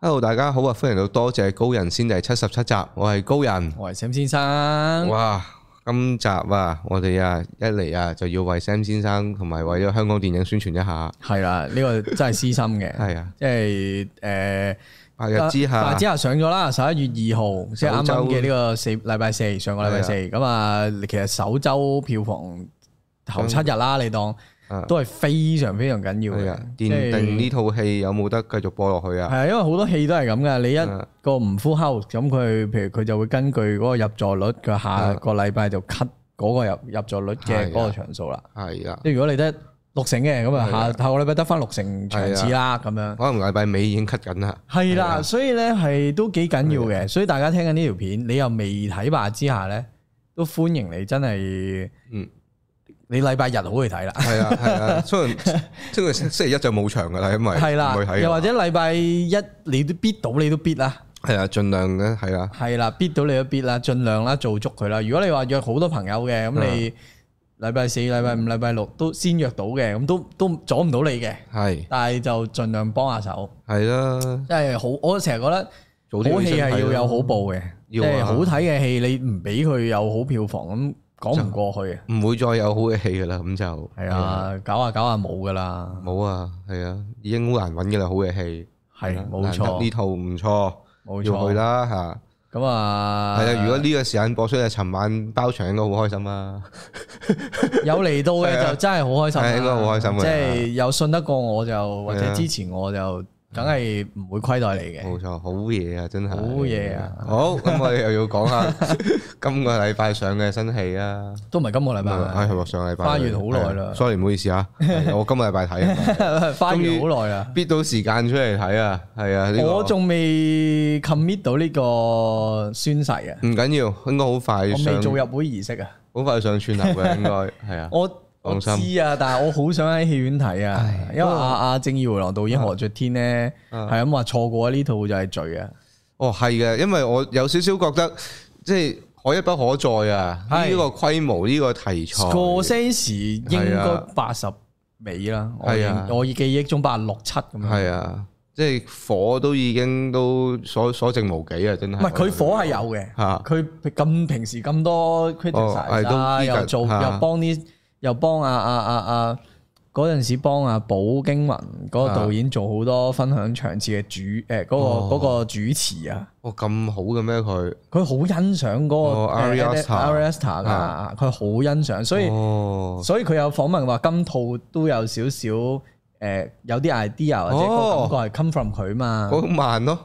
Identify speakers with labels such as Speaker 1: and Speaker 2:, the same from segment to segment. Speaker 1: Hello，大家好啊！歡迎到多謝高人先第七十七集，我係高人。
Speaker 2: 我係 Sam 先生，
Speaker 1: 哇！今集啊，我哋啊一嚟啊就要為 Sam 先生同埋為咗香港電影宣傳一下。
Speaker 2: 係啦，呢個真係私心 嘅，
Speaker 1: 係啊，
Speaker 2: 即係誒
Speaker 1: 白日之下
Speaker 2: 白日之下上咗啦，十一月二號，即係啱啱嘅呢個四禮拜四，上個禮拜四，咁啊，其實首周票房頭七日啦，你當
Speaker 1: 啊
Speaker 2: 都係非常非常緊要
Speaker 1: 係啊
Speaker 2: 嘅，，即
Speaker 1: 奠定
Speaker 2: 係
Speaker 1: 呢套戲有冇得繼續播落去
Speaker 2: 係
Speaker 1: 啊？
Speaker 2: 啊，因為好多戲都係咁嘅，你一
Speaker 1: 啊
Speaker 2: 個唔 full house，咁佢譬如佢就會根據嗰個入座率，佢
Speaker 1: 啊
Speaker 2: 下個禮拜就 cut 嗰個入入座率嘅嗰個場數啦。
Speaker 1: 係啊啦，
Speaker 2: 即係如果你得六成嘅，咁啊
Speaker 1: 係啊
Speaker 2: 下下個禮拜得翻六成場次啦，咁樣
Speaker 1: 可能禮拜尾已經 cut 緊啦。
Speaker 2: 係
Speaker 1: 係啊
Speaker 2: 啦，所以咧係都幾緊要嘅。所以大家聽緊呢條片，你又未睇吧之下咧，都歡迎你真係，
Speaker 1: 嗯，
Speaker 2: 你禮拜日好去睇啦，
Speaker 1: 係啊，係 啊，雖然雖然星期一就冇場噶啦，因為
Speaker 2: 係啦
Speaker 1: 唔會，睇啊㗎
Speaker 2: 又或者禮拜一你都必到，你都必啦，
Speaker 1: 係啊，盡量嘅係啦，
Speaker 2: 係啦，必到你都必啦，盡量啦做足佢啦。如果你話約好多朋友嘅，
Speaker 1: 啊
Speaker 2: 咁你禮拜四、禮拜
Speaker 1: 嗯
Speaker 2: 五、禮拜六都先約到嘅，咁都都阻唔到你嘅，
Speaker 1: 係
Speaker 2: 但係就盡量幫下手。
Speaker 1: 係啦，
Speaker 2: 即係好，我成日覺得
Speaker 1: 早啲
Speaker 2: 好戲
Speaker 1: 起身睇
Speaker 2: 係
Speaker 1: 啦
Speaker 2: 要有好報嘅，即
Speaker 1: 要啊
Speaker 2: 係好睇嘅戲你唔俾佢有好票房咁講唔過去啊。
Speaker 1: 唔會再有好嘅戲噶啦，咁就
Speaker 2: 係，啊，搞下搞下冇噶啦，
Speaker 1: 冇啊，係啊，已經好難揾嘅啦，好嘅戲，
Speaker 2: 係
Speaker 1: 係啊
Speaker 2: 冇
Speaker 1: 難得呢
Speaker 2: 錯，
Speaker 1: 套唔錯，
Speaker 2: 冇
Speaker 1: 要去
Speaker 2: 錯。
Speaker 1: 啦嚇。
Speaker 2: 咁啊，
Speaker 1: 係啊，如果呢個時間播出，就尋晚包場應該好開心啊啦。
Speaker 2: 有嚟到
Speaker 1: 係啊
Speaker 2: 嘅就真係好開心啦，
Speaker 1: 係應該好開心嘅
Speaker 2: 即係有信得過我就或
Speaker 1: 係啊
Speaker 2: 者支持我就，梗係唔會虧待你嘅。
Speaker 1: 冇錯，好嘢啊，真係
Speaker 2: 好嘢啊
Speaker 1: 好，咁我哋又要講下 今個禮拜上嘅新戲啊。
Speaker 2: 都唔係今個禮
Speaker 1: 係
Speaker 2: 拜，
Speaker 1: 係咪上禮拜？
Speaker 2: 花月好耐啦
Speaker 1: 係啊 sorry 唔好意思 啊，係我今個禮拜睇，
Speaker 2: 花
Speaker 1: 終
Speaker 2: 完
Speaker 1: 於
Speaker 2: 好耐啦，
Speaker 1: 逼到時間出嚟睇啊，係啊，呢個
Speaker 2: 我仲未 commit 到呢個宣誓啊，
Speaker 1: 唔緊要，應該好快
Speaker 2: 我未
Speaker 1: 上
Speaker 2: 做，入會儀式啊。
Speaker 1: 好快上串流嘅應該係啊。
Speaker 2: 我
Speaker 1: 放
Speaker 2: 我知
Speaker 1: 心
Speaker 2: 啊，但係我好想喺戲院睇啊，因為
Speaker 1: 不過
Speaker 2: 阿阿正義回廊導演何爵天咧，
Speaker 1: 啊
Speaker 2: 係咁話錯過呢套就係罪啊，
Speaker 1: 哦，係嘅，因為我有少少覺得即係可一不可再啊！呢
Speaker 2: 係
Speaker 1: 個規模，呢個題材，
Speaker 2: 個些時應
Speaker 1: 係
Speaker 2: 該
Speaker 1: 啊
Speaker 2: 八十尾啦，我
Speaker 1: 係啊
Speaker 2: 認我記憶中八六七咁樣，
Speaker 1: 係啊，即係火都已經都所所剩無幾啊！真係，
Speaker 2: 唔係佢火係有嘅，
Speaker 1: 嚇
Speaker 2: 佢咁平時咁多 criticize
Speaker 1: 哦係都
Speaker 2: 啦，又做
Speaker 1: 嚇
Speaker 2: 又幫啲又幫阿阿阿阿嗰陣時幫阿寶京文嗰
Speaker 1: 啊
Speaker 2: 個導演做好多分享場次嘅主誒嗰個嗰個主持啊。
Speaker 1: 哦咁好嘅咩佢？
Speaker 2: 佢好欣賞嗰個
Speaker 1: 哦 Ari Aster
Speaker 2: a s t a 噶
Speaker 1: 啊，
Speaker 2: 佢好欣賞，所以
Speaker 1: 哦
Speaker 2: 所以佢有訪問話今套都有少少誒有啲 idea 或者
Speaker 1: 哦
Speaker 2: 個感覺係 come from 佢嘛，
Speaker 1: 嗰種慢咯，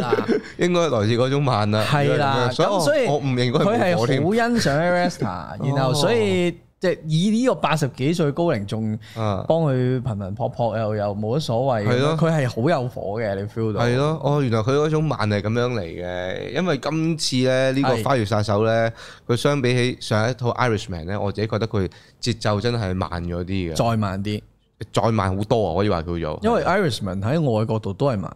Speaker 2: 啦，
Speaker 1: 應該來自嗰種慢啊。
Speaker 2: 係
Speaker 1: 如果係咁
Speaker 2: 啦咁
Speaker 1: 樣所
Speaker 2: 所
Speaker 1: 以
Speaker 2: 以
Speaker 1: 我我唔認
Speaker 2: 佢
Speaker 1: 佢
Speaker 2: 係
Speaker 1: 係
Speaker 2: 好
Speaker 1: 火
Speaker 2: 欣
Speaker 1: 添哦
Speaker 2: 賞 a s t a 然後所以即係以呢個八十幾歲高齡仲
Speaker 1: 啊，
Speaker 2: 幫佢頻頻撲撲又又冇乜所謂，
Speaker 1: 係咯
Speaker 2: 佢係好有火嘅，你 feel 到
Speaker 1: 係咯，哦，原來佢嗰種慢係咁樣嚟嘅，因為今次咧呢個《
Speaker 2: 係
Speaker 1: 花月殺手》咧，佢相比起上一套《Irishman》咧，我自己覺得佢節奏真係慢咗啲嘅，
Speaker 2: 再慢啲，
Speaker 1: 再慢好多啊，可以話叫做。
Speaker 2: 因為 Irishman 喺外國度都係慢，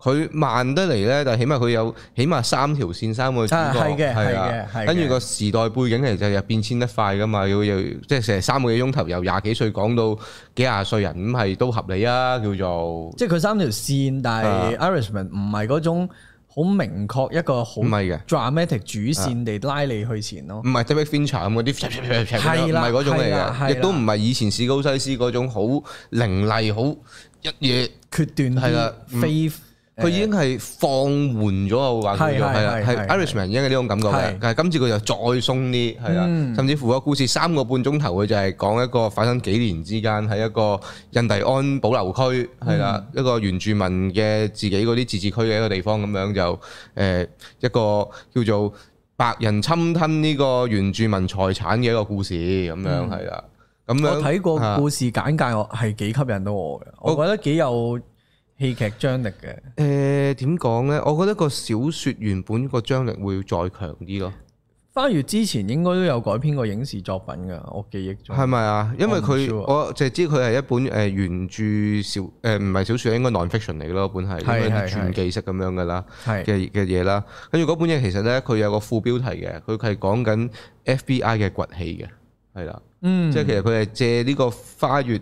Speaker 1: 佢慢得嚟咧，但係起碼佢有起碼三條線三個主角，
Speaker 2: 啊係嘅
Speaker 1: 係啊
Speaker 2: 係嘅係嘅
Speaker 1: 跟住個時代背景其實又變遷得快噶嘛，要要即係成三個幾鐘頭由廿幾歲講到幾廿歲人，咁係都合理啊，叫做。
Speaker 2: 即係佢三條線，但係 Irishman 唔係嗰種好明確一個好
Speaker 1: 啊唔係嘅啊
Speaker 2: dramatic 主線地拉你去前咯。
Speaker 1: 唔係 David Fincher 咁嗰啲，唔
Speaker 2: 係啦
Speaker 1: 係嗰種嚟
Speaker 2: 係啦係啦
Speaker 1: 嘅，亦都唔係以前史高西斯嗰種好凌厲、好一夜。
Speaker 2: 決斷
Speaker 1: 係啦嗯
Speaker 2: 啲非
Speaker 1: 佢已經係放緩咗啊，我話叫做
Speaker 2: 係
Speaker 1: 係啦，
Speaker 2: 係
Speaker 1: 係
Speaker 2: 係
Speaker 1: Irishman 已經係呢種感覺嘅
Speaker 2: 係，嗯
Speaker 1: 但係今次佢就再鬆啲，係啦，甚至乎個故事三個半鐘頭，佢就係講一個發生幾年之間喺一個印第安保留區，係啦，一
Speaker 2: 嗯
Speaker 1: 個原住民嘅自己嗰啲自治區嘅一個地方咁樣就誒一個叫做白人侵吞呢個原住民財產嘅一個故事咁樣係啦，咁樣
Speaker 2: 嗯我睇過
Speaker 1: 啊
Speaker 2: 故事簡介，我係幾吸引到我嘅，我覺得幾有戲劇張力嘅。
Speaker 1: 誒點講呢？我覺得個小説原本個張力會再強啲咯。
Speaker 2: 花月之前應該都有改編過影視作品㗎，我記憶中
Speaker 1: 係咪啊？因為佢
Speaker 2: 我唔 sure
Speaker 1: 我就係知佢係一本誒原著小誒唔係小説，應該 non-fiction 嚟咯，本係
Speaker 2: 係
Speaker 1: 應該啲
Speaker 2: 係
Speaker 1: 傳記式咁樣噶啦
Speaker 2: 係
Speaker 1: 嘅嘅嘢啦。跟住嗰本嘢其實咧，佢有個副標題嘅，佢係講緊 FBI 嘅崛起嘅，係啦，
Speaker 2: 嗯
Speaker 1: 即係其實佢係借呢個花月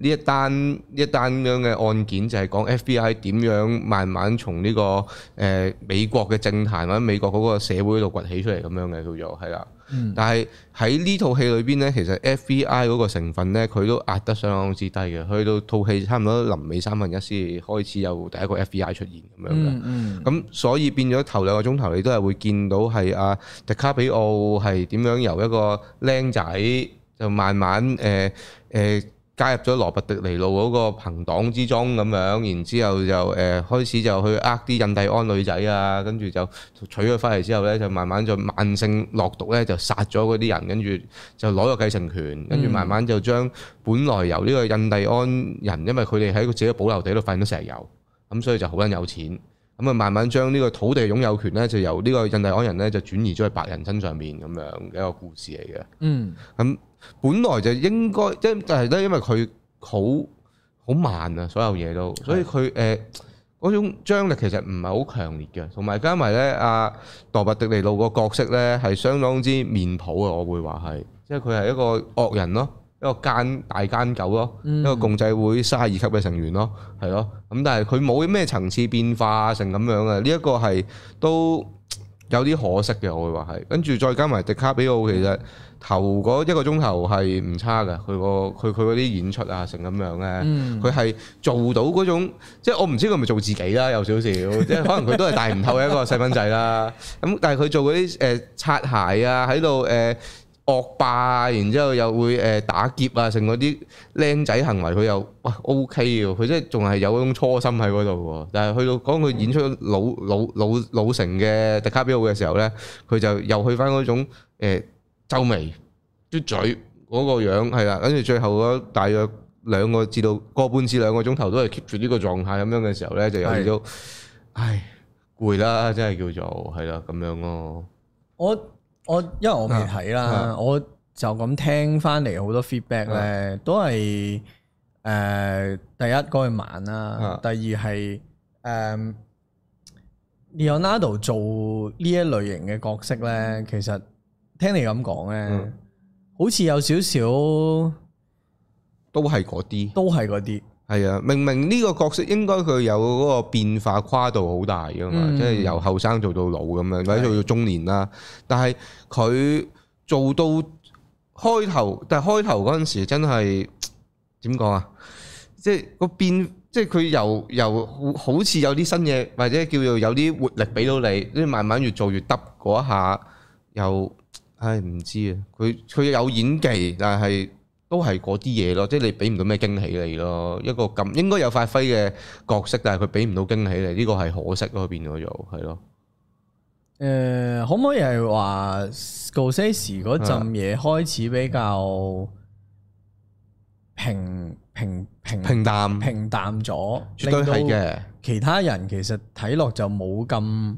Speaker 1: 呢一單呢一單咁樣嘅案件，就係講 FBI 點樣慢慢從呢、個誒、呃美國嘅政壇或者美國嗰個社會度崛起出嚟咁樣嘅叫做係啦。但係喺呢套戲裏邊咧，其實 FBI 嗰個成分咧，佢都壓得相當之低嘅。去到套戲差唔多臨尾三分一先開始有第一個 FBI 出現咁樣嘅。
Speaker 2: 嗯嗯
Speaker 1: 咁所以變咗頭兩個鐘頭，你都係會見到係啊迪卡比奧係點樣由一個僆仔就慢慢誒誒、呃呃加入咗羅伯迪尼路嗰個朋黨之中咁樣，然之後就誒、呃、開始就去呃啲印第安女仔啊，跟住就娶咗翻嚟之後咧，就慢慢就慢性落毒咧，就殺咗嗰啲人，跟住就攞咗繼承權，跟住慢慢就將本來由呢個印第安人，因為佢哋喺佢自己嘅保留地度發現到石油，咁所以就好撚有錢。咁啊，慢慢將呢個土地擁有權咧，就由呢個印第安人咧，就轉移咗去白人身上面咁樣嘅一個故事嚟嘅。
Speaker 2: 嗯
Speaker 1: 咁本來就應該，即係但係咧，因為佢好好慢啊，所有嘢都，所以佢誒嗰種張力其實唔係好強烈嘅，同埋加埋咧，阿羅伯迪尼路個角色咧係相當之面譜啊，我會話係，即係佢係一個惡人咯，一個奸大奸狗咯，
Speaker 2: 嗯
Speaker 1: 一個共濟會卅二級嘅成員咯，係咯，咁但係佢冇咩層次變化啊成咁樣啊，呢、一個係都。有啲可惜嘅，我會話係。跟住再加埋迪卡比奧，其實頭嗰一個鐘頭係唔差嘅，佢個佢佢嗰啲演出啊，成咁樣咧，
Speaker 2: 嗯
Speaker 1: 佢係、做到嗰種，即係我唔知佢係咪做自己啦，有少少，即係可能佢都係大唔透嘅一個細蚊仔啦。咁但係佢做嗰啲誒擦鞋啊，喺度誒惡霸啊，然之後又會誒、呃打劫啊，成嗰啲僆仔行為，佢又哇 O K 嘅喎，佢即係仲係有嗰種初心喺嗰度喎。但係去到講佢演出老老老老成嘅呃迪卡比奧嘅時候咧，佢就又去翻嗰種誒、呃、皺眉嘟嘴嗰個樣係啦，跟住最後嗰大約兩個至到個半至兩個鐘頭都係 keep 住呢個狀態咁樣嘅時候咧，就有
Speaker 2: 係
Speaker 1: 啲都唉攰啦，真係叫做係啦咁樣咯。
Speaker 2: 我我因為我未睇啦，
Speaker 1: 啊
Speaker 2: 我就咁聽翻嚟好多 feedback 咧，都係誒、呃第一嗰個慢啦
Speaker 1: 啊，
Speaker 2: 第二係誒、呃 Leonardo 做呢一類型嘅角色咧，其實聽你咁講咧，
Speaker 1: 嗯
Speaker 2: 好似有少少
Speaker 1: 都係嗰啲。
Speaker 2: 都係嗰啲，
Speaker 1: 係啊，明明呢個角色應該佢有嗰個變化跨度好大噶嘛，
Speaker 2: 嗯
Speaker 1: 即係由後生做到老咁樣，或者做到中年啦。但係佢做到開頭，但係開頭嗰陣時真係點講啊？即係個變，即係佢由由好好似有啲新嘢，或者叫做有啲活力俾到你，跟住慢慢越做越得嗰一下，又唉唔知啊！佢佢有演技，但係都係嗰啲嘢咯，即係你俾唔到咩驚喜你咯。一個咁應該有發揮嘅角色，但係佢俾唔到驚喜你，呢個係可惜咯，變咗做係咯。
Speaker 2: 誒、呃可唔可以係話 Scorsese 嗰
Speaker 1: 啊
Speaker 2: 陣嘢開始比較平平平
Speaker 1: 平淡，
Speaker 2: 嗯平淡咗，
Speaker 1: 絕對係
Speaker 2: 令到
Speaker 1: 嘅。
Speaker 2: 其他人其實睇落就冇咁，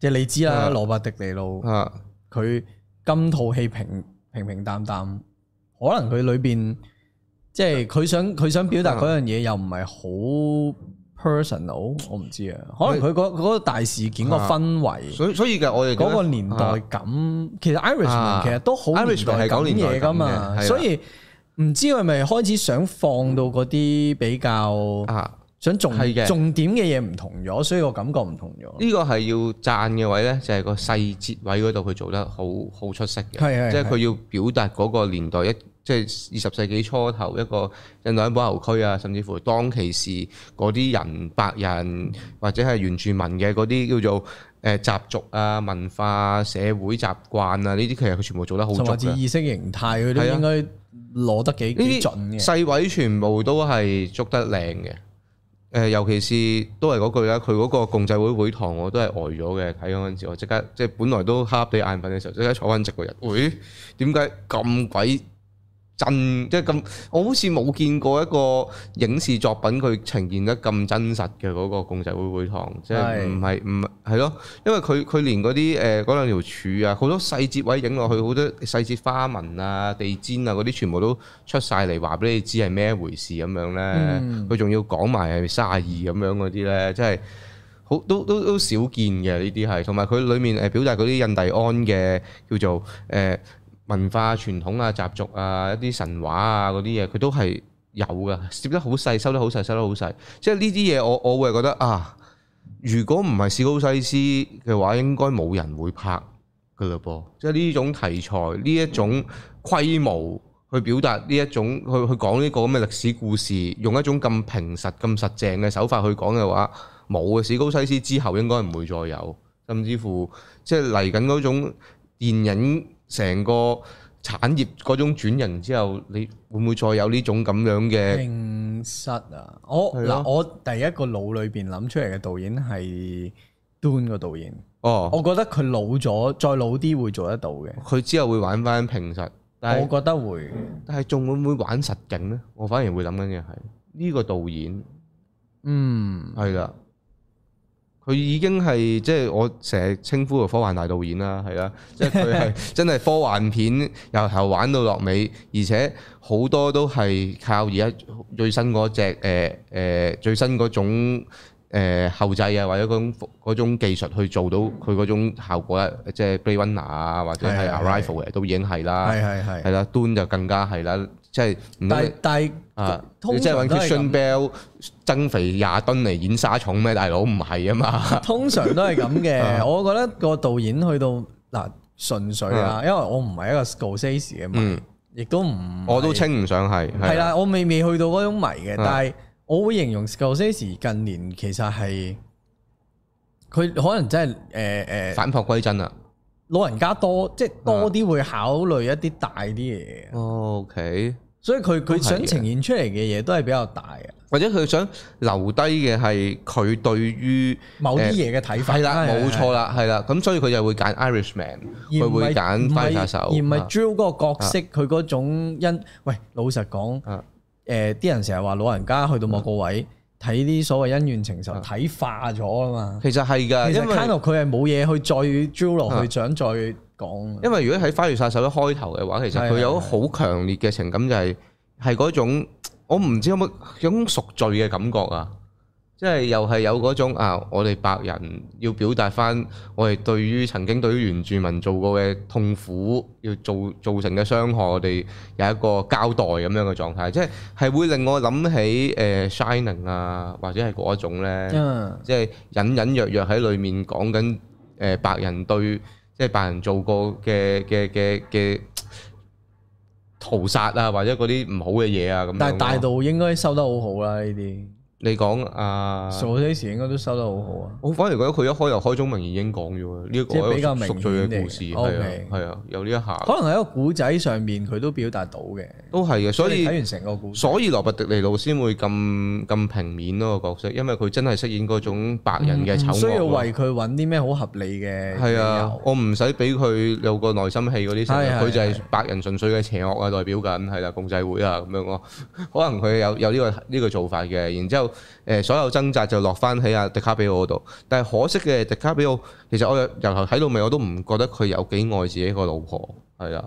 Speaker 2: 即係你知啦，
Speaker 1: 啊
Speaker 2: 羅伯迪尼路
Speaker 1: 啊，
Speaker 2: 佢今套戲平平平淡淡，可能佢裏邊即
Speaker 1: 啊
Speaker 2: 係佢想佢想表達嗰樣嘢又唔係好 personal，我唔知啊，可能佢嗰嗰個大事件個
Speaker 1: 啊
Speaker 2: 氛圍。
Speaker 1: 所以所以嘅我哋
Speaker 2: 嗰個年代感，其實 Irishman
Speaker 1: 啊
Speaker 2: 其實都好
Speaker 1: Irishman 係講
Speaker 2: 年
Speaker 1: 年
Speaker 2: 代
Speaker 1: 代
Speaker 2: 感嘢㗎
Speaker 1: 感
Speaker 2: 嘛，
Speaker 1: 嘅係啦
Speaker 2: 所以唔知佢係咪開始想放到嗰啲比較
Speaker 1: 啊。
Speaker 2: 想重
Speaker 1: 係嘅
Speaker 2: 重點嘅嘢唔同咗，所以個感覺唔同咗。
Speaker 1: 呢個係要讚嘅位呢，就係、個細節位嗰度佢做得好好出色嘅，
Speaker 2: 係係
Speaker 1: 即係佢要表達嗰個年代一即係二十世紀初頭一個印第安保留區啊，甚至乎當其時嗰啲人白人或者係原住民嘅嗰啲叫做誒習俗啊、文化啊、社會習慣啊，呢啲其實佢全部做得好足
Speaker 2: 甚至
Speaker 1: 嘅。
Speaker 2: 意識形態，佢都
Speaker 1: 係啊
Speaker 2: 應該攞得幾幾
Speaker 1: 呢
Speaker 2: 準
Speaker 1: 啲
Speaker 2: 嘅。
Speaker 1: 細位全部都係捉得靚嘅。誒、尤其是都係嗰句啦，佢嗰個共濟會會堂我都係呆咗嘅，睇嗰陣時我即刻即係本來都瞌地眼瞓嘅時候，即刻坐翻直個人，喂，點解咁鬼真？即係咁，我好似冇見過一個影視作品佢呈現得咁真實嘅嗰個共濟會會堂，即係唔係唔係係咯？因為佢佢連嗰啲誒嗰兩條柱啊，好多細節位影落去，好多細節花紋啊、地氈啊嗰啲，全部都出晒嚟話俾你知係咩一回事咁樣咧。佢仲、要講埋係卅二咁樣嗰啲咧，真係好都都都少見嘅呢啲係。同埋佢裡面誒表達嗰啲印第安嘅叫做誒、呃文化傳統啊、習俗啊、一啲神話啊嗰啲嘢，佢都係有噶，攝得好細，收得好細，收得好細。即係呢啲嘢，我我會係覺得啊，如果唔係史高西斯嘅話，應該冇人會拍噶嘞噃。即係呢種題材，呢一種規模去表達呢一種去去講呢個咁嘅歷史故事，用一種咁平實、咁實淨嘅手法去講嘅話，冇嘅。史高西斯之後應該唔會再有，甚至乎即係嚟緊嗰種電影成個。產業嗰種轉型之後，你會唔會再有呢種咁樣嘅
Speaker 2: 平實啊！我
Speaker 1: 係咯
Speaker 2: 嗱，我第一個腦裏邊諗出嚟嘅導演係 Dune 個導演，
Speaker 1: 哦，
Speaker 2: 我覺得佢老咗，再老啲會做得到嘅，
Speaker 1: 佢之後會玩翻平實，但
Speaker 2: 我
Speaker 1: 係
Speaker 2: 覺得會。
Speaker 1: 但係仲會唔會玩實景呢？我反而會諗緊嘅係呢個導演
Speaker 2: 嗯，
Speaker 1: 係啦，佢已經係即係我成日稱呼佢科幻大導演啦， 係啦，即係佢係真係科幻片由頭玩到落尾，而且好多都係靠而家最新嗰只誒誒最新嗰種。誒、後製啊，或者嗰種嗰種技術去做到佢嗰種效果啦，即係 Blade Runner 啊，或者係
Speaker 2: 係係
Speaker 1: Arrival 嘅都已經係啦，
Speaker 2: 係係係。
Speaker 1: 係啦，Dune 就更加係啦，即係唔通
Speaker 2: 但
Speaker 1: 你
Speaker 2: 但
Speaker 1: 啊，
Speaker 2: 通
Speaker 1: 你即係
Speaker 2: 常
Speaker 1: 揾
Speaker 2: 都係
Speaker 1: Christian
Speaker 2: 咁
Speaker 1: Bell 增肥廿噸嚟演沙蟲咩？大佬唔係啊嘛，
Speaker 2: 通常都係咁
Speaker 1: 啊
Speaker 2: 嘅。我覺得個導演去到嗱純粹啊，因為我唔係一個 Scorsese 嘅迷
Speaker 1: 嗯，
Speaker 2: 亦都唔
Speaker 1: 我都
Speaker 2: 係
Speaker 1: 稱唔上係，
Speaker 2: 係
Speaker 1: 係啊，
Speaker 2: 啦，我未未去到嗰種迷嘅，
Speaker 1: 啊
Speaker 2: 但係我會形容 Scorsese 近年其實係佢可能真係誒誒
Speaker 1: 反璞啊歸真啊。
Speaker 2: 老人家多，即係多啲會考慮一啲大啲嘅嘢，哦
Speaker 1: O K，
Speaker 2: 所以佢
Speaker 1: 都係
Speaker 2: 佢
Speaker 1: 嘅
Speaker 2: 想呈現出嚟嘅嘢都係比較大嘅，
Speaker 1: 或者佢想留低嘅係佢對於
Speaker 2: 某啲嘢嘅睇法啊
Speaker 1: 係啦，
Speaker 2: 係係
Speaker 1: 冇錯啦，係啦，咁所以佢就會揀 Irishman，
Speaker 2: 而
Speaker 1: 佢
Speaker 2: 唔係
Speaker 1: 會揀
Speaker 2: 唔
Speaker 1: 翻
Speaker 2: 係
Speaker 1: 殺手，
Speaker 2: 而唔係
Speaker 1: 啊
Speaker 2: drill 嗰個角色佢嗰種因。喂，老實講，誒
Speaker 1: 啊
Speaker 2: 啲人成日話老人家去到某個位睇啲所謂恩怨情仇睇化咗啊嘛。
Speaker 1: 其實係㗎，
Speaker 2: 其實
Speaker 1: 因
Speaker 2: k i
Speaker 1: 為
Speaker 2: n。佢係冇嘢去再 drill 落
Speaker 1: 啊
Speaker 2: 去，想再講。
Speaker 1: 因為如果喺《花月殺手》一開頭嘅話，其實
Speaker 2: 啊係
Speaker 1: 佢有
Speaker 2: 係
Speaker 1: 好強烈嘅情感，就係係嗰種我唔知有冇有種贖罪嘅感覺啊！即係又係有嗰種啊，我哋白人要表達翻我哋對於曾經對於原住民做過嘅痛苦，要造造成嘅傷害，我哋有一個交代咁樣嘅狀態，即係係會令我諗起誒、呃 Shining 啊，或者係嗰一種咧。
Speaker 2: 嗯，
Speaker 1: 即係隱隱約約喺裏面講緊誒白人對即係白人做過嘅嘅嘅嘅屠殺啊，或者嗰啲唔好嘅嘢啊咁樣咯。
Speaker 2: 但係大道應該收得好好啦，呢啲
Speaker 1: 你講啊，
Speaker 2: 數啲時應該都收得好好啊。
Speaker 1: 我反而覺得佢一開頭開宗明義已經講咗啦，呢一個
Speaker 2: 即係
Speaker 1: 係
Speaker 2: 比
Speaker 1: 一個
Speaker 2: 較明
Speaker 1: 贖罪嘅故事
Speaker 2: 顯嚟嘅
Speaker 1: 係啊
Speaker 2: OK
Speaker 1: 係啊，有呢一下
Speaker 2: 可能喺個古仔上面佢都表達到嘅，
Speaker 1: 都係嘅，所
Speaker 2: 你
Speaker 1: 以
Speaker 2: 睇。完成個古仔，
Speaker 1: 所以羅伯迪尼路先會咁咁平面咯個角色，因為佢真係飾演嗰種白人嘅醜惡
Speaker 2: 唔
Speaker 1: 咯。
Speaker 2: 需要為佢揾啲咩好合理嘅
Speaker 1: 係
Speaker 2: 理
Speaker 1: 啊
Speaker 2: 由，
Speaker 1: 我唔使俾佢有個內心戲嗰啲成日，
Speaker 2: 係係
Speaker 1: 佢就係
Speaker 2: 係
Speaker 1: 白人純粹嘅邪惡啊，代表緊係啦，共濟會啊咁樣咯。 可能佢有有呢、個呢、個做法嘅，然之後誒、呃所有掙扎就落翻喺阿迪卡比奧嗰度。但係可惜嘅迪卡比奧，其實我由由頭睇到尾我都唔覺得佢有幾愛自己個老婆，係啦。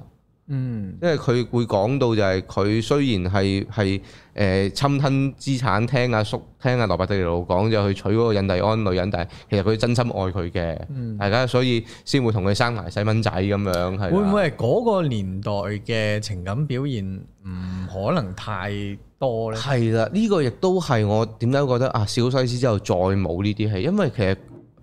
Speaker 2: 嗯，
Speaker 1: 因為佢會講到就係佢雖然係係誒侵吞資產，聽阿叔聽阿羅伯特尼路講就去娶嗰個印第安女人，但係其實佢真心愛佢嘅，大家所以先會同佢生埋細蚊仔咁樣係。
Speaker 2: 嗯
Speaker 1: 啊
Speaker 2: 會唔？會係嗰個年代嘅情感表現唔可能太多咧？
Speaker 1: 係啦，呢、個亦都係我點解覺得啊，小西斯之後再冇呢啲戲，因為其實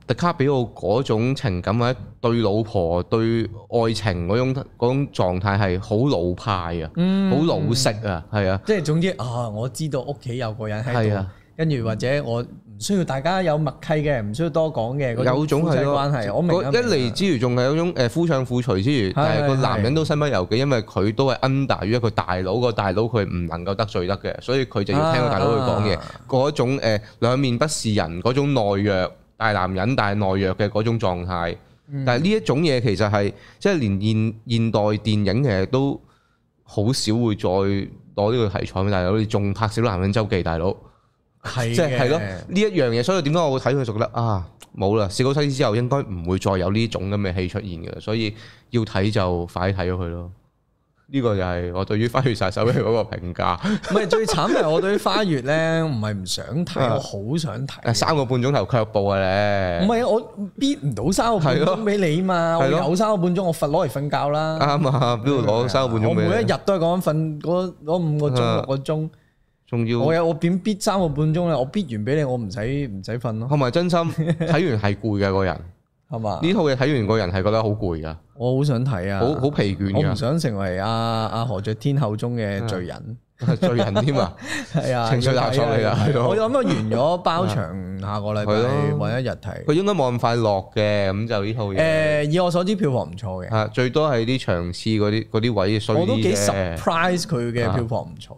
Speaker 1: 迪卡比奧嗰種情感或者對老婆對愛情嗰種嗰種狀態係好老派啊，好、
Speaker 2: 嗯
Speaker 1: 老式啊，係啊，
Speaker 2: 即係總之啊，我知道屋企有個人喺
Speaker 1: 係
Speaker 2: 度
Speaker 1: 啊，
Speaker 2: 跟住或者我唔需要大家有默契嘅，唔需要多講嘅，嗰
Speaker 1: 有種
Speaker 2: 夫妻
Speaker 1: 係咯，
Speaker 2: 關係，我明啊
Speaker 1: 嗰一嚟之餘，仲係有種誒夫唱婦隨之餘，但係個
Speaker 2: 係係
Speaker 1: 男人都身不由己，因為佢都係 under 於一個大佬，個大佬佢唔能夠得罪得嘅，所以佢就要聽個大佬去講嘢
Speaker 2: 啊。
Speaker 1: 嗰種誒兩面不是人嗰種懦弱，大男人但係懦弱嘅嗰種狀態。
Speaker 2: 嗯
Speaker 1: 但係呢一種嘢其實係即係連現現代電影其實都好少會再攞呢個題材，大佬你仲拍《小男人周記》，大佬。
Speaker 2: 係
Speaker 1: 即係係咯，
Speaker 2: 嘅
Speaker 1: 呢一樣嘢，所以點解我會睇佢就覺得啊冇啦，試過西之後應該唔會再有呢種咁嘅戲出現嘅，所以要睇就快啲睇咗佢咯。呢個就係我對於《花月殺手》嘅嗰個評價。
Speaker 2: 唔係最慘係我對於花月咧，唔係唔想睇，
Speaker 1: 啊
Speaker 2: 我好
Speaker 1: 誒
Speaker 2: 想睇。
Speaker 1: 三個半鐘頭卻步啊
Speaker 2: 唔
Speaker 1: 咧，
Speaker 2: 係我搣唔到三個半
Speaker 1: 係咯
Speaker 2: 鐘俾你嘛，我
Speaker 1: 係咯
Speaker 2: 有三個半鐘，我瞓攞嚟瞓覺啦。
Speaker 1: 啱啊！邊度攞三個半
Speaker 2: 啊嗯
Speaker 1: 鐘
Speaker 2: 我每
Speaker 1: 俾
Speaker 2: 一
Speaker 1: 你？
Speaker 2: 日都係講緊瞓嗰嗰五個鐘
Speaker 1: 啊
Speaker 2: 六個鐘，
Speaker 1: 仲要
Speaker 2: 我有我點逼三個半鐘咧，我逼完俾你，我唔使唔使瞓咯，
Speaker 1: 同埋真心睇完係攰嘅個 人，呢
Speaker 2: 係嘛？
Speaker 1: 套嘢睇完個人係覺得好攰噶，
Speaker 2: 我好想睇啊！
Speaker 1: 好好疲倦
Speaker 2: 我唔
Speaker 1: 㗎，
Speaker 2: 想成為阿阿何爵天口中嘅罪人，
Speaker 1: 罪人添啊！
Speaker 2: 係啊，
Speaker 1: 情緒勒索嚟㗎
Speaker 2: 要睇啊
Speaker 1: 係咯
Speaker 2: 我諗啊，完咗包場，下個禮拜
Speaker 1: 係咯
Speaker 2: 揾一日睇。
Speaker 1: 佢應該冇咁快落嘅，咁就呢套嘢。
Speaker 2: 誒，以我所知票房唔錯嘅，
Speaker 1: 啊，最多係啲場次嗰啲嗰啲位衰啲
Speaker 2: 我都幾
Speaker 1: 嘅
Speaker 2: surprise 佢嘅
Speaker 1: 啊
Speaker 2: 票房唔
Speaker 1: 嗯
Speaker 2: 錯。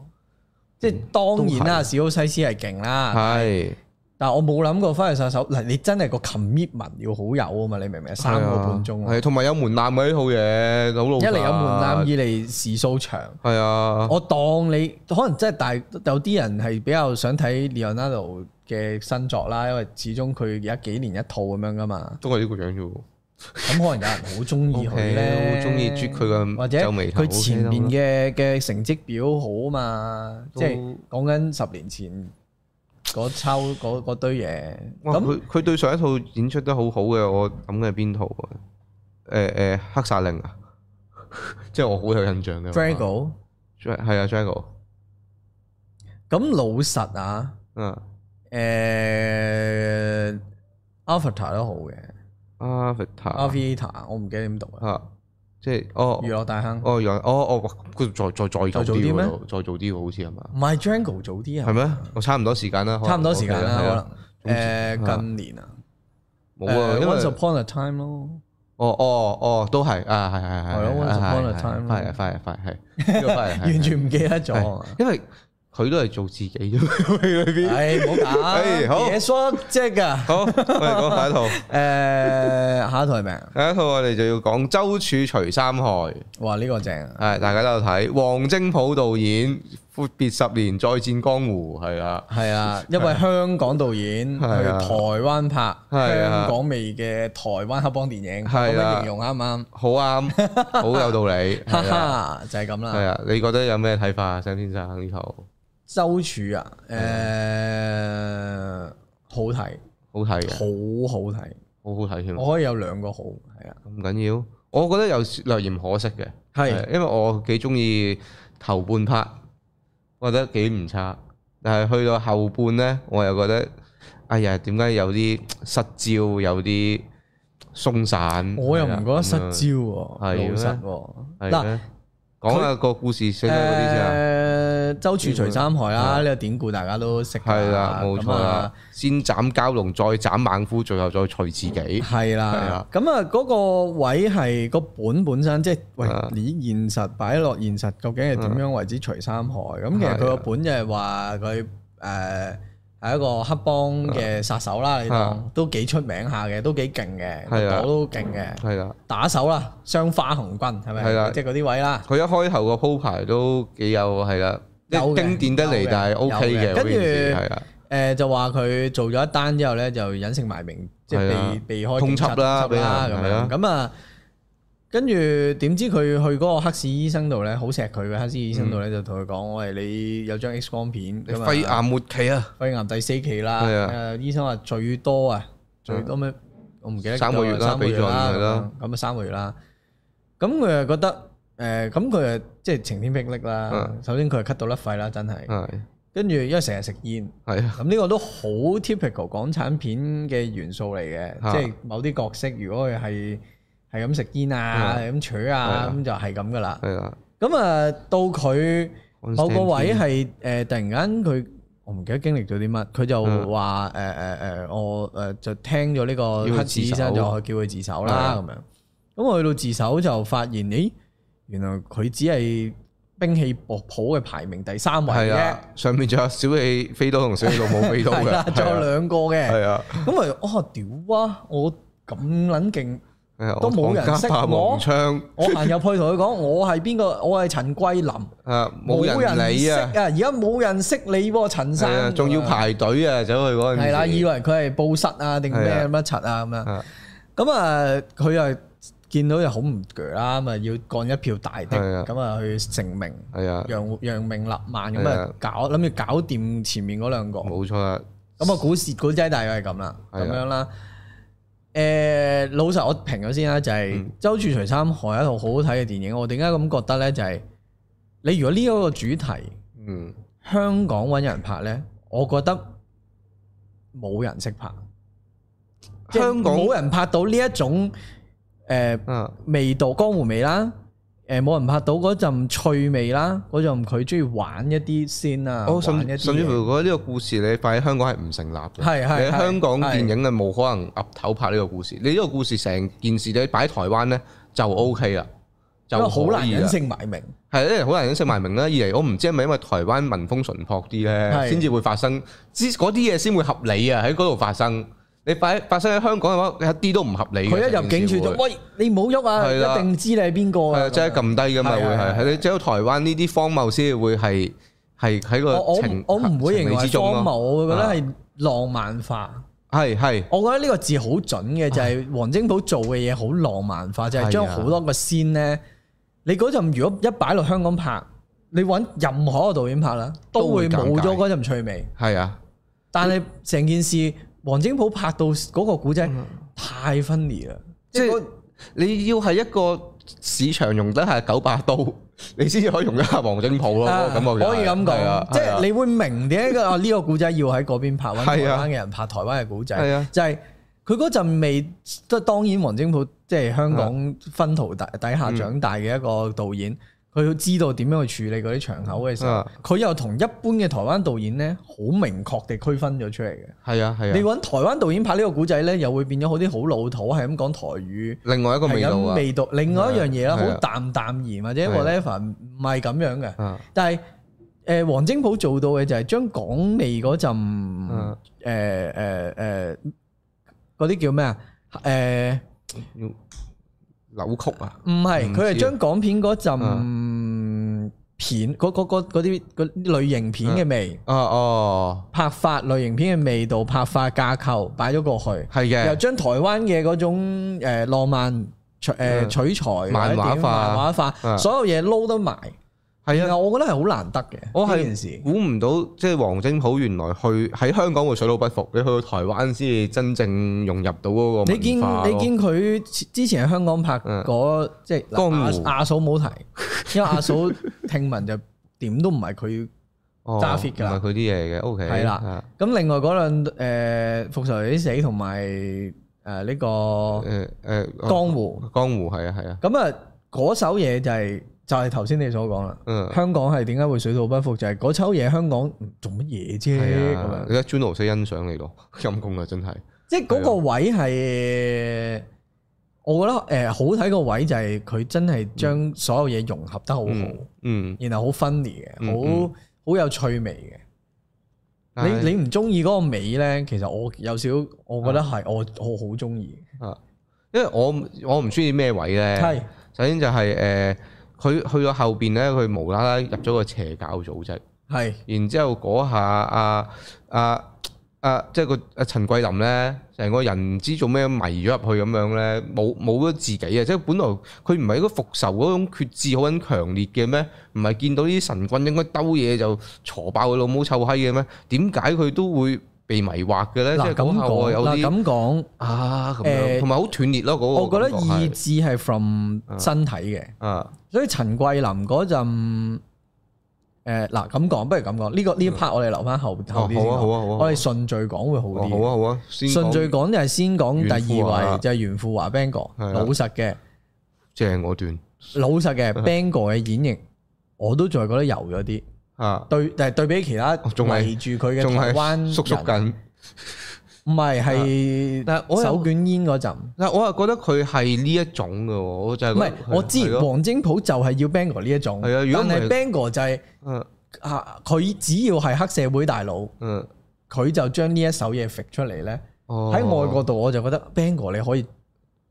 Speaker 2: 即係當然啦，史高西斯係勁
Speaker 1: 啊
Speaker 2: 啦，
Speaker 1: 係
Speaker 2: 但我冇諗過翻去殺手嗱，你真係個 commitment 要好有啊嘛，你明唔明？三個半鐘啊，
Speaker 1: 係同埋有門檻嘅呢套嘢，好老
Speaker 2: 一嚟有門檻，二
Speaker 1: 實
Speaker 2: 嚟時數長。
Speaker 1: 係啊，
Speaker 2: 我當你可能真係大有啲人係比較想睇 Leonardo 嘅新作啦，因為始終佢而家幾年一套咁樣噶嘛，
Speaker 1: 都係呢個樣啫喎。
Speaker 2: 咁可能有人好中意佢
Speaker 1: OK，
Speaker 2: 咧，
Speaker 1: 好中意啜佢個
Speaker 2: 或者
Speaker 1: 皺眉頭
Speaker 2: 佢前面嘅嘅成績表好嘛，
Speaker 1: 都
Speaker 2: 即係講緊十年前嗰抽嗰嗰堆嘢，
Speaker 1: 哇！
Speaker 2: 咁
Speaker 1: 佢佢對上一套演出得好好嘅，我諗嘅係邊套啊？誒誒，黑殺令啊，即係我好有印象嘅。
Speaker 2: Drago
Speaker 1: 係啊，Drago，
Speaker 2: 咁老實啊，
Speaker 1: 嗯
Speaker 2: 誒 Avatar 都好嘅
Speaker 1: ，Avatar
Speaker 2: ，Avatar 我唔記得點讀啊，
Speaker 1: 啊，即係哦
Speaker 2: 娛樂大亨。
Speaker 1: 哦原來哦哦，哇佢再再再
Speaker 2: 再
Speaker 1: 舊
Speaker 2: 早啲
Speaker 1: 啲
Speaker 2: 咩
Speaker 1: 喎，再早啲喎好似係嘛？
Speaker 2: 唔係 Django 早啲
Speaker 1: 係
Speaker 2: 啊，
Speaker 1: 咩？我差唔多時間啦，可能
Speaker 2: 差唔多時間
Speaker 1: 係啊係啊
Speaker 2: 啦，可能
Speaker 1: 啊
Speaker 2: 誒近年啊，
Speaker 1: 冇啊，
Speaker 2: 誒
Speaker 1: 因為
Speaker 2: Once Upon a Time 咯，
Speaker 1: 哦哦哦，都係啊，係係係
Speaker 2: 係咯，Once upon a
Speaker 1: 係
Speaker 2: time
Speaker 1: 係係係係係呢個 係係係
Speaker 2: 完全唔記得
Speaker 1: 係
Speaker 2: 咗啊。
Speaker 1: 因為佢都係做自己啫嘛佢嗰啲。
Speaker 2: 唉，唔好 打，
Speaker 1: 唉哎好
Speaker 2: 野叔即係㗎。
Speaker 1: 好，我哋講下一套，
Speaker 2: 誒，下一台名，
Speaker 1: 下一套我哋就要講《周處除三害》，
Speaker 2: 哇呢個正啊！
Speaker 1: 係大家都有睇，黃精甫導演，闊別十年再戰江湖，係啦，
Speaker 2: 係啊，一位香港導演去
Speaker 1: 係啊
Speaker 2: 台灣拍
Speaker 1: 係啊
Speaker 2: 香港味嘅台灣黑幫電影，咁
Speaker 1: 係啊
Speaker 2: 樣形容啱唔啱？
Speaker 1: 好啱，好有道理，
Speaker 2: 哈
Speaker 1: 係啊，
Speaker 2: 哈，就係咁啦
Speaker 1: 係。啊，你覺得有咩睇法啊，張先生呢套
Speaker 2: 周處啊，誒，
Speaker 1: 啊
Speaker 2: 好睇，
Speaker 1: 好睇嘅，
Speaker 2: 好好睇。
Speaker 1: 好好睇添，
Speaker 2: 我可以有兩個好，係啊，
Speaker 1: 咁緊要，我覺得有略嫌可惜嘅，
Speaker 2: 係
Speaker 1: 因為我幾中意頭半 part，我覺得幾唔差，但係去到後半呢，我又覺得，哎呀，點解有啲失焦，有啲鬆散？
Speaker 2: 我又唔覺得失焦
Speaker 1: 係啊
Speaker 2: 喎，老
Speaker 1: 係咩
Speaker 2: 實喎。
Speaker 1: 啊係咩講下個故事性嗰啲先啊，
Speaker 2: 嗱，誒，周處除三害啦，
Speaker 1: 係啊
Speaker 2: 呢個典故大家都識㗎
Speaker 1: 係啦，冇錯
Speaker 2: 咁啊
Speaker 1: 啦，先斬蛟龍，再斬猛虎，最後再除自己，
Speaker 2: 係
Speaker 1: 係
Speaker 2: 啦
Speaker 1: 啊，
Speaker 2: 咁啊嗰個位係個本本身，即係喂
Speaker 1: 啊
Speaker 2: 你現實擺落現實，究竟係點樣為之除三害？咁其實佢個
Speaker 1: 係啊
Speaker 2: 本就係話佢誒係一個黑幫嘅殺手啦，你當
Speaker 1: 啊
Speaker 2: 都幾出名下嘅，都幾勁嘅，
Speaker 1: 係啊
Speaker 2: 我都勁嘅。
Speaker 1: 係啦。
Speaker 2: 打手啦，雙花紅軍係咪？
Speaker 1: 係啦
Speaker 2: 即係嗰啲位啦，
Speaker 1: 佢一開頭個鋪排都幾有係啦，即
Speaker 2: 有
Speaker 1: 係
Speaker 2: 嘅
Speaker 1: 經典得
Speaker 2: 有
Speaker 1: 嚟
Speaker 2: 嘅，
Speaker 1: 但係 O K
Speaker 2: 有嘅
Speaker 1: 嘅嗰
Speaker 2: 跟
Speaker 1: 件
Speaker 2: 住
Speaker 1: 事係啦，
Speaker 2: 誒、呃就話佢做咗一單之後咧，就隱姓埋名，即
Speaker 1: 係
Speaker 2: 係
Speaker 1: 啊
Speaker 2: 避避開警察
Speaker 1: 通緝啦俾
Speaker 2: 通緝啦咁
Speaker 1: 人係
Speaker 2: 樣。
Speaker 1: 啊
Speaker 2: 咁啊，跟住點知佢去嗰個黑市醫生度咧，好錫佢嘅黑市醫生度咧，就同佢講：喂，你有張 X 光片，
Speaker 1: 嗯你
Speaker 2: 咁啊
Speaker 1: 肺癌末期啊！
Speaker 2: 肺癌第四期啦。
Speaker 1: 係
Speaker 2: 誒、
Speaker 1: 啊
Speaker 2: 醫生話最多啊，最多咩？我唔記得
Speaker 1: 三個月啦
Speaker 2: 三個月啦，
Speaker 1: 俾咗佢啦
Speaker 2: 咁樣咁啊三個月啦。咁佢又覺得誒，咁佢又即係晴天霹靂啦。
Speaker 1: 嗯
Speaker 2: 首先佢係咳到甩肺啦，真係。
Speaker 1: 係
Speaker 2: 跟住因為成日食煙，
Speaker 1: 係啊，
Speaker 2: 咁呢個都好 typical 港產片嘅元素嚟嘅，
Speaker 1: 啊
Speaker 2: 即係某啲角色如果佢係係咁食煙啊，
Speaker 1: 啊
Speaker 2: 係咁取
Speaker 1: 係
Speaker 2: 啊
Speaker 1: 啊，
Speaker 2: 咁就係咁噶啦。
Speaker 1: 係啊，
Speaker 2: 咁啊，到佢某個位
Speaker 1: Constantine
Speaker 2: 係誒、呃突然間佢我唔記得經歷咗啲乜，佢就
Speaker 1: 嗯
Speaker 2: 話誒誒誒，我誒、呃就聽咗呢個
Speaker 1: 要佢
Speaker 2: 黑子醫
Speaker 1: 自
Speaker 2: 生
Speaker 1: 首
Speaker 2: 就去叫佢自首啦
Speaker 1: 係啊
Speaker 2: 咁樣。咁我去到自首就發現，咦，原來佢只係兵器樂譜嘅排名第三位
Speaker 1: 係
Speaker 2: 啫。
Speaker 1: 啊，上面仲有小氣飛刀同小氣老母飛刀
Speaker 2: 係啦，
Speaker 1: 嘅，
Speaker 2: 仲有兩個
Speaker 1: 係
Speaker 2: 嘅。
Speaker 1: 啊，
Speaker 2: 咁咪哦，屌啊！我咁撚勁，
Speaker 1: 係啊
Speaker 2: 都冇人識我
Speaker 1: 霸王槍
Speaker 2: 我行入去同佢講，我係邊個？ 我係陳桂林，
Speaker 1: 啊，冇人理
Speaker 2: 識
Speaker 1: 啊，
Speaker 2: 而家冇人識你喎，陳
Speaker 1: 係啊，
Speaker 2: 生。
Speaker 1: 仲要排隊啊，走去嗰陣時
Speaker 2: 係啦，以為佢係報失啊，定
Speaker 1: 係
Speaker 2: 咩
Speaker 1: 啊
Speaker 2: 乜柒啊咁樣。
Speaker 1: 啊
Speaker 2: 咁啊，佢又見到又好唔鋸啦，咁啊要幹一票大
Speaker 1: 係
Speaker 2: 的，
Speaker 1: 啊
Speaker 2: 咁啊去成名，
Speaker 1: 係啊，
Speaker 2: 揚揚名立萬咁
Speaker 1: 係
Speaker 2: 啊
Speaker 1: 啊，
Speaker 2: 搞諗住搞掂前面嗰兩個。
Speaker 1: 冇錯啦，
Speaker 2: 咁啊，股市股仔大概係咁啦，
Speaker 1: 係
Speaker 2: 咁
Speaker 1: 啊
Speaker 2: 樣啦。誒、老實我評咗先啦，就係、
Speaker 1: 嗯
Speaker 2: 周處除三害》一套好好睇嘅電影。我點解咁覺得咧？就係、你如果呢一個主題
Speaker 1: 嗯，
Speaker 2: 香港揾人拍咧，我覺得冇人識拍，即係
Speaker 1: 香港
Speaker 2: 冇人拍到呢一種誒
Speaker 1: 啊，
Speaker 2: 味道江湖味啦，誒冇人拍到嗰陣趣味啦，嗰陣佢中意玩一啲先啊，
Speaker 1: 我
Speaker 2: 玩一
Speaker 1: 哦甚
Speaker 2: 啲
Speaker 1: 甚至
Speaker 2: 嘢
Speaker 1: 乎覺得呢個故事你擺喺香港係唔成立嘅。
Speaker 2: 係係
Speaker 1: 你喺
Speaker 2: 係
Speaker 1: 香港
Speaker 2: 係
Speaker 1: 電影係冇可能岌頭拍呢個故事。你呢個故事成件事你擺喺台灣咧就 O K 啦，就啊
Speaker 2: 因為好難隱
Speaker 1: 隱
Speaker 2: 姓埋名，
Speaker 1: 係咧，好難隱姓埋名啦。二嚟我唔知係咪因為台灣民風淳樸啲
Speaker 2: 係
Speaker 1: 咧，先至會發生，之嗰啲嘢先會合理啊！喺嗰度發生，你擺發生喺香港嘅話，一啲都唔合理嘅。
Speaker 2: 佢一入
Speaker 1: 成
Speaker 2: 境
Speaker 1: 件
Speaker 2: 處
Speaker 1: 事
Speaker 2: 就
Speaker 1: 會
Speaker 2: 喂你唔好喐
Speaker 1: 係啦
Speaker 2: 啊，一定知你係邊個
Speaker 1: 係啊，
Speaker 2: 啊，
Speaker 1: 即係撳低噶嘛，
Speaker 2: 係
Speaker 1: 會
Speaker 2: 係啊係
Speaker 1: 係係你只有台灣呢啲荒謬先會係係喺
Speaker 2: 我
Speaker 1: 個
Speaker 2: 我
Speaker 1: 情
Speaker 2: 唔我唔會認
Speaker 1: 情
Speaker 2: 為
Speaker 1: 理之中
Speaker 2: 荒謬，
Speaker 1: 咯。啊
Speaker 2: 我會覺得係浪漫化。
Speaker 1: 係係
Speaker 2: 我覺得呢個字好準嘅，就係黃精甫做嘅嘢好浪漫化，
Speaker 1: 啊
Speaker 2: 就係將好多個仙呢。你嗰陣如果一擺落香港拍，你揾任何一個導演拍啦，都會冇咗嗰陣趣味。
Speaker 1: 係啊，
Speaker 2: 但係成件事，黃精甫拍到嗰個古仔太分裂啦，
Speaker 1: 嗯即
Speaker 2: 即
Speaker 1: 係
Speaker 2: 係
Speaker 1: 你要係一個市場用得下九把刀， 你先至可以用得下黃精甫咯。
Speaker 2: 啊
Speaker 1: 哦咁我覺得
Speaker 2: 可以咁
Speaker 1: 係啊
Speaker 2: 講，即
Speaker 1: 係啊
Speaker 2: 係你會明點解個啊呢個古仔要喺嗰邊拍，揾台
Speaker 1: 係啊
Speaker 2: 灣嘅人拍台灣嘅古仔
Speaker 1: 係啊，
Speaker 2: 就係佢嗰陣未，即係當然黃精甫即係香
Speaker 1: 啊
Speaker 2: 港分途底底
Speaker 1: 嗯
Speaker 2: 下長大嘅一個導演，佢要知道點樣去處理嗰啲場口嘅時候
Speaker 1: 啊，
Speaker 2: 佢又同一般嘅台灣導演咧好明確地區分咗出嚟嘅。
Speaker 1: 係啊係
Speaker 2: 你
Speaker 1: 啊，
Speaker 2: 揾台灣導演拍呢個古仔咧，又會變咗好啲好老土，係咁講台語。
Speaker 1: 另外一個味
Speaker 2: 係
Speaker 1: 道
Speaker 2: 咁
Speaker 1: 啊
Speaker 2: 味道，另外一樣嘢啦，
Speaker 1: 係啊
Speaker 2: 好淡淡然或者
Speaker 1: 係啊
Speaker 2: whatever，唔係咁樣嘅。
Speaker 1: 啊
Speaker 2: 但係誒黃精甫做到嘅就係將港味嗰陣
Speaker 1: 啊，
Speaker 2: 誒誒誒嗰啲叫咩啊？誒
Speaker 1: 要扭曲啊！啊
Speaker 2: 唔係，
Speaker 1: 唔
Speaker 2: 佢係
Speaker 1: 知
Speaker 2: 將港片嗰陣片嗰嗰嗰嗰啲嗰啲類型片嘅味。
Speaker 1: 啊哦，
Speaker 2: 拍法類型片嘅味道、拍法架構擺咗過去，
Speaker 1: 係
Speaker 2: 又
Speaker 1: 嘅，
Speaker 2: 將台灣嘅嗰種、呃、浪漫取、呃、
Speaker 1: 嗯
Speaker 2: 取材或者
Speaker 1: 漫畫
Speaker 2: 點
Speaker 1: 化
Speaker 2: 漫畫化，
Speaker 1: 啊
Speaker 2: 所有嘢撈得埋。
Speaker 1: 係
Speaker 2: 然
Speaker 1: 啊，
Speaker 2: 後我覺得係好難得嘅。
Speaker 1: 我
Speaker 2: 呢件
Speaker 1: 係
Speaker 2: 事，
Speaker 1: 估唔到，即係黃精甫原來去喺香港會水土不服，你去到台灣先至真正融入到嗰個
Speaker 2: 你見
Speaker 1: 文化咯
Speaker 2: 你見佢之前喺香港拍嗰即係
Speaker 1: 江
Speaker 2: 嗱
Speaker 1: 湖
Speaker 2: 阿阿 嫂冇提，因為阿嫂聽聞就點都唔係佢。
Speaker 1: 哦
Speaker 2: 揸 fit 㗎啦
Speaker 1: 唔係佢啲嘢嘅，OK
Speaker 2: 係啦
Speaker 1: 啊
Speaker 2: 咁另外嗰兩誒復仇者之死同埋誒呢
Speaker 1: 誒
Speaker 2: 個
Speaker 1: 誒哦
Speaker 2: 江湖，
Speaker 1: 江湖係啊係啊，
Speaker 2: 咁啊嗰首嘢就係就係頭先你所講啦。
Speaker 1: 嗯
Speaker 2: 香港係點解會水土不服？就係嗰抽嘢香港嗯做乜嘢啫
Speaker 1: 係
Speaker 2: 咁
Speaker 1: 啊，
Speaker 2: 樣，
Speaker 1: 你睇 Juno 識欣賞你咯， 陰公啊真係，
Speaker 2: 即係嗰個位係。我覺得誒好睇個位就係佢真係將所有嘢融合得好好，
Speaker 1: 嗯嗯，
Speaker 2: 然後好分裂嘅，
Speaker 1: 嗯
Speaker 2: 好好有趣味嘅。你你唔中意嗰個尾咧，其實我有少，我覺得
Speaker 1: 啊
Speaker 2: 係我我好中意。
Speaker 1: 你啊，因為我唔我唔中意咩位咧，
Speaker 2: 係
Speaker 1: 首先就係誒佢去到後邊咧，佢無啦啦入咗個邪教組織。
Speaker 2: 係
Speaker 1: 然之後嗰下啊啊啊，即係個啊陳桂林咧，成個人唔知做咩迷咗入去咁樣咧，冇冇咗自己啊！即係本來佢唔係一個復仇嗰種決志好撚強烈嘅咩？唔係見到啲神棍應該兜嘢就挫爆佢老母臭閪嘅咩？點解佢都會被迷惑嘅咧？即
Speaker 2: 嗱
Speaker 1: 係嗰
Speaker 2: 咁
Speaker 1: 下我
Speaker 2: 講，
Speaker 1: 有
Speaker 2: 嗱
Speaker 1: 啲
Speaker 2: 咁講，
Speaker 1: 啊咁
Speaker 2: 誒
Speaker 1: 樣，同埋好斷裂咯嗰
Speaker 2: 我
Speaker 1: 個
Speaker 2: 覺
Speaker 1: 感
Speaker 2: 得
Speaker 1: 覺係。
Speaker 2: 意志係 from
Speaker 1: 啊
Speaker 2: 身體嘅。
Speaker 1: 啊
Speaker 2: 所以陳桂林嗰陣，誒嗱咁講，不如咁講，呢、個呢一 part 我哋留翻後後
Speaker 1: 嗯哦
Speaker 2: 啲先
Speaker 1: 好啊好啊
Speaker 2: 講。
Speaker 1: 好啊，
Speaker 2: 我哋順序講會好
Speaker 1: 哦
Speaker 2: 啲。
Speaker 1: 好啊好啊，先
Speaker 2: 順序
Speaker 1: 講
Speaker 2: 講就係先講第
Speaker 1: 袁富
Speaker 2: 二
Speaker 1: 華
Speaker 2: 位，就係袁富華 Bang 哥，
Speaker 1: 係啊
Speaker 2: 老實嘅，
Speaker 1: 正嗰段
Speaker 2: 老實嘅
Speaker 1: 嗯
Speaker 2: Bang 哥嘅演繹，我都仲係覺得柔咗啲。
Speaker 1: 啊，
Speaker 2: 對，但係對比其他
Speaker 1: 哦仲係
Speaker 2: 圍住佢嘅
Speaker 1: 仲
Speaker 2: 台
Speaker 1: 係
Speaker 2: 灣
Speaker 1: 縮縮
Speaker 2: 人，
Speaker 1: 緊。
Speaker 2: 唔係係
Speaker 1: 但係我又
Speaker 2: 手捲煙嗰陣。
Speaker 1: 嗱，我係覺得佢係呢一種嘅喎，我就係
Speaker 2: 唔係
Speaker 1: 覺得，佢
Speaker 2: 我知
Speaker 1: 係咯
Speaker 2: 黃精甫就係要 Bang 哥呢一種，
Speaker 1: 係啊如果唔
Speaker 2: 但係
Speaker 1: 係
Speaker 2: Bang 哥就係、
Speaker 1: 嗯
Speaker 2: 啊，佢只要係黑社會大佬。
Speaker 1: 嗯，
Speaker 2: 佢就將呢一首嘢揈出嚟咧，
Speaker 1: 哦
Speaker 2: 喺外國度我就覺得 Bang 哥你可以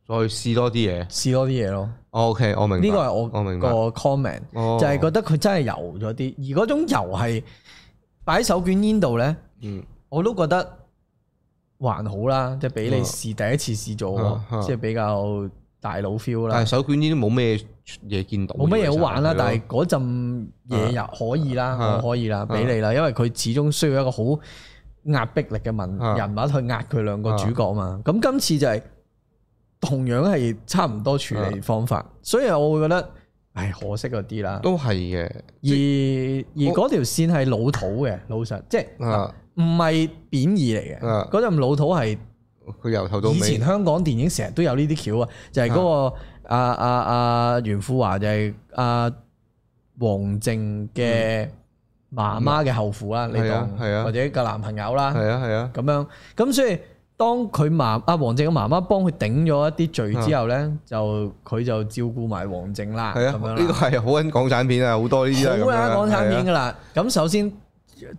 Speaker 1: 再試多啲嘢。
Speaker 2: 試多啲嘢咯。
Speaker 1: 哦 OK，我明白。
Speaker 2: 呢個係
Speaker 1: 我明白。
Speaker 2: 我個 comment，
Speaker 1: 哦
Speaker 2: 就係覺得佢真係油咗啲，而嗰種油係擺喺手捲煙度咧，
Speaker 1: 嗯
Speaker 2: 我都覺得還好啦，即係
Speaker 1: 啊
Speaker 2: 俾你試第一次試做
Speaker 1: 嗯，
Speaker 2: 即係比較大佬 feel
Speaker 1: 但係，
Speaker 2: 啦
Speaker 1: 手捲呢啲冇咩嘢啊見到。
Speaker 2: 冇乜嘢好玩啦。
Speaker 1: 其實
Speaker 2: 但係嗰陣嘢又可以啦，
Speaker 1: 嗯
Speaker 2: 我可以啦，
Speaker 1: 嗯
Speaker 2: 俾你啦，因為佢始終需要一個好壓迫力嘅文
Speaker 1: 嗯
Speaker 2: 人物去壓佢兩個主角
Speaker 1: 啊
Speaker 2: 嘛。咁今
Speaker 1: 啊
Speaker 2: 次就係同樣係差唔多處理方法，所以我會覺得唉，可惜嗰啲啦。
Speaker 1: 都係嘅，
Speaker 2: 而而嗰條線係老土嘅，老實即係
Speaker 1: 啊，
Speaker 2: 唔係貶義嚟嘅。
Speaker 1: 啊
Speaker 2: 嗰陣老土係
Speaker 1: 佢由頭到
Speaker 2: 以
Speaker 1: 尾
Speaker 2: 前，啊香港電影成日都有呢啲橋啊，就係嗰個
Speaker 1: 啊
Speaker 2: 阿阿阿袁富華就係阿王靜嘅媽媽嘅後父啦，你
Speaker 1: 嗯係啊
Speaker 2: 當
Speaker 1: 係啊
Speaker 2: 或者個男朋友啦。
Speaker 1: 係啊係啊，
Speaker 2: 咁樣，咁所以當佢媽阿王靜嘅媽媽幫佢頂咗一啲罪之後咧，就佢就照顧埋王靜啦，
Speaker 1: 啊係
Speaker 2: 咁
Speaker 1: 啊，
Speaker 2: 樣
Speaker 1: 呢個
Speaker 2: 啦，
Speaker 1: 係好緊港產片啊，好多呢啲都係咁
Speaker 2: 好
Speaker 1: 樣啊
Speaker 2: 啦，港產片
Speaker 1: 係啊
Speaker 2: 噶啦。咁首先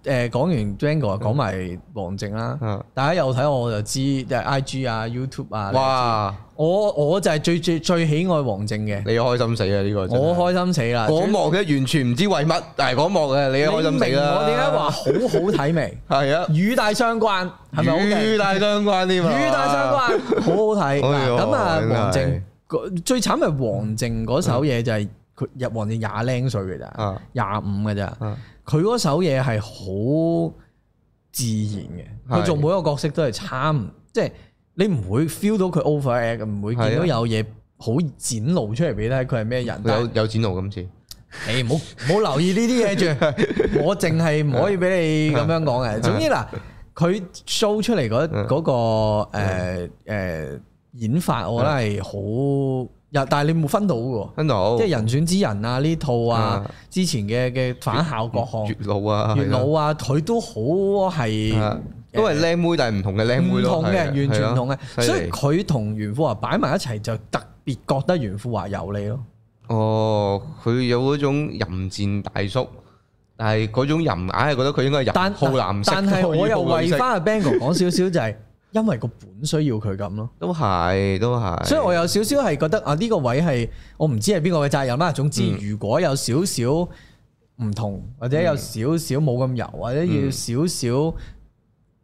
Speaker 2: 誒講完 Django 啊講埋王靜啦，
Speaker 1: 啊
Speaker 2: 大家有睇我就知，即係 IG 啊、YouTube 啊，
Speaker 1: 啊，哇！
Speaker 2: 我我就係最最最喜愛王靜嘅，
Speaker 1: 你開心死啊！呢個真係
Speaker 2: 我開心死啦！
Speaker 1: 嗰幕嘅完全唔知為乜，但係嗰幕嘅你
Speaker 2: 你
Speaker 1: 開心死
Speaker 2: 明
Speaker 1: 啦！
Speaker 2: 我點解話好好睇 未？
Speaker 1: 係啊？
Speaker 2: 語帶相關係咪好勁？
Speaker 1: 與大相關添啊！
Speaker 2: 與大相關，好 好睇。
Speaker 1: 哎呦
Speaker 2: 嗱咁啊，
Speaker 1: 真係
Speaker 2: 王靜個最慘係王靜嗰首嘢就係佢入王靜廿零歲嘅咋，
Speaker 1: 啊
Speaker 2: 廿五嘅咋。
Speaker 1: 啊！
Speaker 2: 佢嗰首嘢係好自然嘅，
Speaker 1: 係
Speaker 2: 佢做每一個角色都係差唔，即係你唔會 feel 到佢 over act，唔會見
Speaker 1: 係啊嗯
Speaker 2: 到有嘢好展露出嚟俾你睇佢係咩人。但
Speaker 1: 有
Speaker 2: 係
Speaker 1: 有展露今次，
Speaker 2: 你唔好唔好留意呢啲嘢 住，我淨係唔可以俾你咁樣講嘅。總之嗱，佢 show 出嚟嗰
Speaker 1: 嗯
Speaker 2: 嗰個誒誒演法，我覺得係好，又但係你冇分到嘅
Speaker 1: 跟到
Speaker 2: 喎，即係人選之人啊呢套啊，之前嘅嘅反校各項
Speaker 1: 月老啊，
Speaker 2: 月
Speaker 1: 係
Speaker 2: 老
Speaker 1: 啦
Speaker 2: 啊，佢都好係
Speaker 1: 啊都係靚妹，但係唔同嘅靚
Speaker 2: 唔
Speaker 1: 妹咯，
Speaker 2: 同嘅，
Speaker 1: 係啊
Speaker 2: 完全唔同嘅，
Speaker 1: 係啊
Speaker 2: 所
Speaker 1: 犀
Speaker 2: 以
Speaker 1: 利
Speaker 2: 佢同袁富華擺埋一齊就特別覺得袁富華有你咯。
Speaker 1: 哦，佢有嗰種淫賤大叔，但係嗰種淫硬係覺得佢應該係
Speaker 2: 但
Speaker 1: 淫 好男色，
Speaker 2: 但係我又
Speaker 1: 好
Speaker 2: 為
Speaker 1: 好男色
Speaker 2: 翻阿 Bang 哥講少少，就係因為個本需要佢咁咯，
Speaker 1: 都係都係，
Speaker 2: 所以我有少少係覺得啊呢個位係我唔知係邊個嘅責任啦。總之
Speaker 1: 嗯
Speaker 2: 如果有少少唔同，或者有少少冇咁油，或者要少少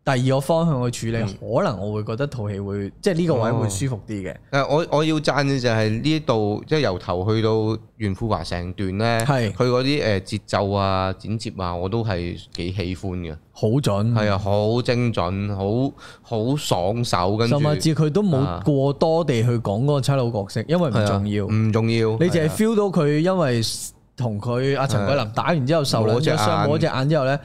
Speaker 2: 第二個方
Speaker 1: 嗯
Speaker 2: 向去處理，可能我會覺得套戲會即係呢個位
Speaker 1: 哦
Speaker 2: 會舒服啲嘅。
Speaker 1: 誒我我要讚嘅就係呢度，即係由頭去到袁富華成段咧，
Speaker 2: 係
Speaker 1: 佢嗰啲誒節奏啊、剪接啊，我都係幾喜歡嘅，
Speaker 2: 好準，
Speaker 1: 係啊，好精準，好好爽手，跟住
Speaker 2: 甚至佢都冇
Speaker 1: 啊
Speaker 2: 過多地去講嗰個差佬角色，因為唔
Speaker 1: 係啊
Speaker 2: 重要。
Speaker 1: 唔重要，
Speaker 2: 你
Speaker 1: 係
Speaker 2: 淨係
Speaker 1: 啊
Speaker 2: feel 到佢因為同佢阿陳桂林打完之後受兩隻傷，摸
Speaker 1: 嗯摸
Speaker 2: 隻
Speaker 1: 隻
Speaker 2: 眼之後咧，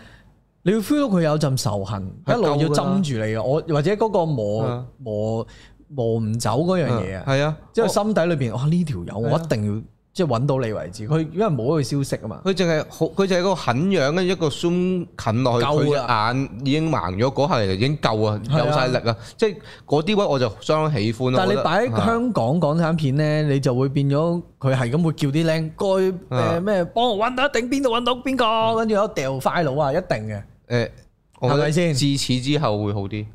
Speaker 2: 你會 feel 到佢有陣仇恨，一
Speaker 1: 係
Speaker 2: 路要
Speaker 1: 夠㗎啦
Speaker 2: 針住你嘅。我或者嗰個磨
Speaker 1: 啊
Speaker 2: 磨磨唔走嗰樣嘢啊，
Speaker 1: 係啊，
Speaker 2: 即係
Speaker 1: 我
Speaker 2: 心底裏邊，哇呢條友我
Speaker 1: 係啊
Speaker 2: 一定要即係揾到你為止。佢因為冇咗佢消息啊嘛，
Speaker 1: 佢淨係好，佢就係個狠樣咧，一個 zoom 近落去，
Speaker 2: 夠
Speaker 1: 佢隻
Speaker 2: 啦
Speaker 1: 眼已經盲咗，嗰下就已經夠啊，
Speaker 2: 係啊
Speaker 1: 有晒力啊，即係嗰啲位我就相當喜歡咯。
Speaker 2: 但
Speaker 1: 我覺
Speaker 2: 係你
Speaker 1: 得
Speaker 2: 擺
Speaker 1: 啊
Speaker 2: 香港港產片咧，你就會變咗佢係咁會叫啲靚該
Speaker 1: 啊
Speaker 2: 誒咩幫我揾到一定邊度揾到邊個，跟住有掉快佬啊，一定嘅。
Speaker 1: 誒，我覺
Speaker 2: 係咪
Speaker 1: 得
Speaker 2: 先
Speaker 1: 自此之後會好啲，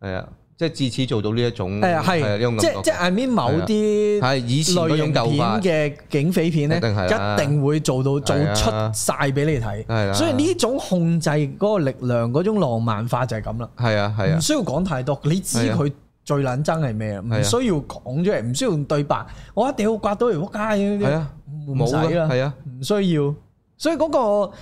Speaker 1: 係啊，即係自此做到呢一種啊
Speaker 2: 誒
Speaker 1: 呢種
Speaker 2: 係，即
Speaker 1: 感
Speaker 2: 即
Speaker 1: 覺。
Speaker 2: 係 I mean 某啲。
Speaker 1: 係啊以前
Speaker 2: 類
Speaker 1: 嗰
Speaker 2: 型
Speaker 1: 種舊法，
Speaker 2: 片嘅警匪片咧，
Speaker 1: 一定係啦
Speaker 2: 一定會做到做
Speaker 1: 係
Speaker 2: 出
Speaker 1: 啊
Speaker 2: 晒俾你睇，
Speaker 1: 係啦啊
Speaker 2: 所以呢種控制嗰個力量嗰種浪漫化就係咁啦，
Speaker 1: 係啊係啊
Speaker 2: 唔，需要講太多，你知
Speaker 1: 係啊
Speaker 2: 佢最撚憎係咩啊，唔
Speaker 1: 係啊
Speaker 2: 需要講出嚟，唔需要用對白，我一定要刮到條街
Speaker 1: 係
Speaker 2: 嗰
Speaker 1: 啊，
Speaker 2: 啲，唔
Speaker 1: 冇
Speaker 2: 使
Speaker 1: 㗎，
Speaker 2: 啦，
Speaker 1: 係啊，
Speaker 2: 唔需要，所以嗰個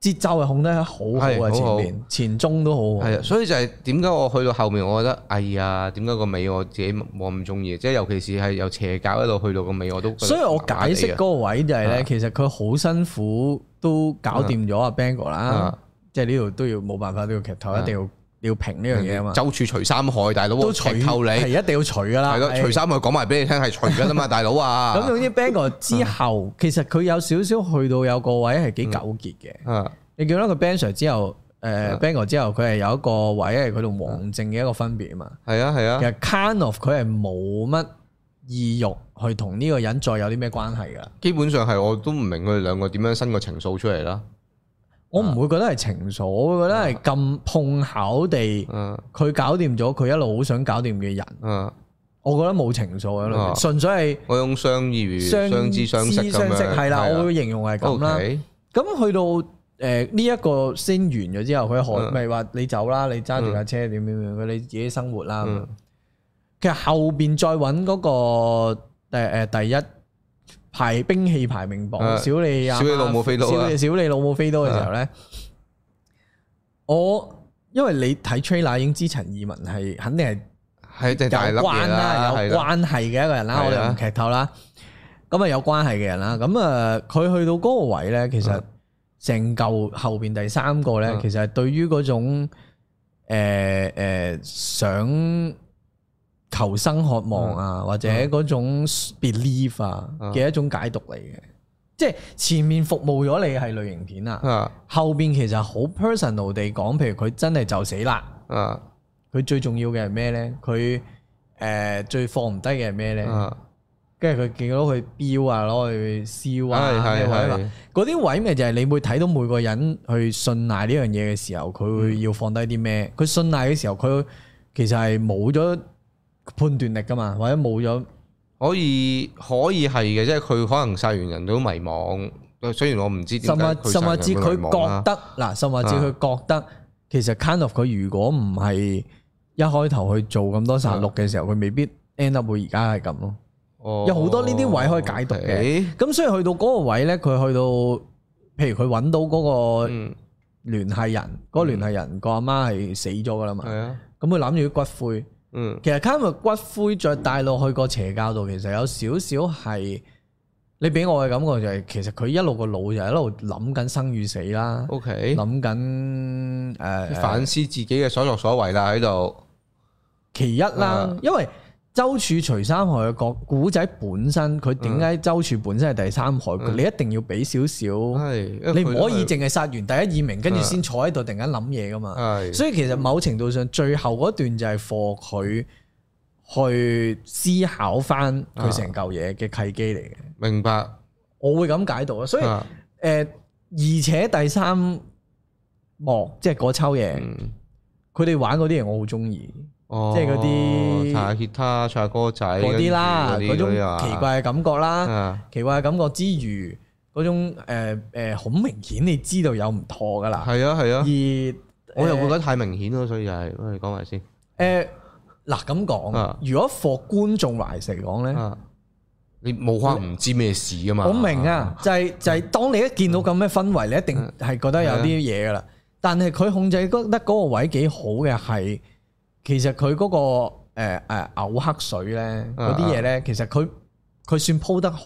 Speaker 2: 節奏係控得好好啊，
Speaker 1: 係好
Speaker 2: 前
Speaker 1: 好
Speaker 2: 面前中都好好
Speaker 1: 係，啊，所以就係點解我去到後面，我覺得哎呀，點解個尾我自己冇咁中意，即係尤其是係由邪教一路去到個尾，我都覺得
Speaker 2: 所以我
Speaker 1: 麻麻
Speaker 2: 解
Speaker 1: 地啊
Speaker 2: 釋嗰
Speaker 1: 嘅
Speaker 2: 個位就係咧，
Speaker 1: 啊
Speaker 2: 其實佢好辛苦都搞掂咗阿 Bang 哥啦
Speaker 1: 啊，
Speaker 2: 即係呢度都要冇辦法都要劇透，
Speaker 1: 啊
Speaker 2: 一定要要平呢樣嘢啊嘛，
Speaker 1: 周處除三害，大佬啊
Speaker 2: 都
Speaker 1: 我
Speaker 2: 除
Speaker 1: 劇透你
Speaker 2: 係一定要除噶啦，
Speaker 1: 係咯，
Speaker 2: 係啊
Speaker 1: 除三害講埋俾你聽係除㗎 啦嘛，大佬啊，
Speaker 2: 咁總之 Bang 哥之後，其實佢有少少去到有個位係幾糾結嘅，
Speaker 1: 啊
Speaker 2: 你見到佢 Bang Sir 之後，誒
Speaker 1: 啊
Speaker 2: Bang 哥之後，佢係有一個位係佢同王靜嘅一個分別啊嘛，
Speaker 1: 係啊係
Speaker 2: 其
Speaker 1: 啊，
Speaker 2: 實 Kind of 佢係冇乜意欲去同呢個人再有啲咩關係噶。
Speaker 1: 基本上係我都唔明佢哋兩個點樣生個情愫出嚟啦，
Speaker 2: 我唔會覺得係情愫，我會覺得係咁碰巧地，
Speaker 1: 嗯
Speaker 2: 佢搞掂咗佢一路好想搞掂嘅人，
Speaker 1: 嗯，
Speaker 2: 我覺得冇情愫喺裏面，
Speaker 1: 啊
Speaker 2: 純粹係
Speaker 1: 我用相遇相知相識咁
Speaker 2: 相識
Speaker 1: 樣，
Speaker 2: 係啦，
Speaker 1: 係啊
Speaker 2: 我會形容係咁啦。
Speaker 1: OK，
Speaker 2: 咁去到誒呢一個先完咗之後，佢何
Speaker 1: 嗯
Speaker 2: 咪話你走啦，你揸住架車點點點，佢你自己生活啦。
Speaker 1: 嗯
Speaker 2: 其實後邊再揾嗰個誒誒第一排兵器排名榜，
Speaker 1: 啊
Speaker 2: 小李啊，
Speaker 1: 小李老母飛刀啊嗯
Speaker 2: 小李小李老母飛刀嘅時候咧，我因為你睇 trailer 已經知陳意文係肯定係
Speaker 1: 係一定大粒
Speaker 2: 有
Speaker 1: 嘢
Speaker 2: 關啦，有
Speaker 1: 係啦
Speaker 2: 關係嘅一個人啦，
Speaker 1: 係啊
Speaker 2: 我哋唔劇透啦。咁啊有關係嘅人啦。咁啊，佢去到嗰個位咧，其實成嚿後邊第三個咧
Speaker 1: 嗯，
Speaker 2: 其實係對於嗰種誒誒想求生渴望啊，或者嗰種 belief 啊
Speaker 1: 嗯
Speaker 2: 嘅一種解讀嚟嘅。即係前面服務咗你係類型片啊，
Speaker 1: 啊
Speaker 2: 後邊其實好 personal 地講，譬如佢真係就死啦。
Speaker 1: 啊
Speaker 2: 佢最重要嘅係咩咧？佢誒、呃最放唔低嘅係咩咧？
Speaker 1: 啊，
Speaker 2: 跟住佢見到佢標啊，攞去燒啊，咩
Speaker 1: 係係
Speaker 2: 位啊
Speaker 1: 係
Speaker 2: 嗰啲位咪就係你會睇到每個人去信賴呢樣嘢嘅時候，佢會
Speaker 1: 嗯
Speaker 2: 要放低啲咩？佢信賴嘅時候，佢其實係冇咗判斷力噶嘛，或者冇咗
Speaker 1: 可以可以係嘅，即係佢可能殺完人都迷茫。雖然我唔知點
Speaker 2: 甚
Speaker 1: 解
Speaker 2: 或
Speaker 1: 佢殺
Speaker 2: 甚或
Speaker 1: 人
Speaker 2: 至
Speaker 1: 會
Speaker 2: 佢
Speaker 1: 迷茫
Speaker 2: 覺
Speaker 1: 啦啊
Speaker 2: 得嗱，甚或至佢覺得其實 kind of 佢如果唔係一開頭去做咁多殺戮嘅時候，佢未必 end up 會而家係咁咯。
Speaker 1: 哦
Speaker 2: 有好多呢啲位可以解讀嘅
Speaker 1: OK，
Speaker 2: 咁所以去到嗰個位咧，佢去到譬如佢揾到嗰個
Speaker 1: 嗯，
Speaker 2: 聯繫人，嗰個聯繫人個阿媽係死咗噶啦嘛，
Speaker 1: 係啊，
Speaker 2: 咁佢攬住啲骨灰，
Speaker 1: 嗯，
Speaker 2: 其實 c a m 骨灰再帶落去個邪教度，其實有少少係你俾我嘅感覺就係、其實佢一路個腦就一路諗緊生與死啦，
Speaker 1: O K，
Speaker 2: 諗緊誒
Speaker 1: 反思自己嘅所作所為啦喺度，
Speaker 2: 其一啦
Speaker 1: 啊，
Speaker 2: 因為周處除三害嘅個古仔本身，佢點
Speaker 1: 嗯
Speaker 2: 解周處本身係第三害？佢你一定要俾少少。
Speaker 1: 係，
Speaker 2: 你唔可以淨係殺完第一二名，跟住先坐喺度突然間諗嘢噶嘛。
Speaker 1: 啊係，
Speaker 2: 所以其實某程度上，最後嗰段就係課佢去思考翻佢成嚿嘢嘅契機嚟嘅。
Speaker 1: 明白，
Speaker 2: 我會咁解讀啊。所以誒、
Speaker 1: 啊
Speaker 2: 呃而且第三幕即係嗰抽嘢，
Speaker 1: 嗯
Speaker 2: 佢哋玩嗰啲嘢我好中意
Speaker 1: 哦，
Speaker 2: 即係嗰啲
Speaker 1: 唱下吉他、唱下歌仔
Speaker 2: 嗰啲啦，
Speaker 1: 跟
Speaker 2: 嗰
Speaker 1: 住
Speaker 2: 種
Speaker 1: 啊
Speaker 2: 奇怪嘅感覺啦。
Speaker 1: 啊，
Speaker 2: 奇怪嘅感覺之餘，嗰種誒誒呃好明顯，你知道有唔妥噶啦。
Speaker 1: 係啊係啊，
Speaker 2: 而
Speaker 1: 我又會覺
Speaker 2: 呃
Speaker 1: 得太明顯咯，所以就係，喂你講埋先，
Speaker 2: 誒呃嗱咁講
Speaker 1: 啊，
Speaker 2: 如果 for 觀眾 wise 嚟講咧，
Speaker 1: 啊，你冇可能唔知咩事噶嘛，
Speaker 2: 我明，啊，就係就係當你一見到咁嘅氛圍，你一定係覺得有啲嘢噶啦。但係佢控制得嗰個位幾好嘅係，其實佢嗰個誒誒嘔黑水咧嗰啲嘢咧，其實佢佢算鋪得好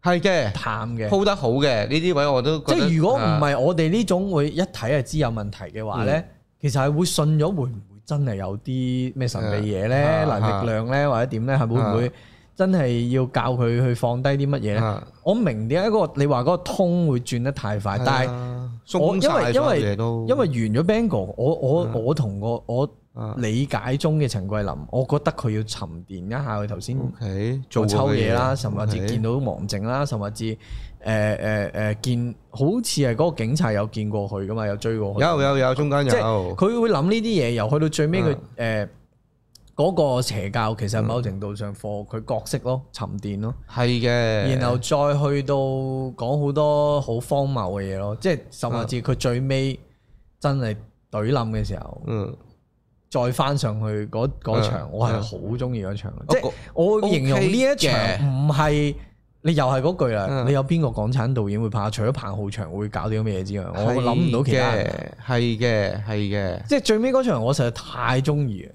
Speaker 1: 係嘅，
Speaker 2: 淡嘅。
Speaker 1: 鋪得好嘅呢啲位我都
Speaker 2: 即
Speaker 1: 覺得，
Speaker 2: 係如果唔
Speaker 1: 啊嗯
Speaker 2: 係我哋呢種會一睇就知有問題嘅話咧，其實係會信咗會唔會真係有啲咩神秘嘢咧、
Speaker 1: 啊
Speaker 2: 能力量咧或者點咧，係會唔會真係要教佢去放低啲乜嘢咧？
Speaker 1: 啊
Speaker 2: 我明點解嗰個你話嗰個通會轉得太快，但係
Speaker 1: 係啊
Speaker 2: 我因為因為
Speaker 1: 嘢都
Speaker 2: 因為完咗 Bango，我我我同個我
Speaker 1: 啊
Speaker 2: 理解中嘅陳桂林，我覺得佢要沉澱一下佢頭先。
Speaker 1: 嗯 OK
Speaker 2: 做
Speaker 1: 過
Speaker 2: 抽
Speaker 1: 嘅
Speaker 2: 嘢啦，甚至
Speaker 1: OK
Speaker 2: 見到王靜啦，甚至誒誒誒見，好似係嗰個警察有見過佢噶嘛，有追過佢。
Speaker 1: 有有有，中間
Speaker 2: 即係
Speaker 1: 有
Speaker 2: 佢會諗呢啲嘢，由去到最尾佢
Speaker 1: 嗯
Speaker 2: 誒嗰個邪教，其實某程度上課佢角色咯，沉澱咯，
Speaker 1: 係嘅，
Speaker 2: 然後再去到講好多好荒謬嘅嘢咯，即係
Speaker 1: 啊
Speaker 2: 甚至佢最尾真係懟冧嘅時候，
Speaker 1: 嗯，
Speaker 2: 再翻上去嗰嗰場，
Speaker 1: 嗯
Speaker 2: 我係
Speaker 1: 嗯
Speaker 2: 好中意嗰場嘅，
Speaker 1: 我
Speaker 2: 即係
Speaker 1: 覺
Speaker 2: 我會形容呢一
Speaker 1: OK
Speaker 2: 場
Speaker 1: 嘅
Speaker 2: 唔係你又係嗰句啦，
Speaker 1: 嗯
Speaker 2: 你有邊個港產導演會拍？除咗彭浩翔會搞啲咁嘅嘢之外，我諗唔到其他人。
Speaker 1: 係嘅，係嘅，係嘅，
Speaker 2: 即係最尾嗰場，我實在太中意啊！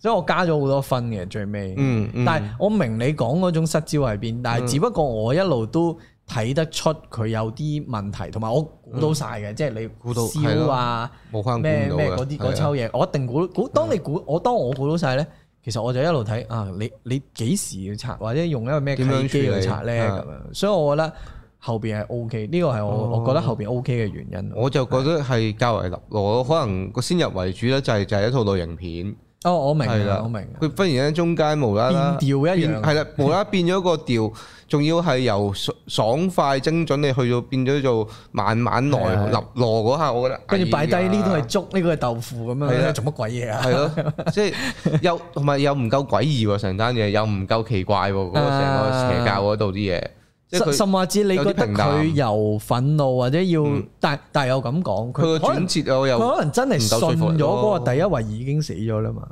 Speaker 2: 所以我加咗好多分嘅最尾。
Speaker 1: 嗯，嗯
Speaker 2: 但係我明你講嗰種失焦喺邊，但係只不過我一路都睇得出佢有啲問題，同埋我估到晒嘅，即係你
Speaker 1: 嗯估到係啊
Speaker 2: 燒
Speaker 1: 咯
Speaker 2: 啊。
Speaker 1: 冇可能估
Speaker 2: 咩
Speaker 1: 唔到
Speaker 2: 咩
Speaker 1: 嘅
Speaker 2: 嗰啲
Speaker 1: 係啊
Speaker 2: 嗰抽嘢，我一定估估。當你估我當我估到晒咧，其實我就一路睇啊，你你幾時要拆，或者用一個咩契
Speaker 1: 點樣
Speaker 2: 機
Speaker 1: 處
Speaker 2: 去
Speaker 1: 理
Speaker 2: 拆咧
Speaker 1: 啊
Speaker 2: 咁樣。所以我覺得後邊係 O K，呢個係我
Speaker 1: 哦
Speaker 2: 我覺得後邊 O K 嘅原因。
Speaker 1: 我就覺得係較為立落，可能個先入為主咧，就係就係一套類型片，
Speaker 2: 哦，我明
Speaker 1: 係
Speaker 2: 啦
Speaker 1: 啦，
Speaker 2: 我明啦。
Speaker 1: 佢忽然間中間無啦啦
Speaker 2: 變調一樣
Speaker 1: 變係啦，無啦 啦變咗個調，仲要係由爽爽快精準你去到變咗做慢慢
Speaker 2: 係啊
Speaker 1: 來立落嗰下，我覺得
Speaker 2: 跟住擺低
Speaker 1: 哎呀
Speaker 2: 呢度係粥，呢個係豆腐咁
Speaker 1: 係
Speaker 2: 樣，
Speaker 1: 啦
Speaker 2: 做乜鬼嘢啊？
Speaker 1: 係 咯，即係又同埋又唔夠詭異喎，成單嘢又唔夠奇怪喎，嗰個成個
Speaker 2: 啊
Speaker 1: 邪教嗰度啲嘢，即係
Speaker 2: 甚
Speaker 1: 佢
Speaker 2: 甚或至你覺
Speaker 1: 有啲
Speaker 2: 得
Speaker 1: 平淡嗯
Speaker 2: 佢由憤怒或者要，但但係又咁
Speaker 1: 佢
Speaker 2: 講，
Speaker 1: 個
Speaker 2: 佢可能
Speaker 1: 轉折啊，
Speaker 2: 佢
Speaker 1: 又
Speaker 2: 可能真係信咗嗰個第一位已經死咗啦嘛，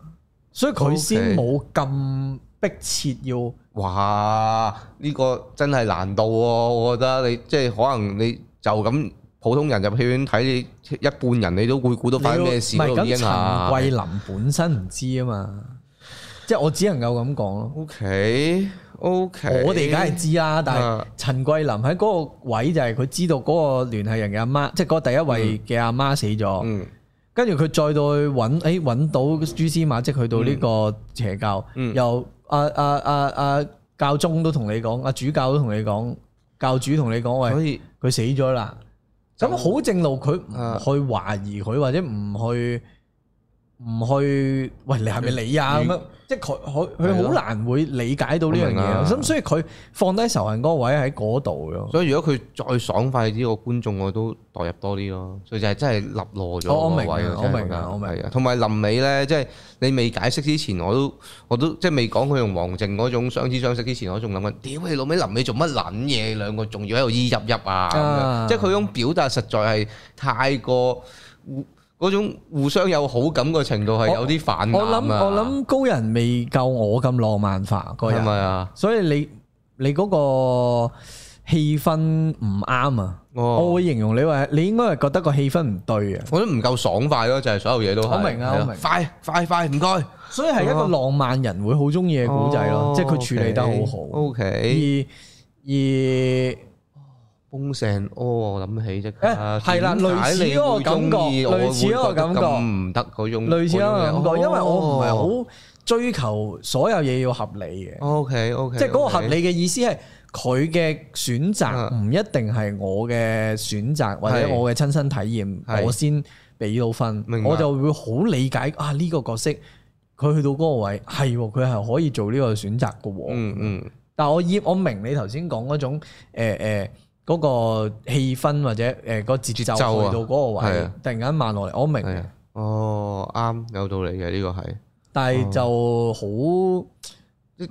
Speaker 2: 所以佢先
Speaker 1: OK
Speaker 2: 冇咁迫切要
Speaker 1: 哇！呢個真係難度喎，我覺得你即係可能你就咁普通人入戲院睇，你一半人你都會估到發生咩事啊
Speaker 2: 你
Speaker 1: 嗰度
Speaker 2: 要唔
Speaker 1: 已
Speaker 2: 係
Speaker 1: 經
Speaker 2: 咁，陳
Speaker 1: 啊
Speaker 2: 桂林本身唔知啊嘛，即係我只能夠咁講咯。
Speaker 1: O K O K，
Speaker 2: 我哋梗係知啦，但係
Speaker 1: 啊
Speaker 2: 陳桂林喺嗰個位就係佢知道嗰個聯繫人嘅阿媽，即係嗰個第一位嘅阿媽死咗，
Speaker 1: 嗯
Speaker 2: 跟住佢再到去揾，誒揾到蛛絲馬跡去到呢個邪教，
Speaker 1: 嗯
Speaker 2: 又啊阿阿阿阿啊教宗都同你講，阿主教都同你講，教主同你講，喂
Speaker 1: 所。以
Speaker 2: 佢死咗啦。咁好正路，佢唔
Speaker 1: 啊
Speaker 2: 去懷疑佢，或者唔去唔去，喂，你係咪你啊？咁
Speaker 1: 如
Speaker 2: 樣，即係佢佢
Speaker 1: 係
Speaker 2: 佢
Speaker 1: 咯
Speaker 2: 好難會理解到呢樣
Speaker 1: 我明
Speaker 2: 嘢。
Speaker 1: 啊
Speaker 2: 咁所以佢放低仇恨嗰個位喺嗰度咯。
Speaker 1: 所以如果佢再爽快啲，個觀眾我都代入多啲咯。所以就係真係立落咗
Speaker 2: 我我
Speaker 1: 個
Speaker 2: 明啊
Speaker 1: 位啊
Speaker 2: 我
Speaker 1: 真係
Speaker 2: 明啊
Speaker 1: 覺得
Speaker 2: 我明
Speaker 1: 係啊同埋臨尾咧，即係你未解釋之前，我都我都即係未講佢用王靜嗰種相知相識之前，我仲諗緊，屌你老味臨尾做乜撚嘢？兩個仲要喺度依入入啊！咁樣
Speaker 2: 啊
Speaker 1: 即係佢嗰種表達實在係太過互嗰種互相有好感嘅程度係有啲反
Speaker 2: 我
Speaker 1: 諗
Speaker 2: 諗我諗高人未夠我咁浪漫化個
Speaker 1: 係
Speaker 2: 人，
Speaker 1: 咪啊？
Speaker 2: 所以你你嗰個氣氛唔啱啊！我
Speaker 1: 哦，
Speaker 2: 會形容你話你應該係覺得個氣氛唔對啊。
Speaker 1: 我都唔夠爽快咯，就係所有嘢都係
Speaker 2: 我明啊
Speaker 1: 係
Speaker 2: 我明
Speaker 1: 快快快唔該。
Speaker 2: 所以係一個哦浪漫人會好中意嘅古仔咯，即係佢處理得好好。
Speaker 1: O K，
Speaker 2: 而
Speaker 1: 風聲哦，我諗起即啊刻
Speaker 2: 誒係啦類似嗰個感覺類似嗰個感覺
Speaker 1: 咁唔得嗰種哦
Speaker 2: 而類似啦咁講，因為我唔係好追求所有嘢要合理嘅，
Speaker 1: O K O K，
Speaker 2: 即係嗰個合理嘅意思係佢嘅選擇
Speaker 1: 啊
Speaker 2: 唔一定係我嘅選擇或者
Speaker 1: 係
Speaker 2: 我嘅親身體驗，
Speaker 1: 係
Speaker 2: 我先俾到分
Speaker 1: 明，白
Speaker 2: 我就會好理解啊呢個角色佢去到嗰個位係喎佢係可以做呢個選擇嘅喎。
Speaker 1: 嗯嗯
Speaker 2: 但我依我明你頭先講嗰種誒誒嗰個氣氛或者誒、呃個節奏
Speaker 1: 節奏啊
Speaker 2: 去到嗰個
Speaker 1: 係
Speaker 2: 位
Speaker 1: 啊，
Speaker 2: 突然間慢落嚟，我明
Speaker 1: 係
Speaker 2: 嘅
Speaker 1: 啊，哦啱有道理嘅呢個係，
Speaker 2: 但
Speaker 1: 哦
Speaker 2: 係就好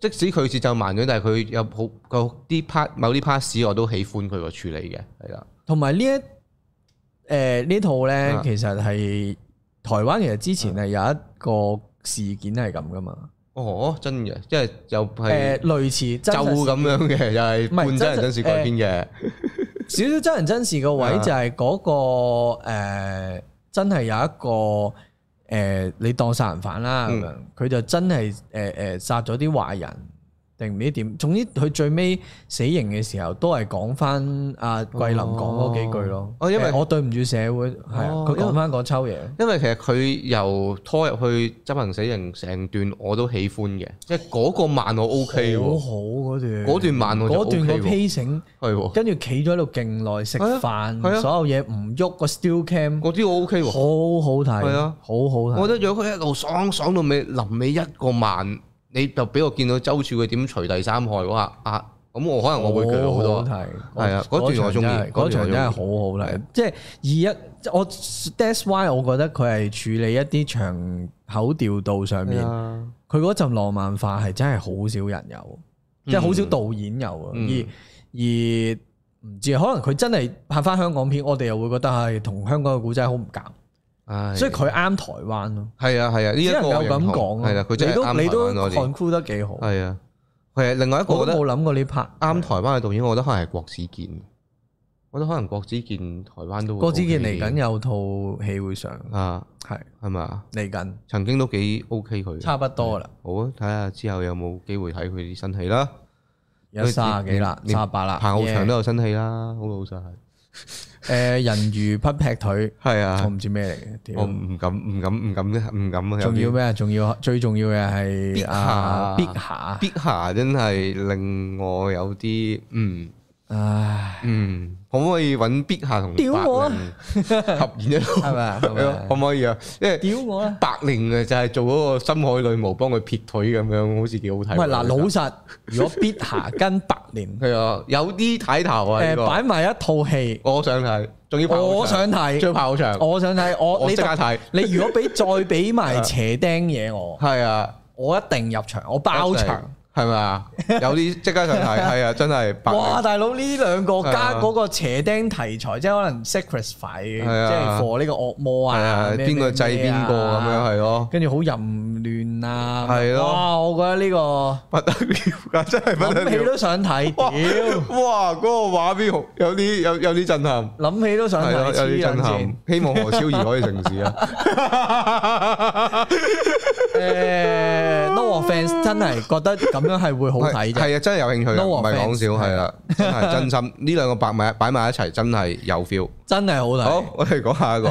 Speaker 1: 即使佢節奏慢咗，但係佢有好個啲 part 某啲 part 我都喜歡佢個處理嘅，係啦，
Speaker 2: 同埋呢一誒呢套咧
Speaker 1: 啊，
Speaker 2: 其實係台灣其實之前係有一個事件係咁噶嘛，
Speaker 1: 哦真嘅，即係又
Speaker 2: 誒、
Speaker 1: 係
Speaker 2: 類似
Speaker 1: 就
Speaker 2: 真實
Speaker 1: 咁樣嘅，又係
Speaker 2: 唔係
Speaker 1: 半真人
Speaker 2: 真實
Speaker 1: 真事改編嘅，
Speaker 2: 少少真人真事個位
Speaker 1: 啊
Speaker 2: 就係嗰、個、呃、真係有一個誒、呃你當殺人犯啦
Speaker 1: 嗯
Speaker 2: 咁樣，佢、就真係誒誒殺咗啲壞人定唔知點，總之佢最尾死刑嘅時候都係講翻阿桂林講嗰幾句咯。
Speaker 1: 哦因為
Speaker 2: 呃我對唔住社會，係啊
Speaker 1: 哦
Speaker 2: 佢講翻嗰抽嘢。
Speaker 1: 因為其實佢由拖入去執行死刑成段我都喜歡嘅，即係嗰個慢我 O K
Speaker 2: 好
Speaker 1: 喎，
Speaker 2: 好嗰段，
Speaker 1: 嗰段慢我就
Speaker 2: 嗰
Speaker 1: OK
Speaker 2: 段個
Speaker 1: 喎，
Speaker 2: pacing，
Speaker 1: 係喎，
Speaker 2: 跟住企咗喺度勁耐食
Speaker 1: 係啊係啊
Speaker 2: 飯，所有嘢唔喐個 still cam，
Speaker 1: 嗰啲我 O K
Speaker 2: 好
Speaker 1: 喎，
Speaker 2: 好睇，
Speaker 1: 係啊
Speaker 2: 好好睇。
Speaker 1: 我覺得如果佢一路爽爽到尾，臨尾一個慢，你就俾我見到周處佢點除第三害嗰下啊，咁我可能我會鋸好
Speaker 2: 好
Speaker 1: 多，
Speaker 2: 睇，
Speaker 1: 係啊嗰段我中意啊
Speaker 2: 真
Speaker 1: 嗰
Speaker 2: 係
Speaker 1: 段我
Speaker 2: 嗰場真係好好睇。即係二一，即我 that's why 我覺得佢係處理一啲長口調度上面，
Speaker 1: 啊，
Speaker 2: 佢嗰陣浪漫化係真係好少人有，即係好少導演有啊。
Speaker 1: 嗯
Speaker 2: 而而唔知可能佢真係拍翻香港片，我哋又會覺得係同香港嘅古仔好唔夾，
Speaker 1: 唉
Speaker 2: 所以佢啱台灣咯。
Speaker 1: 係啊係啊，呢一
Speaker 2: 只
Speaker 1: 個
Speaker 2: 能夠
Speaker 1: 我
Speaker 2: 咁
Speaker 1: 認
Speaker 2: 講
Speaker 1: 同
Speaker 2: 咯
Speaker 1: 係啦，佢真
Speaker 2: 你
Speaker 1: 係啱
Speaker 2: 都你
Speaker 1: 台灣
Speaker 2: 都
Speaker 1: 多啲
Speaker 2: conclude 得幾好，
Speaker 1: 係啊，係啊另外一個
Speaker 2: 我
Speaker 1: 我覺得。
Speaker 2: 都冇諗過呢 part
Speaker 1: 啱台灣嘅導演，我覺得可能係郭子健。我覺得可能郭子健台灣都會
Speaker 2: 郭子健
Speaker 1: OK
Speaker 2: 嚟緊有套戲會上，
Speaker 1: 啊，
Speaker 2: 係
Speaker 1: 係咪啊？
Speaker 2: 嚟緊。
Speaker 1: 曾經都幾 OK 佢嘅。
Speaker 2: 差不多啦，
Speaker 1: 好啊，睇下之後有冇機會睇佢啲新戲啦。
Speaker 2: 有卅幾啦，
Speaker 1: 連
Speaker 2: 卅八啦，
Speaker 1: 彭浩翔都
Speaker 2: 耶
Speaker 1: 有新戲啦，好老實係。
Speaker 2: 誒人魚不劈腿，
Speaker 1: 係
Speaker 2: 我
Speaker 1: 啊，
Speaker 2: 唔知咩嚟嘅，
Speaker 1: 我
Speaker 2: 屌！
Speaker 1: 唔敢唔敢唔敢唔敢啊！有啲
Speaker 2: 仲要？咩？仲要最重要嘅
Speaker 1: 必
Speaker 2: 係
Speaker 1: 下
Speaker 2: 啊，必下，
Speaker 1: 碧霞真係令我有啲嗯
Speaker 2: 唉，
Speaker 1: 嗯，可唔可以揾碧霞同
Speaker 2: 屌我啊
Speaker 1: 白靈合演一套？
Speaker 2: 係 咪啊？係咪啊
Speaker 1: 可唔可以啊？因為
Speaker 2: 屌我啦！
Speaker 1: 白靈啊，就係做嗰個深海女巫幫佢撇腿咁樣，好似幾好睇。
Speaker 2: 喂，嗱，老實，如果必下跟白 蓮
Speaker 1: 係啊，有啲睇頭啊呢
Speaker 2: 誒
Speaker 1: 個，
Speaker 2: 擺埋一套戲，
Speaker 1: 我想睇，仲要拍好長
Speaker 2: 我想
Speaker 1: 仲要
Speaker 2: 睇，
Speaker 1: 拍好長，
Speaker 2: 我想睇，我
Speaker 1: 我
Speaker 2: 你
Speaker 1: 即刻啊睇，
Speaker 2: 你如果俾再俾 埋斜釘嘢我，
Speaker 1: 係啊，
Speaker 2: 我一定入場，我包場。
Speaker 1: 係咪啊？有啲即刻想 睇，係啊，真係白
Speaker 2: 哇！
Speaker 1: 靈
Speaker 2: 大佬呢兩個加
Speaker 1: 係啊
Speaker 2: 嗰個邪釘題材，即係可能 sacrifice，即
Speaker 1: 係啊
Speaker 2: 係 for 呢個惡魔
Speaker 1: 係
Speaker 2: 啊
Speaker 1: 啊，，
Speaker 2: 咩
Speaker 1: 邊個制邊個咁樣，係啊咯，
Speaker 2: 跟住好淫亂啊，
Speaker 1: 係咯
Speaker 2: 哇！我覺得呢
Speaker 1: 不得了㗎，啊真 係不得
Speaker 2: 個諗起
Speaker 1: 了，
Speaker 2: 都想睇，
Speaker 1: 哇
Speaker 2: 屌！
Speaker 1: 哇，嗰個畫面好有啲有有啲震撼。
Speaker 2: 諗起都想
Speaker 1: 係
Speaker 2: 睇，
Speaker 1: 咯，有
Speaker 2: 黐
Speaker 1: 啲
Speaker 2: 撚
Speaker 1: 震
Speaker 2: 線
Speaker 1: 撼。，希望何超儀可以成事啊！
Speaker 2: 誒， offense，真係覺得咁樣係會好睇 啫。
Speaker 1: 係啊，真係有興趣啊，
Speaker 2: No
Speaker 1: 唔係講
Speaker 2: offense，啊
Speaker 1: 笑，係啦，真係真 心。呢兩個擺埋擺埋一齊，真係有 feel。
Speaker 2: 真係好
Speaker 1: 好
Speaker 2: 睇，，
Speaker 1: 我哋講下一 個，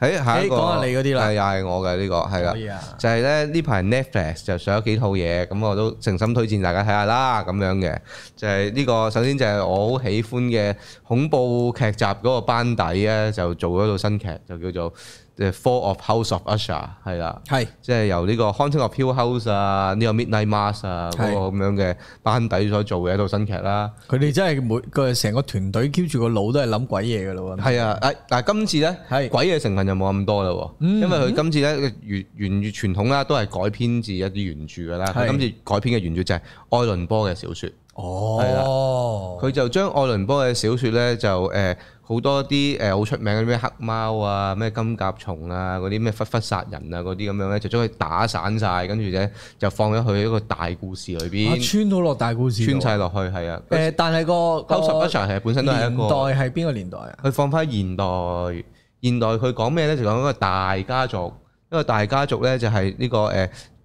Speaker 1: 喺下一個
Speaker 2: 誒講下你嗰啲啦
Speaker 1: 係又啊係我嘅呢個係啦
Speaker 2: 可以啊，
Speaker 1: 就係咧呢排 Netflix 就上咗幾套嘢，咁我都誠心推薦大家睇下啦，咁樣嘅就係呢個首先就係我好喜歡嘅恐怖劇集嗰個班底咧，就做咗套新劇，就叫做《The Fall of House of Usher》係啦。
Speaker 2: 係
Speaker 1: 即係由呢個《Haunting of Hill House》啊，呢、個《Midnight Mass》啊，嗰
Speaker 2: 係
Speaker 1: 個咁樣嘅班底所做嘅一套新劇啦。
Speaker 2: 佢哋真係每個成個團隊 keep 住個腦都係諗鬼嘢噶咯喎。
Speaker 1: 係啊，誒但係今次咧
Speaker 2: 嗯係嗯
Speaker 1: 鬼嘅成分就冇咁多啦喎，因為佢今次咧原原著傳統啦，都係改編自一啲原著噶啦。佢
Speaker 2: 係
Speaker 1: 今次改編嘅原著就係愛倫坡嘅小説，
Speaker 2: 哦，
Speaker 1: 佢就將愛倫坡嘅小説咧就誒好、多啲誒好出名嗰啲咩黑貓啊、咩金甲蟲啊、嗰啲咩忽忽殺人啊嗰啲咁樣咧，就將佢打散晒，跟住咧就放咗去一個大故事裏
Speaker 2: 啊
Speaker 1: 邊。
Speaker 2: 穿到落大故事度。
Speaker 1: 穿晒落去係啊。
Speaker 2: 誒，但係個個
Speaker 1: House of Usher 係本身都係一
Speaker 2: 年代
Speaker 1: 個，
Speaker 2: 係邊個年代啊？
Speaker 1: 佢放翻現代，現代佢講咩咧？就講一個大家族，一個大家族咧就係呢個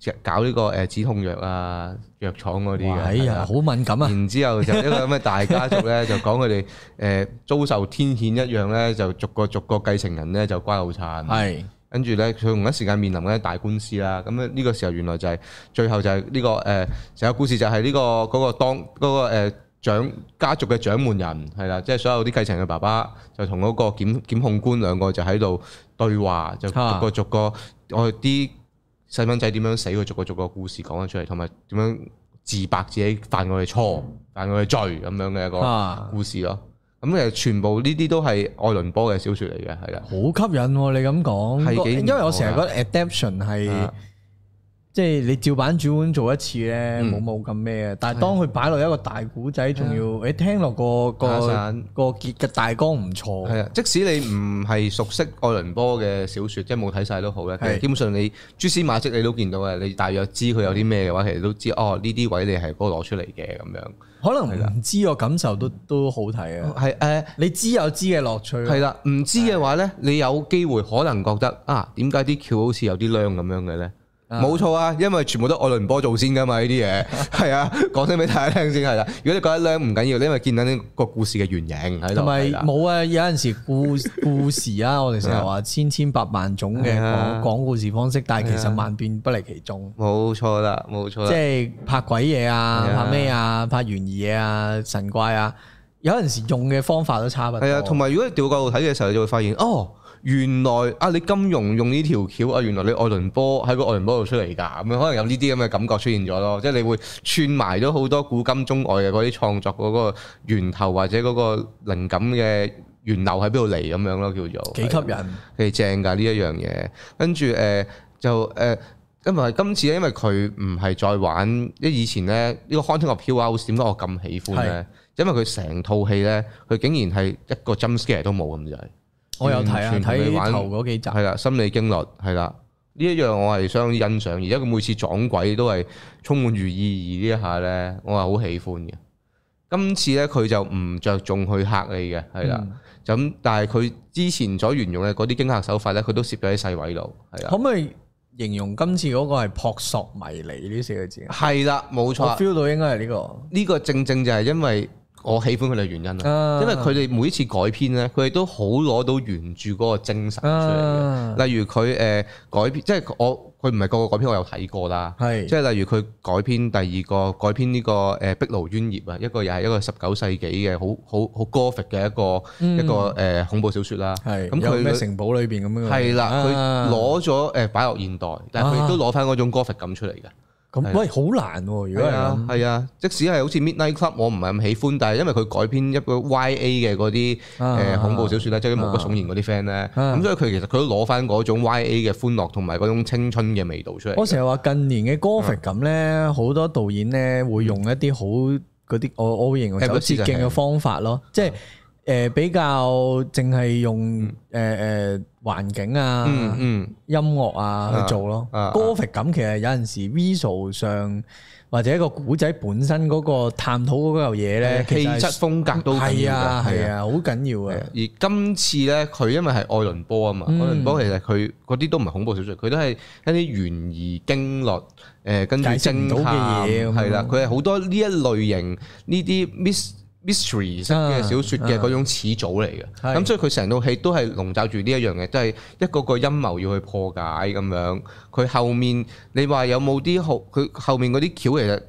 Speaker 1: 誒搞呢個誒止痛藥啊藥廠嗰啲嘅。
Speaker 2: 哎
Speaker 1: 係
Speaker 2: 呀，
Speaker 1: 啊
Speaker 2: 好敏感啊！
Speaker 1: 然之後就一個咁嘅大家族咧， 就講佢哋誒遭受天譴一樣咧，就逐個逐個繼承人咧就瓜老殘。
Speaker 2: 係
Speaker 1: 跟住咧，佢同一時間面臨緊大官司啦。咁咧呢個時候原來就係、最後就係呢、個誒成、個故事就係呢、個嗰、個當嗰、個呃長家族嘅掌門人係啦，即係所有啲繼承嘅爸爸就同嗰個檢檢控官兩個就喺度對話，就逐
Speaker 2: 啊
Speaker 1: 個逐個我哋啲細蚊仔點樣死，佢逐個逐個故事講咗出嚟，同埋點樣自白自己犯過嘅錯、犯過嘅罪咁樣嘅一個
Speaker 2: 啊，
Speaker 1: 故事咯。咁其實全部呢啲都係愛倫坡嘅小説嚟嘅，係啦
Speaker 2: 好，吸引喎！你咁
Speaker 1: 係
Speaker 2: 講，
Speaker 1: 幾
Speaker 2: 因為我成日覺得 adaptation 係
Speaker 1: 啊
Speaker 2: 即係你照版主本做一次咧，
Speaker 1: 嗯
Speaker 2: 冇冇咁咩嘅。但係當佢擺落一個大古仔，仲要你聽落個
Speaker 1: 打
Speaker 2: 個
Speaker 1: 啊散
Speaker 2: 個結嘅大綱唔錯。
Speaker 1: 係啊，即使你唔係熟悉愛倫坡嘅小説，即係冇睇晒都好咧。其實
Speaker 2: 係
Speaker 1: 基本上你蛛絲馬跡你都見到啊嘅，你大約知佢有啲咩嘅話，其實都知哦呢啲位你係嗰個攞出嚟嘅咁樣。
Speaker 2: 可能唔知我感受都都好睇啊！
Speaker 1: 係誒
Speaker 2: 你知有知嘅樂趣，
Speaker 1: 嗯係啦，唔知嘅話咧，你有機會可能覺得啊，點解啲橋好似有啲靚咁樣嘅咧？冇錯啊，因為全部都愛倫坡做先噶嘛，呢啲 嘢係啊，講聲俾大家聽先係啦。如果你覺得靚唔緊要，你因為見緊呢個故事嘅原型喺度。
Speaker 2: 同埋
Speaker 1: 係啦
Speaker 2: 冇啊！有陣時 故故事啊，我哋成日話千千百萬種嘅
Speaker 1: 係啊
Speaker 2: 講講故事方式，但係其
Speaker 1: 係啊
Speaker 2: 實萬變不離其宗。
Speaker 1: 冇錯啦，冇錯
Speaker 2: 即
Speaker 1: 啦，
Speaker 2: 係拍鬼嘢啊，
Speaker 1: 係啊
Speaker 2: 拍咩啊，拍懸疑嘢啊，神怪啊，有陣時用嘅方法都差不多。
Speaker 1: 係啊。同埋如果你調角度睇嘅時候，你就會發現哦。原來啊，你金融用呢條橋啊，原來你愛倫坡喺個愛倫坡度出嚟㗎，咁樣可能有呢啲咁嘅感覺出現咗咯，即係你會串埋咗好多古今中外嘅嗰啲創作嗰個源頭或者嗰個靈感嘅源流喺邊度嚟咁樣咯，叫做啊
Speaker 2: 幾吸引，
Speaker 1: 係正㗎呢一樣嘢。跟住誒就誒、呃因為今次咧，因為佢唔係再玩，因為以前咧呢、呢個《Haunting of Hill House》點解我咁喜歡咧？因為佢成套戲咧，佢竟然係一個 jump scare 都冇咁滯。
Speaker 2: 我有睇
Speaker 1: 完
Speaker 2: 啊，
Speaker 1: 全同你玩
Speaker 2: 睇頭嗰幾集，
Speaker 1: 係啦，心理經歷係啦，呢一樣我係相當欣賞，而且佢每次撞鬼都係充滿住意義呢一下咧，我係好喜歡嘅。今次咧佢就唔着重去嚇你嘅，係
Speaker 2: 嗯
Speaker 1: 啦，咁、但係佢之前所沿用嘅嗰啲驚嚇手法咧，佢都攝咗喺細位度，係
Speaker 2: 可
Speaker 1: 啦，
Speaker 2: 唔可以形容今次嗰個係撲朔迷離呢四個字啊？
Speaker 1: 係啦，冇錯
Speaker 2: 我
Speaker 1: 啊。
Speaker 2: feel 到應該係呢個，
Speaker 1: 呢個正正就係因為我喜歡佢哋嘅原因啦，
Speaker 2: 啊
Speaker 1: 因為佢哋每一次改編咧，佢哋都好攞到原著嗰個精神出嚟嘅。
Speaker 2: 啊
Speaker 1: 例如佢誒、呃改編，即係我佢唔係個個改編我有睇過啦。
Speaker 2: 係
Speaker 1: 即係例如佢改編第二個改編呢、個誒《壁爐冤孽》啊，一個又係一個十九世紀嘅好好好 gothic 嘅一個、一個誒、呃恐怖小説啦。
Speaker 2: 嗯係
Speaker 1: 咁
Speaker 2: 有咩
Speaker 1: 佢
Speaker 2: 城堡裏邊咁樣嘅
Speaker 1: 係啦，
Speaker 2: 啊
Speaker 1: 佢攞咗誒擺落現代，但係佢亦都攞翻嗰種 gothic 感出嚟嘅。
Speaker 2: 咁喂好難喎，如果係
Speaker 1: 係啊
Speaker 2: 咁，
Speaker 1: 係啊，即使係好似 Midnight Club，我唔係咁喜歡，但係因為佢改編一個 YA 嘅嗰啲
Speaker 2: 啊
Speaker 1: 誒恐怖小説咧，即係啲毛骨悚然嗰啲 friend 咧，咁所以佢其實佢都攞翻嗰種 YA 嘅歡樂同埋嗰種青春嘅味道出嚟
Speaker 2: 我。成日話近年嘅 Gothic 咁咧，好多導演咧會用一啲好嗰啲，我我會形容
Speaker 1: 係
Speaker 2: 走捷徑嘅方法咯，即係誒比較淨係用誒誒環境
Speaker 1: 嗯
Speaker 2: 啊、
Speaker 1: 嗯
Speaker 2: 音樂啊去做咯
Speaker 1: 啊啊。
Speaker 2: 歌劇咁其實有陣時 visual 上或者一個古仔本身嗰個探討嗰嚿嘢咧，
Speaker 1: 氣
Speaker 2: 其實係啊
Speaker 1: 質風格都緊
Speaker 2: 係
Speaker 1: 要㗎
Speaker 2: 啊
Speaker 1: 係
Speaker 2: 係
Speaker 1: 啊
Speaker 2: 啊，好緊要啊。
Speaker 1: 而今次咧，佢因為係愛倫波啊嘛，
Speaker 2: 嗯
Speaker 1: 愛倫波其實佢嗰啲都唔係恐怖小説，佢都係一啲懸疑驚慄，誒、跟住
Speaker 2: 解釋唔到
Speaker 1: 偵
Speaker 2: 嘅
Speaker 1: 探
Speaker 2: 嘢咁嗯樣
Speaker 1: 係啦，佢係好多呢一類型呢啲 mis mystery 式嘅小説嘅嗰種始祖嚟嘅，
Speaker 2: 係
Speaker 1: 咁、所以佢成套戲都係籠罩住呢一樣嘅，都係一個個陰謀要去破解咁樣。佢後面你話有冇啲好？佢後面嗰啲橋其實。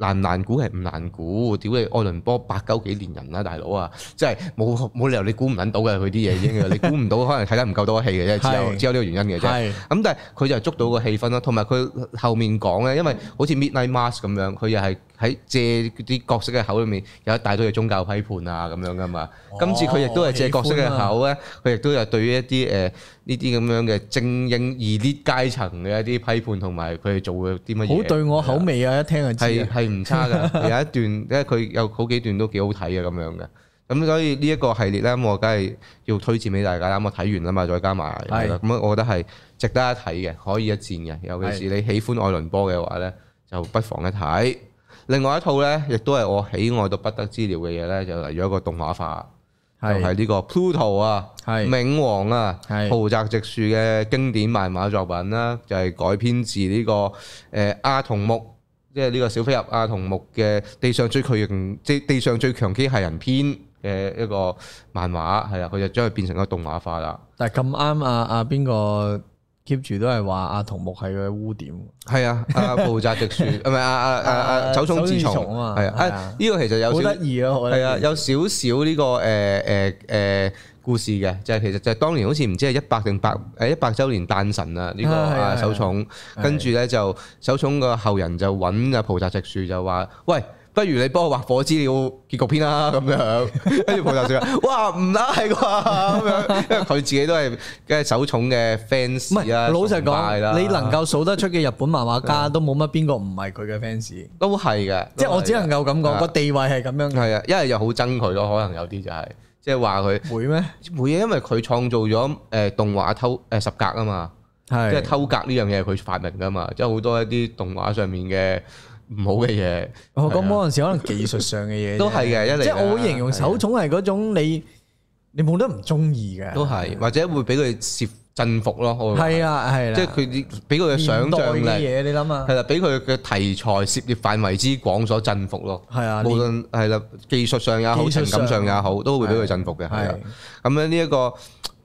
Speaker 1: 難唔難估係唔難估，屌你愛倫波八九幾年人啦，大佬啊，即係冇冇理由你估唔撚到嘅佢啲嘢已經，你估唔到可能睇得唔夠多戲嘅啫，只有
Speaker 2: 係
Speaker 1: 只有呢個原因嘅啫。
Speaker 2: 係
Speaker 1: 咁但係佢就捉到個氣氛啦，同埋佢後面講咧，因為好似 Midnight Mass 咁樣，佢又係喺借啲角色嘅口裏面有一大堆嘅宗教批判啊咁樣噶嘛。
Speaker 2: 哦
Speaker 1: 今次佢亦都係借角色嘅口咧，佢亦都有對於一啲誒呢啲咁樣嘅精英 elite 階層嘅一啲批判，同埋佢哋做嘅啲乜嘢。
Speaker 2: 好對我口味啊！一聽就知
Speaker 1: 係
Speaker 2: 啊。
Speaker 1: 係唔差㗎，有一段，因為佢有好幾段都幾好睇嘅咁樣嘅。咁所以呢一個系列咧，咁我梗係要推薦俾大家啦。咁我睇完啦嘛，再加埋
Speaker 2: 係
Speaker 1: 係啦咁我覺得係值得一睇嘅，可以一戰嘅。尤其是你喜歡愛倫波嘅話咧，就不妨一睇。另外一套咧，亦都係我喜愛到不得之了嘅嘢咧，就嚟咗一個動畫化，就係
Speaker 2: 係
Speaker 1: 呢個 Pluto 啊，
Speaker 2: 係
Speaker 1: 冥王啊，
Speaker 2: 係
Speaker 1: 豪澤直樹嘅經典漫畫作品啦，就係、改編自呢、個誒、呃、阿童木，即係呢個小飛俠阿童木嘅《地上最強即係地上最強機械人篇》嘅一個漫畫，係啊，佢就將佢變成一個動畫化啦。
Speaker 2: 但係咁啱啊啊邊個 keep 住都係話阿童木係佢嘅污點。
Speaker 1: 係啊，阿暴澤 直樹，唔係阿阿阿阿
Speaker 2: 啊
Speaker 1: 手塚治
Speaker 2: 手塚
Speaker 1: 蟲，
Speaker 2: 治蟲啊嘛
Speaker 1: 係啊，
Speaker 2: 係
Speaker 1: 啊
Speaker 2: 啊
Speaker 1: 呢個其實有
Speaker 2: 好
Speaker 1: 少
Speaker 2: 得意啊！我覺
Speaker 1: 係
Speaker 2: 得
Speaker 1: 啊，有少少呢個誒誒誒故事嘅，就係其實就係當年好似唔知係一百定百呃誒一百週年誕辰啊，呢個
Speaker 2: 啊係啊
Speaker 1: 啊
Speaker 2: 係啊
Speaker 1: 手塚，跟住咧就手塚個後人就揾啊浦澤直樹就話：喂，不如你幫我畫火資料結局篇啦咁樣。跟住浦澤直樹話：哇，唔拉係啩咁樣，因為佢自己都係嘅手塚嘅
Speaker 2: 唔
Speaker 1: fans
Speaker 2: 係
Speaker 1: 啦，
Speaker 2: 老實
Speaker 1: 啊崇拜啦
Speaker 2: 講，你能夠數得出嘅日本漫 畫家都冇乜邊個唔係佢嘅 fans。
Speaker 1: 都係嘅，
Speaker 2: 即係
Speaker 1: 都係
Speaker 2: 我只
Speaker 1: 嘅
Speaker 2: 能夠咁
Speaker 1: 啊
Speaker 2: 講，個地位係咁樣嘅，
Speaker 1: 係啊，一係又好憎佢咯，可能有啲就係即係話佢。
Speaker 2: 會咩？
Speaker 1: 會啊，因為佢創造咗誒動畫偷誒十格啊嘛，即係啊
Speaker 2: 係
Speaker 1: 偷格呢樣嘢係佢發明噶嘛，即係好多一啲動畫上面嘅唔好嘅嘢
Speaker 2: 我講哦嗰陣時可能技術上嘅嘢啫
Speaker 1: 都係嘅一嚟啦啊
Speaker 2: 即係我會形容手塚係嗰種你你冇得唔中意嘅，
Speaker 1: 都係，或者會俾佢攝振服咯，我會話
Speaker 2: 係啊係啦，
Speaker 1: 即係佢啲俾佢嘅想
Speaker 2: 現代
Speaker 1: 像
Speaker 2: 嘅
Speaker 1: 力
Speaker 2: 嘢，你諗下
Speaker 1: 係，啦，俾佢嘅題材涉獵範圍之廣所振服咯。
Speaker 2: 係啊，
Speaker 1: 無論係啦，技術上也好，
Speaker 2: 技
Speaker 1: 情
Speaker 2: 術上
Speaker 1: 感上也好，都會俾佢
Speaker 2: 係
Speaker 1: 振服嘅。係啊
Speaker 2: 係，
Speaker 1: 咁樣呢一個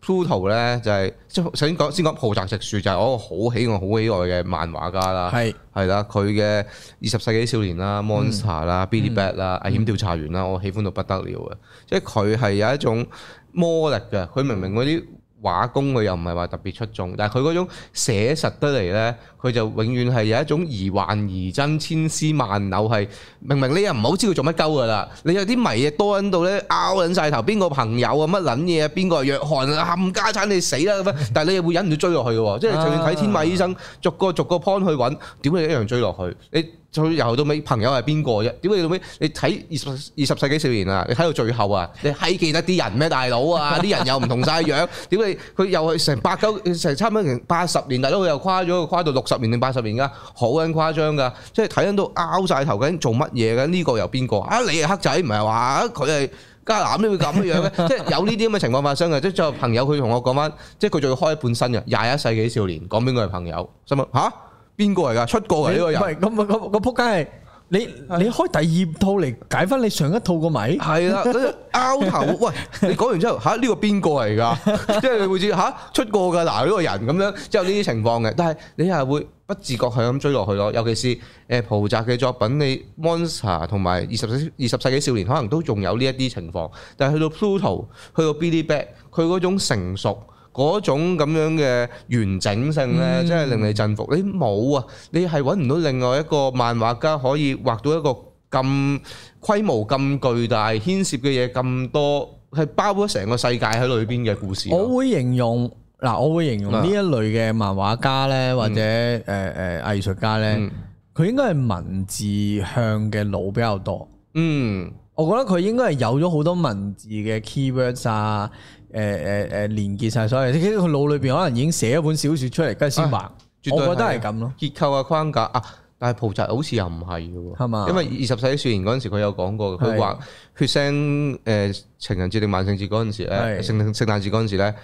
Speaker 1: Pluto 咧，就係即係首先講先講浦澤直樹，就係我一個好喜愛、好喜愛嘅漫畫家啦。
Speaker 2: 係
Speaker 1: 係啦，佢嘅二十世紀少年啦、Monster 啦、Billy Bat 啦、危險調查員啦，我喜歡到不得了嘅，即係佢係有一種魔力嘅。佢明明嗰啲畫工佢又唔係話特別出眾，但係佢嗰種寫實得嚟呢，佢就永遠係有一種疑幻疑真、千絲萬縷，係明明你又唔好知佢做乜鳩噶啦，你有啲迷嘢多喺度呢，拗撚晒頭，邊個朋友啊，乜撚嘢啊，邊個係約翰啊，冚家產你死啦咁樣，但係你又會忍唔住追落去嘅喎，即係就算睇天馬醫生，逐個逐個 point 去揾，點你一樣追落去？你就由到尾朋友係邊個啫？點解你到尾你睇二十二十世紀少年啊？你睇到最後啊，你閪記得啲人咩大佬啊？啲人又唔同晒樣，點解佢又係成八九成差唔多成八十年，大佬佢又跨咗跨到六十年定八十年㗎，好撚誇張㗎！即係睇緊到拗晒頭，究竟做乜嘢㗎？呢個又邊個啊？你係黑仔唔係話啊佢係？加南都會咁樣嘅，即係有呢啲咁嘅情況發生嘅。即係最後朋友佢同我講翻，即係佢仲要開一半新嘅廿一世紀少年，講邊個係朋友？心諗吓，邊個嚟㗎？出過哦嚟呢個
Speaker 2: 你
Speaker 1: 人
Speaker 2: 唔。係咁咁個仆街係你你開第二套嚟解翻你上一套個米。
Speaker 1: 係啦，跟住拗頭，喂！你講完之後，吓呢個邊個嚟㗎？即係你會知吓出過㗎嗱呢個人咁樣，之後呢啲情況嘅。但係你係會不自覺係咁追落去咯。尤其是誒蒲澤嘅作品，你 Monster 同埋二十世二十世紀少年，可能都仲有呢一啲情況。但係去到 Pluto，去到 Billy Bat，佢嗰種成熟。嗰種咁樣嘅完整性呢，真係令你振服。你冇啊，你係揾唔到另外一個漫畫家可以畫到一個咁規模咁巨大、牽涉嘅嘢咁多，係包咗成個世界喺裏邊嘅故事啊咯。
Speaker 2: 我會形容嗱，我會
Speaker 1: 啊
Speaker 2: 形容呢一類嘅漫畫家
Speaker 1: 嗯
Speaker 2: 咧，或者呃誒誒藝術家咧，佢應該係文字向嘅腦比較多，
Speaker 1: 嗯，
Speaker 2: 我覺得佢應該係有咗好多文字嘅 keywords 啊，誒誒誒連結晒所有嘢，其實佢腦裏邊可能已經寫一本小説出嚟，跟住先畫。
Speaker 1: 啊絕對
Speaker 2: 我覺得
Speaker 1: 係
Speaker 2: 係咁咯，
Speaker 1: 結構啊框架啊，但係蒲澤好似又唔係嘅喎，
Speaker 2: 係嘛
Speaker 1: 因為二十世紀少年嗰陣時佢有講過，
Speaker 2: 係
Speaker 1: 佢話血腥誒、呃情人節定萬聖節嗰陣時咧，
Speaker 2: 係
Speaker 1: 聖聖誕節嗰陣時咧，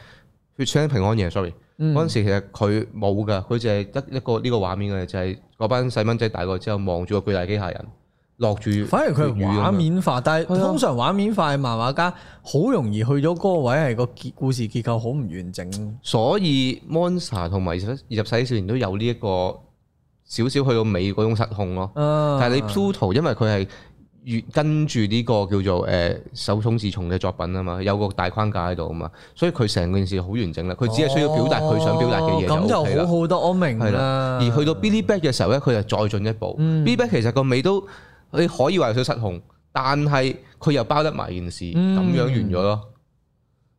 Speaker 1: 血腥平安夜，sorry，
Speaker 2: 嗯
Speaker 1: 嗰陣時其實佢冇㗎，佢就係得一個呢個畫面嘅，就係嗰班細蚊仔大個之後望住個巨大機械人落住血雨咁樣，
Speaker 2: 反而佢係畫面化，但係
Speaker 1: 係啊
Speaker 2: 通常畫面化嘅漫畫家好容易去咗嗰個位，係個結故事結構好唔完整。
Speaker 1: 所以 Monster 同埋二十世紀少年都有呢、一個少少去到尾嗰種失控咯。
Speaker 2: 啊
Speaker 1: 但係你 Pluto 因為佢係越跟住呢個叫做誒、呃手塚治蟲嘅作品啊嘛，有個大框架喺度啊嘛，所以佢成件事好完整啦。佢只係需要表達佢想表達嘅嘢
Speaker 2: 哦哦咁
Speaker 1: 就
Speaker 2: 就
Speaker 1: OK
Speaker 2: 好
Speaker 1: 啦。
Speaker 2: 好多，我明
Speaker 1: 係
Speaker 2: 啦。
Speaker 1: 而去到 Billy Back 嘅時候咧，佢就再進一步。
Speaker 2: 嗯
Speaker 1: Billy Back 其實個尾都你可以話有少少失控，但係佢又包得埋件事，咁、
Speaker 2: 嗯
Speaker 1: 樣完咗咯。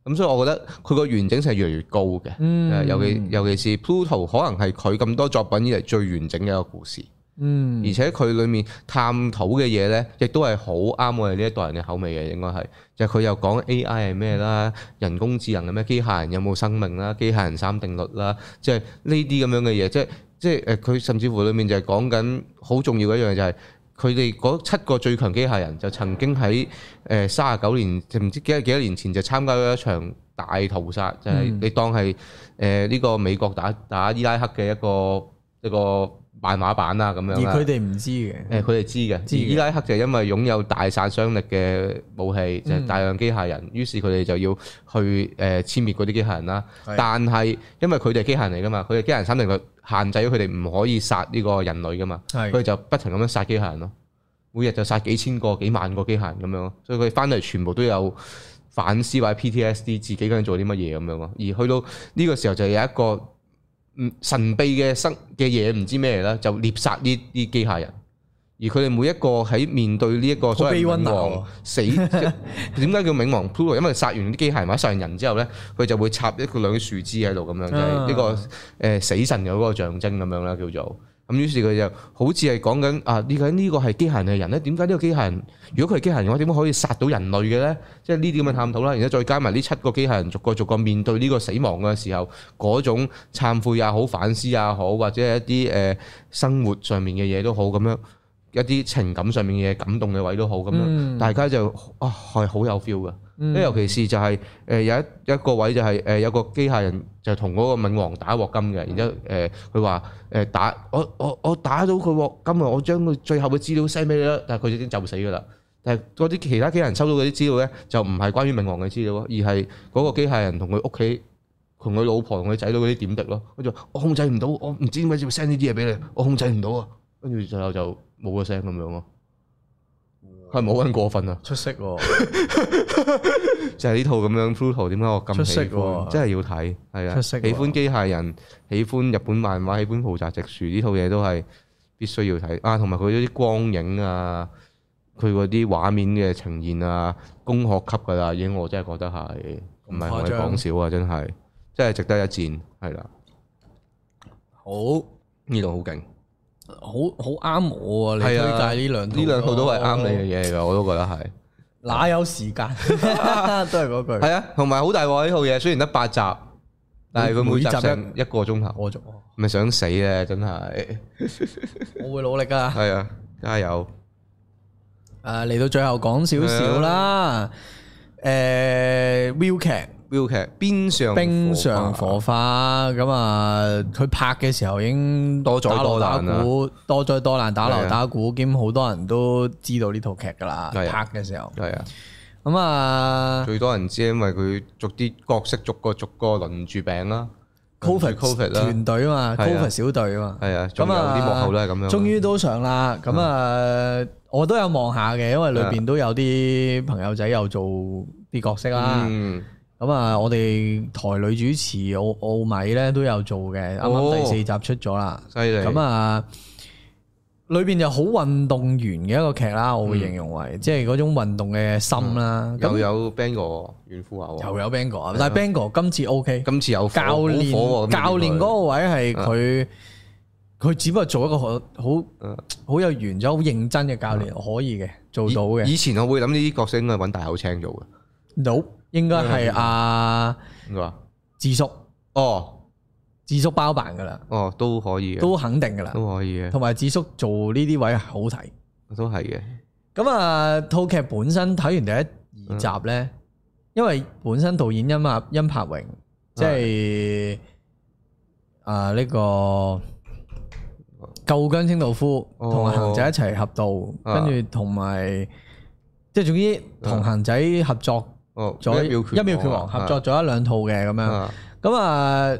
Speaker 1: 咁所以我覺得佢個完整性係越嚟越高嘅。誒
Speaker 2: 嗯，
Speaker 1: 呃尤其尤其是 Pluto 可能係佢咁多作品以嚟最完整嘅一個故事，
Speaker 2: 嗯
Speaker 1: 而且佢裡面探討嘅嘢呢，亦都係好啱我哋呢一代人嘅口味嘅，應該係就係佢又講 AI 係咩啦，人工智能係咩，機械人有冇生命啦，機械人三定律啦，即係呢啲咁樣嘅嘢，即係即係誒佢甚至乎裡面就係講緊好重要嘅一樣就係、佢哋嗰七個最強機械人就曾經喺誒三十九年，就唔知幾幾多年前就參加咗一場大屠殺，就
Speaker 2: 嗯
Speaker 1: 係、你當係誒呢個美國打打伊拉克嘅一個一個漫畫版啊啦咁
Speaker 2: 而
Speaker 1: 樣啦
Speaker 2: 佢哋唔知嘅，
Speaker 1: 誒佢哋知嘅，
Speaker 2: 知
Speaker 1: 而
Speaker 2: 嘅
Speaker 1: 伊拉克就係因為擁有大殺傷力嘅武器，
Speaker 2: 嗯
Speaker 1: 就係、大量機械人，於是佢哋就要去誒、呃、殲滅嗰啲機械人啦。
Speaker 2: 係
Speaker 1: 但係因為佢哋係機械人嚟噶嘛，佢哋機械人三定律限制咗佢哋唔可以殺呢個人類噶嘛，佢
Speaker 2: 係
Speaker 1: 哋就不停咁樣殺機械人咯。每日就殺幾千個、幾萬個機械人咁樣咯，所以佢哋翻嚟全部都有反思或者 PTSD，自己究竟做啲乜嘢咁樣咯。而去到呢個時候就有一個嗯神秘嘅生嘅嘢，唔知咩嚟啦，就獵殺呢啲機械人。而佢哋每一個喺面對呢一個所謂
Speaker 2: 好悲
Speaker 1: 冥
Speaker 2: 溫啊
Speaker 1: 王死，即係點解叫冥王 Pluto？因為殺完啲機械人或者殺完人之後咧，佢就會插一個兩啲樹枝喺度咁樣，就係呢個誒死神嘅嗰個象徵咁樣啦，叫做。咁於是佢就好似係講緊啊，呢個呢個係機械人嘅人咧，點解呢個機械人如果佢係機械人嘅話，點解可以殺到人類嘅咧？即係呢啲咁嘅探討啦，然之後再加埋呢七個機械人逐個逐個面對呢個死亡嘅時候，嗰種懺悔也好、反思也好，或者係一啲誒、呃生活上面嘅嘢都好咁樣，一啲情感上面嘅嘢、感動嘅位都好咁樣，
Speaker 2: 嗯
Speaker 1: 大家就啊係好有 feel 㗎。因為尤其是就係、誒有一一個位就係、誒、有個機械人就同嗰個冥王打鑊金嘅，然之後誒佢話誒打我我我打到佢鑊金啊，我將佢最後嘅資料 send 俾你啦，但係佢已經就死㗎啦。但係嗰啲其他機械人收到嗰啲資料咧，就唔係關於冥王嘅資料咯，而係嗰個機械人同佢屋企。同佢老婆同佢仔女嗰啲點滴咯，跟住話我哦控制唔到，我唔知點解要 send 呢啲嘢俾你，我控制唔到啊，跟住最後就冇個聲咁樣咯，係冇咁過分啊！
Speaker 2: 出色喎，
Speaker 1: 就係呢套咁樣 Pluto 點解我咁
Speaker 2: 出
Speaker 1: 喜
Speaker 2: 色
Speaker 1: 歡？
Speaker 2: 喎
Speaker 1: 真係要睇，係啊！
Speaker 2: 出
Speaker 1: 喜
Speaker 2: 色喎
Speaker 1: 歡機械人，喜歡日本漫畫，喜歡浦澤直樹呢套嘢都係必須要睇啊！同埋佢嗰啲光影啊，佢嗰啲畫面嘅呈現啊，工學級噶啦，已經我真係覺得係唔係同
Speaker 2: 誇
Speaker 1: 你
Speaker 2: 張
Speaker 1: 講少啊！真係真係值得一戰，係啦，
Speaker 2: 好。
Speaker 1: 呢度好勁，呢
Speaker 2: 好好啱我啊！你推
Speaker 1: 係啊
Speaker 2: 介呢兩套，
Speaker 1: 兩套都係啱你嘅嘢嚟㗎，我都覺得係。
Speaker 2: 哦哪有時間？ 都係嗰句。
Speaker 1: 係啊，同埋好大鑊呢套嘢，雖然得八集，但係佢每
Speaker 2: 每
Speaker 1: 集
Speaker 2: 集一
Speaker 1: 成一個鐘頭，
Speaker 2: 我做，
Speaker 1: 咪想死咧！真係。
Speaker 2: 我會努力噶。
Speaker 1: 系啊，加油！
Speaker 2: 誒，啊嚟到最後講少少啦。
Speaker 1: 啊
Speaker 2: 誒，Will 劇
Speaker 1: 標劇邊上啊
Speaker 2: 《冰上火花》咁啊，佢拍嘅時候已經
Speaker 1: 多災多難啊
Speaker 2: 打鑼打鼓，多災多難，打
Speaker 1: 係啊
Speaker 2: 鑼打鼓，兼好多人都知道呢套劇噶啦。
Speaker 1: 係啊
Speaker 2: 拍嘅時候，
Speaker 1: 系啊，
Speaker 2: 咁啊
Speaker 1: 最多人知，因為佢逐啲角色逐個逐個輪住餅啦。
Speaker 2: ，Covid
Speaker 1: Covid 啦，
Speaker 2: 團隊啊嘛
Speaker 1: 係啊
Speaker 2: ，Covid 小隊啊嘛。
Speaker 1: 係啊，仲有啲幕後都係啊嗯咁樣。
Speaker 2: 終於都上啦。咁啊，我都有望下嘅，因為裏
Speaker 1: 啊
Speaker 2: 邊都有啲朋友仔有做啲角色啦。
Speaker 1: 嗯，
Speaker 2: 咁啊，我哋台女主持奧奧米咧都有做嘅，啱
Speaker 1: 哦
Speaker 2: 啱第四集出咗啦。
Speaker 1: 犀利。
Speaker 2: 咁啊，裏邊就好運動員嘅一個劇啦，我會形容為即係嗰種運動嘅心啦。
Speaker 1: 又
Speaker 2: 咁
Speaker 1: 嗯有 Bang 哥袁富華喎，
Speaker 2: 又有 Bang 哥啊，但係 Bang 哥今次 O K。
Speaker 1: 今次有火嗯
Speaker 2: 教
Speaker 1: 好火喎咁
Speaker 2: 練教練嗰個位係佢佢只不過做一個好好
Speaker 1: 嗯
Speaker 2: 好有原則、好認真嘅教練，可以嘅，做到嘅。
Speaker 1: 以以前我會諗呢啲角色應該揾大口青做嘅，
Speaker 2: no，應該
Speaker 1: 嗯
Speaker 2: 係阿
Speaker 1: 應該話
Speaker 2: 智叔，
Speaker 1: 哦
Speaker 2: 智叔包辦噶啦，
Speaker 1: 哦都可以嘅，
Speaker 2: 都肯定噶啦。
Speaker 1: 都可以嘅，
Speaker 2: 同埋智叔做呢啲位係好睇。
Speaker 1: 都係嘅。
Speaker 2: 咁啊，套劇本身睇完第一二集
Speaker 1: 嗯
Speaker 2: 咧，因為本身導演殷啊殷柏榮，即係啊呢個舊姜清道夫
Speaker 1: 哦
Speaker 2: 同埋行仔一齊合導，
Speaker 1: 啊
Speaker 2: 跟住同埋即係總之同行仔合作
Speaker 1: 哦，
Speaker 2: 咗
Speaker 1: 一秒
Speaker 2: 一秒拳王合作咗一兩套嘅咁樣。
Speaker 1: 啊，
Speaker 2: 咁啊，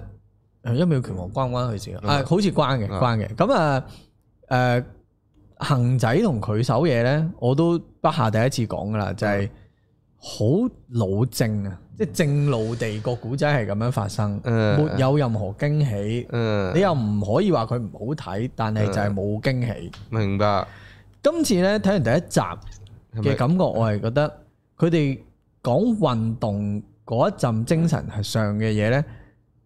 Speaker 2: 一秒拳王關唔關佢事啊？
Speaker 1: 啊
Speaker 2: 啊，好似關嘅，
Speaker 1: 啊
Speaker 2: 關嘅。咁啊，誒，恒仔同佢手嘢咧，我都不下第一次講噶啦，就
Speaker 1: 嗯
Speaker 2: 係好老正啊，即係正路地個古仔係咁樣發生，
Speaker 1: 嗯
Speaker 2: 沒有任何驚喜。
Speaker 1: 嗯，
Speaker 2: 你又唔可以話佢唔好睇，但係就係冇驚喜。
Speaker 1: 明白
Speaker 2: 今次咧睇完第一集
Speaker 1: 係咪
Speaker 2: 嘅感覺，我係覺得佢哋講運動嗰一陣精神係上嘅嘢咧，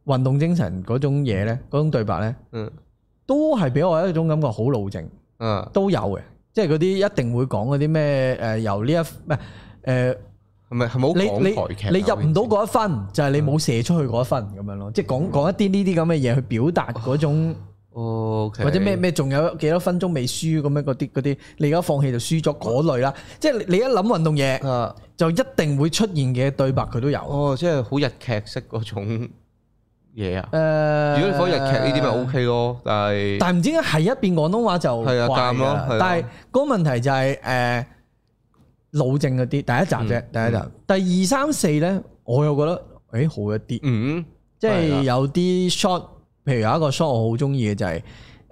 Speaker 2: 運動精神嗰種嘢咧，嗰種對白咧，
Speaker 1: 嗯
Speaker 2: 都係俾我一種感覺好老正，
Speaker 1: 啊，
Speaker 2: 都有嘅，即係嗰啲一定會講嗰啲咩誒由呢一唔係誒
Speaker 1: 係咪係咪好
Speaker 2: 你
Speaker 1: 講台劇啊？
Speaker 2: 你你入唔到
Speaker 1: 嗰
Speaker 2: 嗰一分，就係你冇射出去嗰一分咁樣咯，即係講講一啲呢啲咁嘅嘢去表達嗰種。
Speaker 1: 哦，
Speaker 2: 或者咩咩仲有幾多分鐘未輸咁樣嗰啲嗰啲，你而家放棄就輸咗嗰類啦。即係你你一諗運動嘢，
Speaker 1: 啊？
Speaker 2: 就一定會出現嘅對白佢都有。誒、
Speaker 1: 哦，即係好日劇式嗰種嘢啊！如果你放日劇呢啲咪 O K 咯，但係
Speaker 2: 呃但係唔知點解係一變廣東話就
Speaker 1: 係啊
Speaker 2: 怪
Speaker 1: 尷咯
Speaker 2: 啦
Speaker 1: 係啊
Speaker 2: 但係嗰個問題就係、誒、老正嗰啲第一集啫，
Speaker 1: 嗯
Speaker 2: 第一集，第二三四咧，我又覺得誒、好一啲，
Speaker 1: 嗯
Speaker 2: 即
Speaker 1: 係啦
Speaker 2: 係有啲 shot，譬如有一個 shot 我好中意嘅就係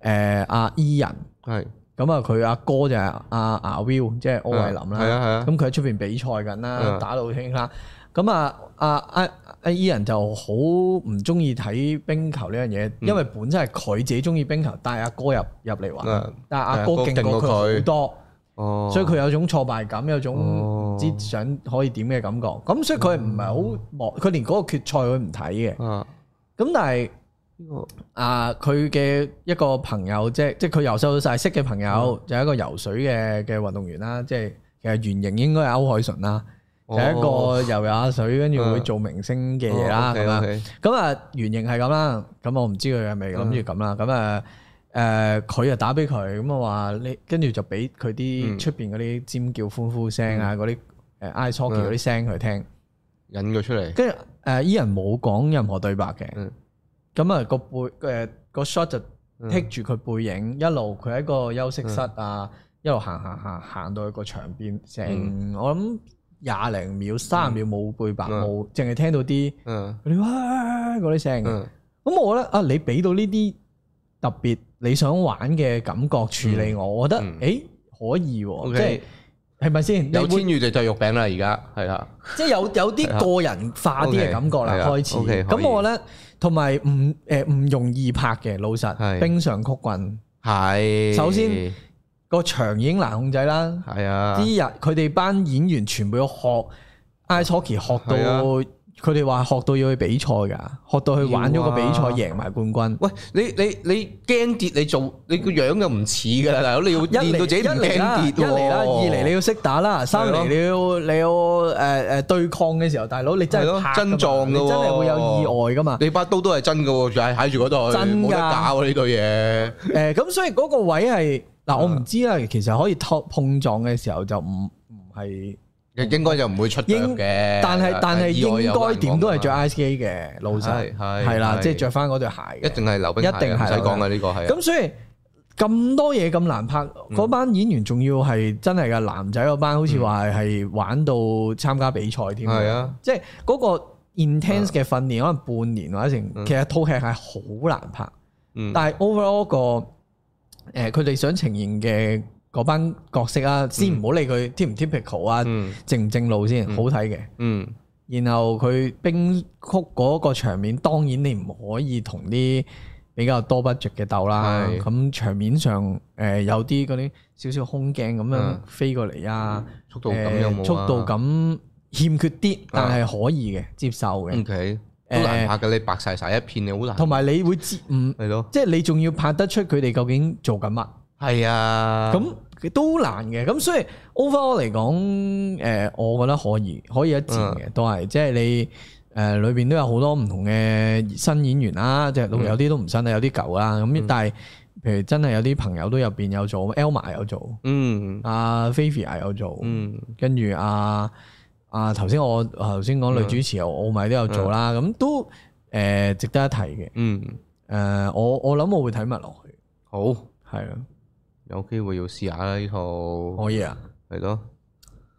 Speaker 2: 誒阿伊人，
Speaker 1: 係
Speaker 2: 咁啊佢阿哥就係阿阿 Will，即係柯偉林啦。
Speaker 1: 係啊係啊，
Speaker 2: 咁佢喺出邊比賽緊啦
Speaker 1: 嗯，
Speaker 2: 打到興啦。咁啊，阿阿阿伊人就好唔中意睇冰球呢樣嘢，
Speaker 1: 嗯
Speaker 2: 因為本身係佢自己中意冰球，帶阿哥入入嚟玩
Speaker 1: 嗯，
Speaker 2: 但係
Speaker 1: 但係阿
Speaker 2: 阿哥
Speaker 1: 哥
Speaker 2: 勁過
Speaker 1: 勁過佢
Speaker 2: 佢好多，
Speaker 1: 哦，
Speaker 2: 所以佢有種挫敗感，有種
Speaker 1: 哦
Speaker 2: 唔知想可以點嘅感覺。咁所以佢唔係好望，佢連嗰個決賽佢唔睇嘅。
Speaker 1: 啊
Speaker 2: 咁但係
Speaker 1: 呢個哦
Speaker 2: 啊，佢嘅一個朋友，即係即係佢由細到大識嘅朋
Speaker 1: 嗯
Speaker 2: 友，就係一個游水嘅嘅運動員啦，即係其實原型應該係歐海純啦。就係一
Speaker 1: 哦
Speaker 2: 個游下水，跟住會做明星嘅嘢啦，
Speaker 1: 哦
Speaker 2: 咁啊，
Speaker 1: ，OK，OK
Speaker 2: 咁啊原型係咁啦，咁我唔知佢係咪諗住咁
Speaker 1: 嗯
Speaker 2: 啦，咁啊誒佢就打俾佢，咁啊話你，跟住就俾佢
Speaker 1: 嗯
Speaker 2: 啲出邊嗰啲尖叫歡呼聲啊，嗰啲誒 i s o
Speaker 1: 嗯
Speaker 2: c k y 嗰啲聲佢聽，
Speaker 1: 引佢出嚟，
Speaker 2: 跟住誒伊人冇講任何對白嘅
Speaker 1: 嗯，
Speaker 2: 咁啊個背誒個 shot 就
Speaker 1: 嗯
Speaker 2: 剔住佢背影，一路佢喺個休息室啊，一路行行行行到去個牆邊，成我諗廿零秒、三十秒冇背白
Speaker 1: 嗯
Speaker 2: 冇，淨係聽到啲
Speaker 1: 嗯
Speaker 2: 嗰啲哇嗰啲聲嘅。
Speaker 1: 嗯
Speaker 2: 咁我覺得啊，你俾到呢啲特別你想玩嘅感覺處理我，我覺得
Speaker 1: 嗯
Speaker 2: 誒可以喎，即係
Speaker 1: ，OK，
Speaker 2: 係咪先？你
Speaker 1: 有
Speaker 2: 會
Speaker 1: 天宇就就肉餅啦，而家係啦，
Speaker 2: 即係有有啲個人化啲嘅感覺
Speaker 1: 係
Speaker 2: 啦，
Speaker 1: 啊
Speaker 2: 開始。
Speaker 1: OK，可以
Speaker 2: 咁我覺得同埋唔誒唔容易拍嘅，老
Speaker 1: 係
Speaker 2: 實冰上曲棍。
Speaker 1: 係
Speaker 2: 首先個場已經難控制啦。
Speaker 1: 係啊，
Speaker 2: 啲人佢哋班演員全部要學 ice hockey，學到
Speaker 1: 係啊
Speaker 2: 佢哋話學到要去比賽㗎，學到去玩咗個比賽
Speaker 1: 要啊
Speaker 2: 贏埋冠軍。
Speaker 1: 喂，你你你驚跌，你做你個樣又唔似噶啦，大佬你要
Speaker 2: 一
Speaker 1: 練到
Speaker 2: 嚟
Speaker 1: 自己
Speaker 2: 一
Speaker 1: 唔驚
Speaker 2: 嚟啦，一
Speaker 1: 跌喎
Speaker 2: 嚟啦，二嚟你要識打啦，三
Speaker 1: 係咯
Speaker 2: 嚟你要你要誒誒對抗嘅時候，大佬你真
Speaker 1: 係咯
Speaker 2: 係拍㗎嘛
Speaker 1: 真撞㗎
Speaker 2: 你真係會有意外㗎嘛？
Speaker 1: 你把刀都係真嘅喎，就係喺住嗰度，
Speaker 2: 真㗎
Speaker 1: 冇得假喎呢對嘢。
Speaker 2: 誒呃咁，所以嗰個位係嗱，我唔知啦。啊其實可以碰碰撞嘅時候就唔唔係。
Speaker 1: 應該就唔會出腳
Speaker 2: 應
Speaker 1: 嘅，
Speaker 2: 但係但係
Speaker 1: 意外
Speaker 2: 應
Speaker 1: 有
Speaker 2: 該點都係着
Speaker 1: 人
Speaker 2: ice skate 嘅，老
Speaker 1: 係
Speaker 2: 實
Speaker 1: 係
Speaker 2: 係啦，
Speaker 1: 係
Speaker 2: 即係着翻嗰對鞋
Speaker 1: 講㗎嘛
Speaker 2: 嘅
Speaker 1: 一。定係溜冰鞋
Speaker 2: 一定
Speaker 1: 唔
Speaker 2: 係
Speaker 1: 使講嘅呢個係。啊嗯
Speaker 2: 咁所以咁多嘢咁難拍，嗰班演員仲要係真係嘅男仔嗰班，好似話係玩到參加比賽
Speaker 1: 嗯
Speaker 2: 添。
Speaker 1: 係啊，
Speaker 2: 即係嗰個 intense 嘅訓練，可能半年或者
Speaker 1: 嗯
Speaker 2: 成，其實套劇係好難拍，
Speaker 1: 嗯
Speaker 2: 但係 overall 個誒佢哋想呈現嘅嗰班角色啊，先唔好理佢 typ 唔 typical 啊，
Speaker 1: 嗯
Speaker 2: 正唔正路先，好睇嘅。
Speaker 1: 嗯
Speaker 2: 然後佢冰曲嗰個場面，當然你唔可以同啲比較多 budget 嘅鬥啦。
Speaker 1: 係
Speaker 2: 咁場面上誒、呃有啲嗰啲少少空鏡咁樣
Speaker 1: 嗯
Speaker 2: 飛過嚟啊，
Speaker 1: 速度感有冇
Speaker 2: 呃
Speaker 1: 啊
Speaker 2: 速度感欠缺啲，但係可以嘅，接受嘅。誒、呃
Speaker 1: ，OK，好嗯難拍嘅，你白晒晒一片，你好難。
Speaker 2: 同埋你會知唔
Speaker 1: 係咯，
Speaker 2: 即係你仲要拍得出佢哋究竟做緊乜，
Speaker 1: 係啊，
Speaker 2: 咁都難嘅。咁所以 overall 嚟講，誒、我覺得可以可以一戰
Speaker 1: 嗯
Speaker 2: 嘅，都係即係你誒裏邊都有好多唔同嘅新演員啦，即係
Speaker 1: 嗯
Speaker 2: 有啲都唔新啦，有啲舊啦。咁、但係譬如真係有啲朋友都入邊有做，Elma 有做，
Speaker 1: 嗯
Speaker 2: 阿 Favia 有做。
Speaker 1: 嗯
Speaker 2: 跟住啊啊頭先我頭先講
Speaker 1: 嗯
Speaker 2: 女主持又奧米都有做啦，咁都誒值得一提嘅。
Speaker 1: 嗯，
Speaker 2: 誒我我諗我會睇埋落去，
Speaker 1: 好，
Speaker 2: 係啊，
Speaker 1: 有機會要試下啦呢套，
Speaker 2: 可以啊。
Speaker 1: 係咯。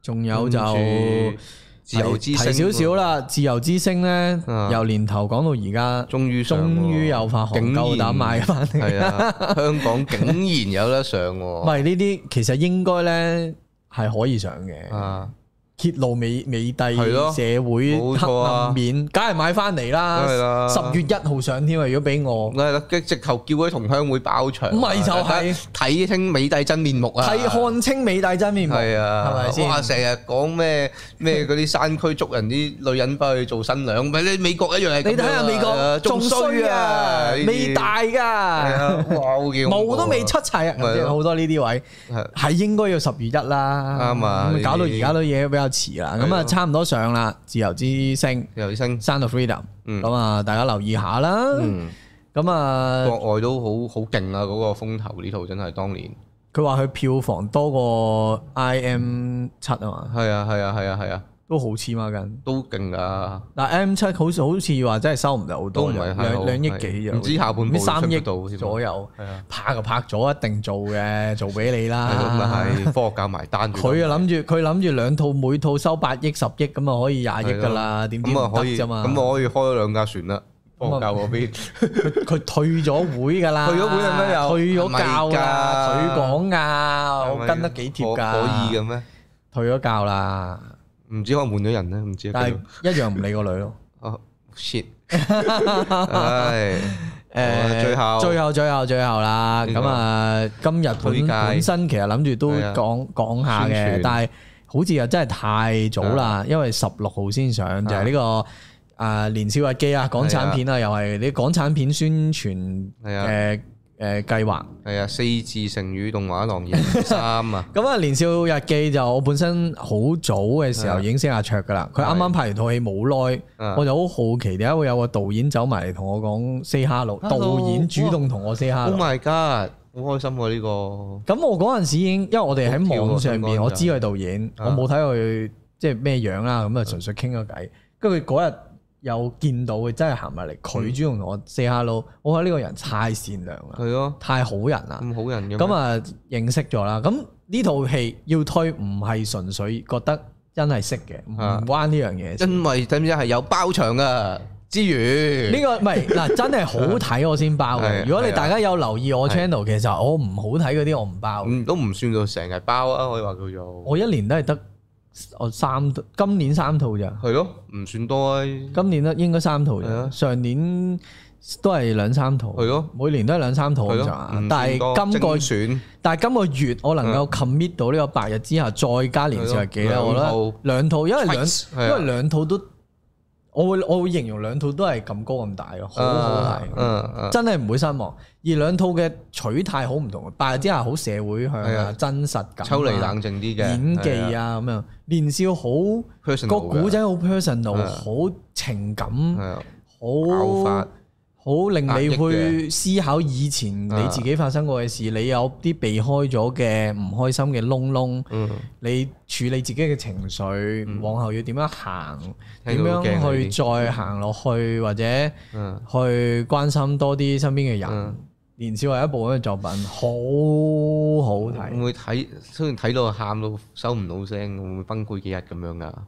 Speaker 2: 仲有就
Speaker 1: 跟住自由之星
Speaker 2: 提少少啦，自由之星咧
Speaker 1: 啊
Speaker 2: 由年頭講到而家，
Speaker 1: 終於上喎
Speaker 2: 終於有發行，
Speaker 1: 竟然
Speaker 2: 夠膽買翻嚟。
Speaker 1: 係啊，香港竟然有得上
Speaker 2: 唔
Speaker 1: 喎，
Speaker 2: 係呢啲其實應該咧係可以上嘅，
Speaker 1: 啊，
Speaker 2: 揭露美美帝
Speaker 1: 係咯
Speaker 2: 社會
Speaker 1: 冇錯
Speaker 2: 黑
Speaker 1: 啊
Speaker 2: 暗面，梗係買翻嚟啦
Speaker 1: 梗係。啦
Speaker 2: 十月一號上添啊！如果俾我。
Speaker 1: 係啦，即直頭叫佢同鄉會包場，啊
Speaker 2: 唔係就係
Speaker 1: 大家睇清美帝真面目啊！
Speaker 2: 睇看清美帝真面目，
Speaker 1: 係啊，
Speaker 2: 係咪先
Speaker 1: 哇！成日講咩咩嗰啲山區捉人啲女人翻去做新娘，咪你美國一樣係咁樣啊。
Speaker 2: 你睇下美國仲衰啊，
Speaker 1: 呢啲
Speaker 2: 未大
Speaker 1: 係啊
Speaker 2: 噶，，
Speaker 1: 哇！好幾恐怖
Speaker 2: 毛
Speaker 1: 啊
Speaker 2: 都未出齊啊，
Speaker 1: 係咯
Speaker 2: 好多呢啲位
Speaker 1: 係
Speaker 2: 係應該要十月一啦，
Speaker 1: 啱啊
Speaker 2: 咁
Speaker 1: 呢啲
Speaker 2: 搞到而家都嘢比較遲啦，
Speaker 1: 係
Speaker 2: 咁啊
Speaker 1: 咯
Speaker 2: 差唔多上啦，自由之星
Speaker 1: 尤醫生，
Speaker 2: Sound of Freedom，
Speaker 1: 嗯
Speaker 2: 咁啊大家留意下啦，
Speaker 1: 嗯，
Speaker 2: 咁啊
Speaker 1: 國外都好好勁啊！嗰個風頭呢套真係當年，
Speaker 2: 佢話佢票房多過 I M 七啊嘛，
Speaker 1: 係啊係啊係啊係啊，
Speaker 2: 都好黐孖筋，
Speaker 1: 都勁㗎，
Speaker 2: 但 M 七好似好似話真係收唔到好
Speaker 1: 都
Speaker 2: 多，
Speaker 1: 唔係
Speaker 2: 兩
Speaker 1: 太好
Speaker 2: 兩億幾
Speaker 1: 唔知下半部
Speaker 2: 咩三億
Speaker 1: 到添啊
Speaker 2: 左右，
Speaker 1: 係啊，
Speaker 2: 拍就拍咗，一定做嘅，做俾你
Speaker 1: 係咯
Speaker 2: 啦。
Speaker 1: 咪係科學教埋單住
Speaker 2: 佢啊諗住佢諗住兩套每套收八億十億咁啊可以廿億噶啦，點知
Speaker 1: 咁
Speaker 2: 唔
Speaker 1: 啊可以，
Speaker 2: 得啫嘛？啊
Speaker 1: 咁我可以開咗兩架船啦，科學教嗰邊。
Speaker 2: 佢退咗會噶啦，
Speaker 1: 退咗會係咩又
Speaker 2: 退咗教
Speaker 1: 係咪
Speaker 2: 啦，
Speaker 1: 㗎
Speaker 2: 佢講噶，啊我跟得幾貼噶，
Speaker 1: 可可以嘅咩？
Speaker 2: 退咗教啦，
Speaker 1: 唔知可能換咗人咧，唔知啊。
Speaker 2: 但
Speaker 1: 邊
Speaker 2: 係
Speaker 1: 度
Speaker 2: 一樣唔理個女咯。
Speaker 1: 啊 shit，唉，
Speaker 2: 誒，
Speaker 1: 啊最後
Speaker 2: 呃最後、最後、最後啦！
Speaker 1: 呢個
Speaker 2: 咁啊，今日
Speaker 1: 推
Speaker 2: 本
Speaker 1: 介
Speaker 2: 本身其實諗住都
Speaker 1: 係啊
Speaker 2: 講講下嘅
Speaker 1: 宣傳，啊
Speaker 2: 但係好似又真係太早啦，因為十六號先上就係呢個啊年少日記啊，港產片啊，又係你港產片宣傳
Speaker 1: 係啊
Speaker 2: 誒誒計劃。，
Speaker 1: 係啊，四字成語動畫廊二零三啊
Speaker 2: 咁啊，年少日記就我本身好早嘅時候
Speaker 1: 係啊
Speaker 2: 已經識阿卓噶啦，佢啱啱拍完套戲冇耐。
Speaker 1: 啊
Speaker 2: 我就好好奇，點解會有個導演走埋嚟同我講 say hello？
Speaker 1: Hello，
Speaker 2: 導演主動同我 say hello
Speaker 1: ，Oh。my god，好開心喎呢個，
Speaker 2: 咁我嗰陣時已經，因為我哋喺網上
Speaker 1: 好跳
Speaker 2: 面，
Speaker 1: 啊
Speaker 2: 我知佢導演，我
Speaker 1: 啊
Speaker 2: 冇睇佢即係咩樣啦，咁啊純粹傾咗偈。跟住佢嗰日又見到佢真係行埋嚟，佢主動同我 say hello，我覺得呢個人太善良啦，
Speaker 1: 係咯，
Speaker 2: 太好人啦。
Speaker 1: 咁好人嘅咩，
Speaker 2: 咁啊認識咗啦。咁呢套戲要推唔係純粹覺得真係識嘅，唔
Speaker 1: 啊
Speaker 2: 關呢樣嘢事。
Speaker 1: 因為點知係有包場噶之餘，
Speaker 2: 呢個唔係嗱，真係好睇我先包嘅。
Speaker 1: 係
Speaker 2: 如果你
Speaker 1: 係啊
Speaker 2: 大家有留意我
Speaker 1: 係
Speaker 2: channel，其實我唔好睇嗰啲我唔包嘅。
Speaker 1: 嗯都唔算到成日包啊，可以話叫做，
Speaker 2: 我一年都係得我三，今年三套咋，
Speaker 1: 係咯，唔算多啊，係
Speaker 2: 今年都應該三套
Speaker 1: 係
Speaker 2: 咋，
Speaker 1: 啊
Speaker 2: 上年都係兩三套，
Speaker 1: 咯，
Speaker 2: 每年都係兩三套咁
Speaker 1: 係咯
Speaker 2: 上下，。啊但
Speaker 1: 唔算多
Speaker 2: 係今
Speaker 1: 精
Speaker 2: 個
Speaker 1: 選
Speaker 2: 但係今個月我能夠 commit 到呢個白日之下，再加年少日記咧，
Speaker 1: 係咯啊
Speaker 2: 我覺
Speaker 1: 兩
Speaker 2: 得
Speaker 1: 套
Speaker 2: 兩套，因為兩
Speaker 1: Twice，係啊
Speaker 2: 因為兩套都，我會我會形容兩套都係咁高咁大咯，好好
Speaker 1: 啊
Speaker 2: 睇。
Speaker 1: 嗯嗯。
Speaker 2: 真係唔會失望，而兩套嘅取態好唔同，白日之下好社會向
Speaker 1: 係
Speaker 2: 啊
Speaker 1: 啊，
Speaker 2: 真實感啊，
Speaker 1: 抽離冷靜啲嘅
Speaker 2: 演技啊咁樣，年少好個古仔好 personal，
Speaker 1: 係啊
Speaker 2: 好情感，
Speaker 1: 係啊爆
Speaker 2: 好
Speaker 1: 發
Speaker 2: 好令
Speaker 1: 壓抑嘅
Speaker 2: 你
Speaker 1: 嗯
Speaker 2: 去思考以前你自己發生過嘅事，你有啲避開咗嘅唔開心嘅窿窿，
Speaker 1: 嗯
Speaker 2: 你處理自己嘅情緒，往後要點樣行，點
Speaker 1: 聽到都驚啊
Speaker 2: 樣去
Speaker 1: 呢
Speaker 2: 再行落去，或者
Speaker 1: 嗯
Speaker 2: 去關心多啲身邊嘅人
Speaker 1: 嗯。
Speaker 2: 年少係一部咁嘅作品，好好睇。
Speaker 1: 會唔會睇雖然睇到喊到收唔到聲，會唔會崩潰幾日咁樣噶？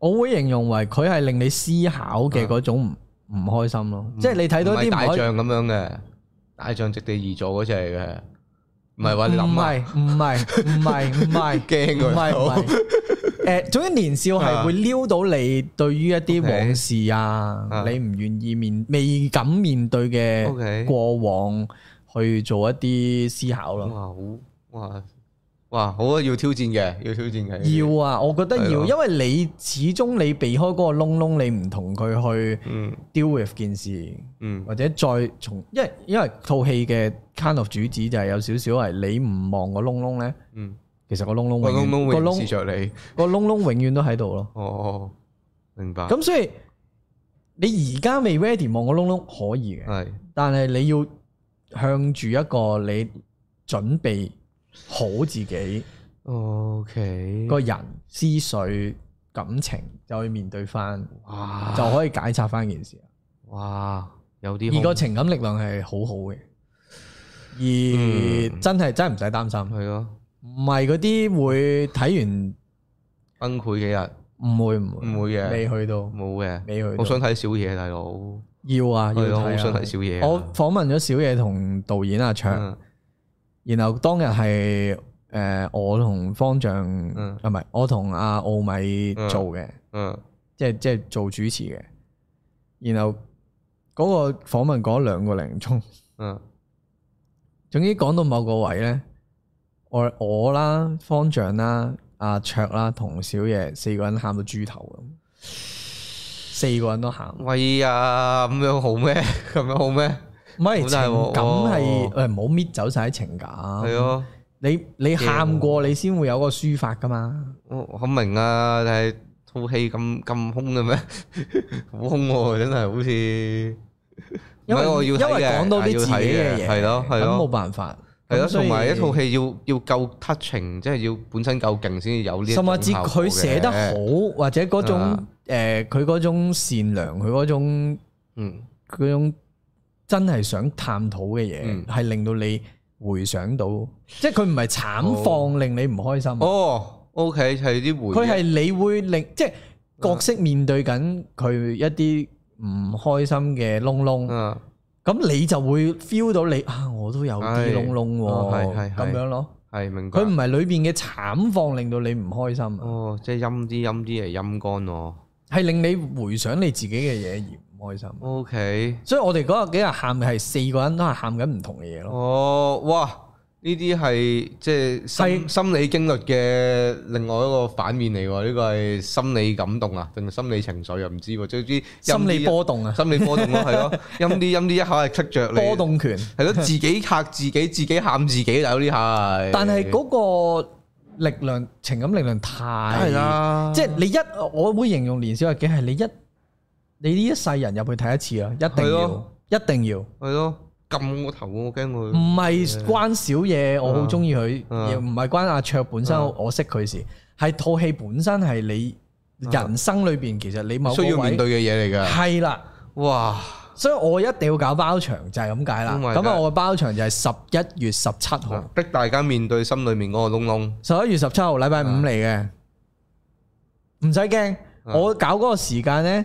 Speaker 2: 我會形容為佢係令你思考嘅嗰種唔唔開心咯，即係你睇到
Speaker 1: 嗯唔係
Speaker 2: 啲唔
Speaker 1: 大
Speaker 2: 可以
Speaker 1: 象咁樣嘅，大象席地而坐嗰只嚟嘅，唔係話你
Speaker 2: 唔
Speaker 1: 諗啊
Speaker 2: 係唔係唔係唔係
Speaker 1: 驚啊佢
Speaker 2: 唔係唔係。 誒，總之年少係會撩到你對於一啲
Speaker 1: OK
Speaker 2: 往事啊
Speaker 1: 啊，
Speaker 2: 你唔願意面未敢面對嘅
Speaker 1: OK
Speaker 2: 過往去做一啲思考
Speaker 1: 哇
Speaker 2: 咯。
Speaker 1: 好哇哇，好啊，要挑戰嘅，要挑戰嘅，
Speaker 2: 要啊，我覺得
Speaker 1: 係
Speaker 2: 要，
Speaker 1: 咯
Speaker 2: 因為你始終你避開嗰個窿窿，你唔同佢去
Speaker 1: 嗯
Speaker 2: deal with 件事，
Speaker 1: 嗯
Speaker 2: 或者再從，因為因為套戲嘅 kind of 主旨就係有少少係你唔望個窿窿咧，
Speaker 1: 嗯，
Speaker 2: 其實個窿窿
Speaker 1: 個窿
Speaker 2: 永遠
Speaker 1: 窿
Speaker 2: 個
Speaker 1: 會
Speaker 2: 窿
Speaker 1: 視着你，
Speaker 2: 個窿窿永遠都喺度咯。
Speaker 1: 哦，明白，
Speaker 2: 咁所以你而家未 ready 望個窿窿可以嘅，
Speaker 1: 係
Speaker 2: 但係你要向住一個你準備好自己
Speaker 1: 哦 OK，
Speaker 2: 個人思緒感情，就去面對翻。
Speaker 1: 哇
Speaker 2: 就可以解拆翻件事。
Speaker 1: 哇，有啲
Speaker 2: 而
Speaker 1: 恐
Speaker 2: 個情感力量係好好嘅，而
Speaker 1: 嗯
Speaker 2: 真係真係唔使擔心，
Speaker 1: 係咯，
Speaker 2: 唔係嗰啲會睇
Speaker 1: 崩潰幾日
Speaker 2: 完唔會唔會
Speaker 1: 唔會嘅
Speaker 2: 未去到
Speaker 1: 冇嘅，
Speaker 2: 未去
Speaker 1: 我
Speaker 2: 到
Speaker 1: 想睇小野大佬，
Speaker 2: 要啊要
Speaker 1: 係
Speaker 2: 睇
Speaker 1: 咯，
Speaker 2: 啊
Speaker 1: 好想睇小野啊，
Speaker 2: 我訪問咗小野同導演阿卓，
Speaker 1: 嗯
Speaker 2: 然後當日係誒我同方丈
Speaker 1: 嗯
Speaker 2: 啊唔係我同阿奧米
Speaker 1: 嗯
Speaker 2: 做嘅，
Speaker 1: 嗯
Speaker 2: 即係即係做主持嘅，然後嗰個訪問講兩個零鐘。
Speaker 1: 嗯
Speaker 2: 總之講到某個位咧，我我啦、方丈啦、阿卓啦同小野四個人喊到豬頭咁，四個人都喊。
Speaker 1: 喂呀，咁樣好咩？ 咁樣好咩？
Speaker 2: 唔係
Speaker 1: 好
Speaker 2: 情
Speaker 1: 大
Speaker 2: 感
Speaker 1: 鑊
Speaker 2: 係
Speaker 1: 哦
Speaker 2: 誒，唔好搣走晒啲情感。
Speaker 1: 係咯，啊
Speaker 2: 你你喊過你先會有個抒發噶嘛？
Speaker 1: 我我明啊，但係套戲咁咁空嘅咩？ 好空喎，真係好似。
Speaker 2: 因為
Speaker 1: 唔係我要睇嘅
Speaker 2: 因為講到啲自己嘅
Speaker 1: 係要睇嘅
Speaker 2: 嘢，
Speaker 1: 係咯係咯
Speaker 2: 咁冇辦法。
Speaker 1: 係咯，
Speaker 2: 咁所以
Speaker 1: 同埋一套戲要要夠 touching，即係要本身夠勁先至有呢一
Speaker 2: 甚
Speaker 1: 種
Speaker 2: 至
Speaker 1: 效果
Speaker 2: 佢
Speaker 1: 嘅
Speaker 2: 寫得好，，或者嗰種
Speaker 1: 啊
Speaker 2: 誒，佢嗰種善良，佢嗰種。
Speaker 1: 嗯
Speaker 2: 嗰種真係想探討嘅嘢，
Speaker 1: 嗯
Speaker 2: 係、令到你回想到，即係佢唔係慘況令你唔開心，啊
Speaker 1: 哦，OK 係啲回
Speaker 2: 佢係、
Speaker 1: 憶
Speaker 2: 你會令即係角色面對緊佢一啲唔開心嘅窿窿，
Speaker 1: 啊，
Speaker 2: 咁、你就會 feel 到你啊，我都有啲
Speaker 1: 係
Speaker 2: 窿窿
Speaker 1: 哦係
Speaker 2: 喎，
Speaker 1: 係係
Speaker 2: 咁樣咯。
Speaker 1: 係明白
Speaker 2: 佢唔。係裏邊嘅慘況令到你唔開心，啊係、
Speaker 1: 哦，即係陰啲陰啲嚟陰乾我。
Speaker 2: 令你回想你自己嘅嘢而唔開心。啊
Speaker 1: OK，
Speaker 2: 所以我哋嗰日幾日喊係四個人都係喊緊唔同嘅嘢咯。
Speaker 1: 哦，哇！呢啲係即係心
Speaker 2: 係
Speaker 1: 心理經歷嘅另外一個反面嚟喎，呢個係心理感動啊，定係心理情緒啊？唔知喎，最之
Speaker 2: 心理波動啊，
Speaker 1: 心理波動咯，係咯，陰啲陰啲一下係棘着你，
Speaker 2: 波動拳。
Speaker 1: 係 咯，自己嚇自己，自己喊自己，有呢下係。
Speaker 2: 但係嗰個力量、情感力量
Speaker 1: 係，
Speaker 2: 太
Speaker 1: 啊啦，
Speaker 2: 即係你一，我會形容年少日記係你一，你呢一世人入去睇一次啊，一
Speaker 1: 係
Speaker 2: 定
Speaker 1: 咯
Speaker 2: 要，一定要，唔
Speaker 1: 係咯，撳我頭喎我驚
Speaker 2: 嗯
Speaker 1: 佢。
Speaker 2: 係關小嘢，我好中意佢，
Speaker 1: 嗯
Speaker 2: 亦唔係關阿卓本身，
Speaker 1: 嗯
Speaker 2: 我識佢事，係套戲本身係你人生裏邊，其實你某個
Speaker 1: 需要面
Speaker 2: 位
Speaker 1: 對嘅嘢嚟㗎，
Speaker 2: 係啦。
Speaker 1: 哇！
Speaker 2: 所以我一定要搞包場就係咁解啦。
Speaker 1: Oh my
Speaker 2: 咁啊，
Speaker 1: God
Speaker 2: 我嘅包場就係十一月十七號，
Speaker 1: 逼大家面對心裏面嗰個窿窿，
Speaker 2: 十一月十七號禮拜五
Speaker 1: 啊
Speaker 2: 嚟嘅，唔使驚。我搞嗰個時間呢，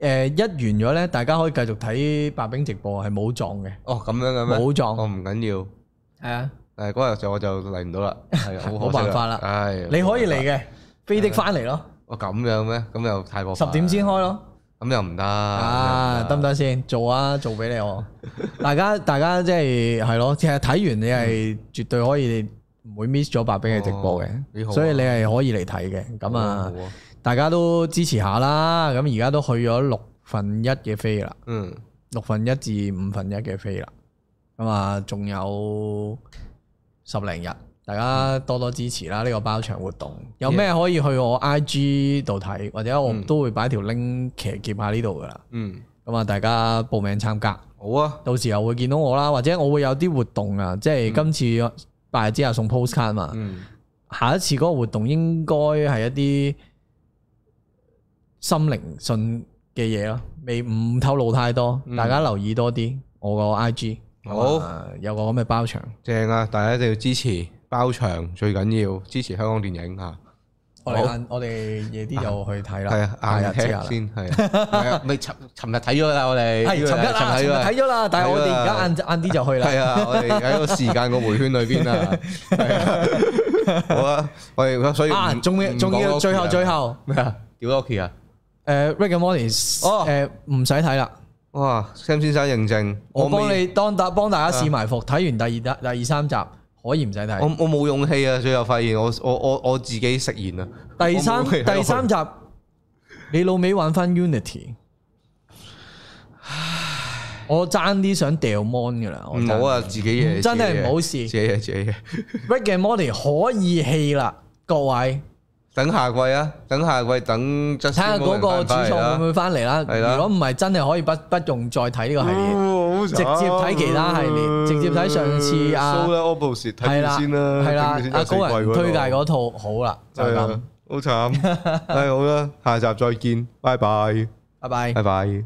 Speaker 2: 誒、一完咗呢，大家可以繼續睇白冰直播，係冇撞嘅，
Speaker 1: 哦咁樣嘅咩？
Speaker 2: 冇撞，
Speaker 1: 我唔緊要。
Speaker 2: 係啊，
Speaker 1: 但係嗰日就我就嚟唔到啦，係 好可惜
Speaker 2: 冇辦法啦
Speaker 1: 唉，
Speaker 2: 你可以嚟
Speaker 1: 冇辦法。
Speaker 2: 嘅，飛
Speaker 1: 啊
Speaker 2: 的翻嚟咯，
Speaker 1: 我哦咁樣咩？咁又太過
Speaker 2: 十
Speaker 1: 分啦
Speaker 2: 點先開咯，
Speaker 1: 咁又唔得
Speaker 2: 啊，得唔？得先？做啊，做俾你我，大家大家即係係咯，其實睇完你係絕對可以唔會 miss 咗白冰嘅直播
Speaker 1: 哦幾
Speaker 2: 嘅，
Speaker 1: 好啊
Speaker 2: 所以你係可以嚟睇嘅，
Speaker 1: 唔得
Speaker 2: 咁啊
Speaker 1: 好。好
Speaker 2: 大家都支持下啦。咁而家都去咗六分一嘅飛啦，
Speaker 1: 嗯，
Speaker 2: 六分一至五分一嘅飛啦。咁啊，仲有十零日，大家多多支持啦！呢、個包場活動有咩可以去我 I G 度睇，或者我
Speaker 1: 嗯
Speaker 2: 都會擺條 link 騎劫下呢度噶啦。
Speaker 1: 嗯，
Speaker 2: 咁啊，大家報名參加，
Speaker 1: 好啊，
Speaker 2: 到時候會見到我啦，或者我會有啲活動啊，即係今次拜之下送 postcard 嘛。
Speaker 1: 嗯，
Speaker 2: 下一次嗰個活動應該係一啲心靈信嘅嘢咯，未唔透露太多，
Speaker 1: 嗯
Speaker 2: 大家留意多啲我個 I G。
Speaker 1: 好
Speaker 2: 啊有個咁嘅包場，
Speaker 1: 正啊！大家一定要支持包場，最緊要支持香港電影啊！
Speaker 2: 我哋晏我哋夜啲就去睇啦。
Speaker 1: 係啊，
Speaker 2: 係
Speaker 1: 硬
Speaker 2: 啊，
Speaker 1: 聽
Speaker 2: 知啦。
Speaker 1: 先係啊，係 啊咪尋尋日睇咗啦，我哋
Speaker 2: 係尋日啦，哎尋日睇咗啦，但係我哋而家晏晏啲就去啦。
Speaker 1: 係啊，我哋喺個時間個回圈裏邊 啊，係啊，好啊，我哋所以
Speaker 2: 啊，
Speaker 1: 唔
Speaker 2: 仲要
Speaker 1: 唔
Speaker 2: 仲要
Speaker 1: 講
Speaker 2: 最後
Speaker 1: Loki 啊
Speaker 2: 最後，
Speaker 1: 咩啊？屌 Loki 啊！
Speaker 2: 誒 Rick and Morty
Speaker 1: 哦
Speaker 2: 誒唔使睇啦，
Speaker 1: 哇！Sam 先生認證，
Speaker 2: 我
Speaker 1: 未啊
Speaker 2: 幫你當打幫大家試埋伏，睇完第二第第二三集，好可以唔使
Speaker 1: 我
Speaker 2: 睇。
Speaker 1: 我冇勇氣啊！最後發現我我我我自己食言啊！
Speaker 2: 第三
Speaker 1: 我冇勇氣
Speaker 2: 第三集，你老尾玩翻 Unity，我爭啲想掉 mon 噶啦，我
Speaker 1: 唔好啊！自己嘢
Speaker 2: 真係
Speaker 1: 自己嘢
Speaker 2: 唔好試
Speaker 1: 自己嘢自己嘢。
Speaker 2: ！Rick and Morty 可以戲啦，各位。
Speaker 1: 等下季啊！等下季等
Speaker 2: 睇下嗰個主創會唔
Speaker 1: 會
Speaker 2: 會翻嚟啦。
Speaker 1: 啊係啦
Speaker 2: 如果唔係，真係可以不不用再睇呢個系
Speaker 1: 直
Speaker 2: 列，直接睇其他系列直接睇上次啊
Speaker 1: s o l Opposite
Speaker 2: 係
Speaker 1: 睇
Speaker 2: 啦，
Speaker 1: 住先啦，
Speaker 2: 係啦
Speaker 1: 頂住先，有
Speaker 2: 阿
Speaker 1: 四季
Speaker 2: 高人
Speaker 1: 嗰
Speaker 2: 推
Speaker 1: 度
Speaker 2: 介嗰套好啦，就
Speaker 1: 係啊
Speaker 2: 咁
Speaker 1: 啊，，好慘，唉好啦，下集再見，拜拜，
Speaker 2: 拜拜
Speaker 1: 拜。拜。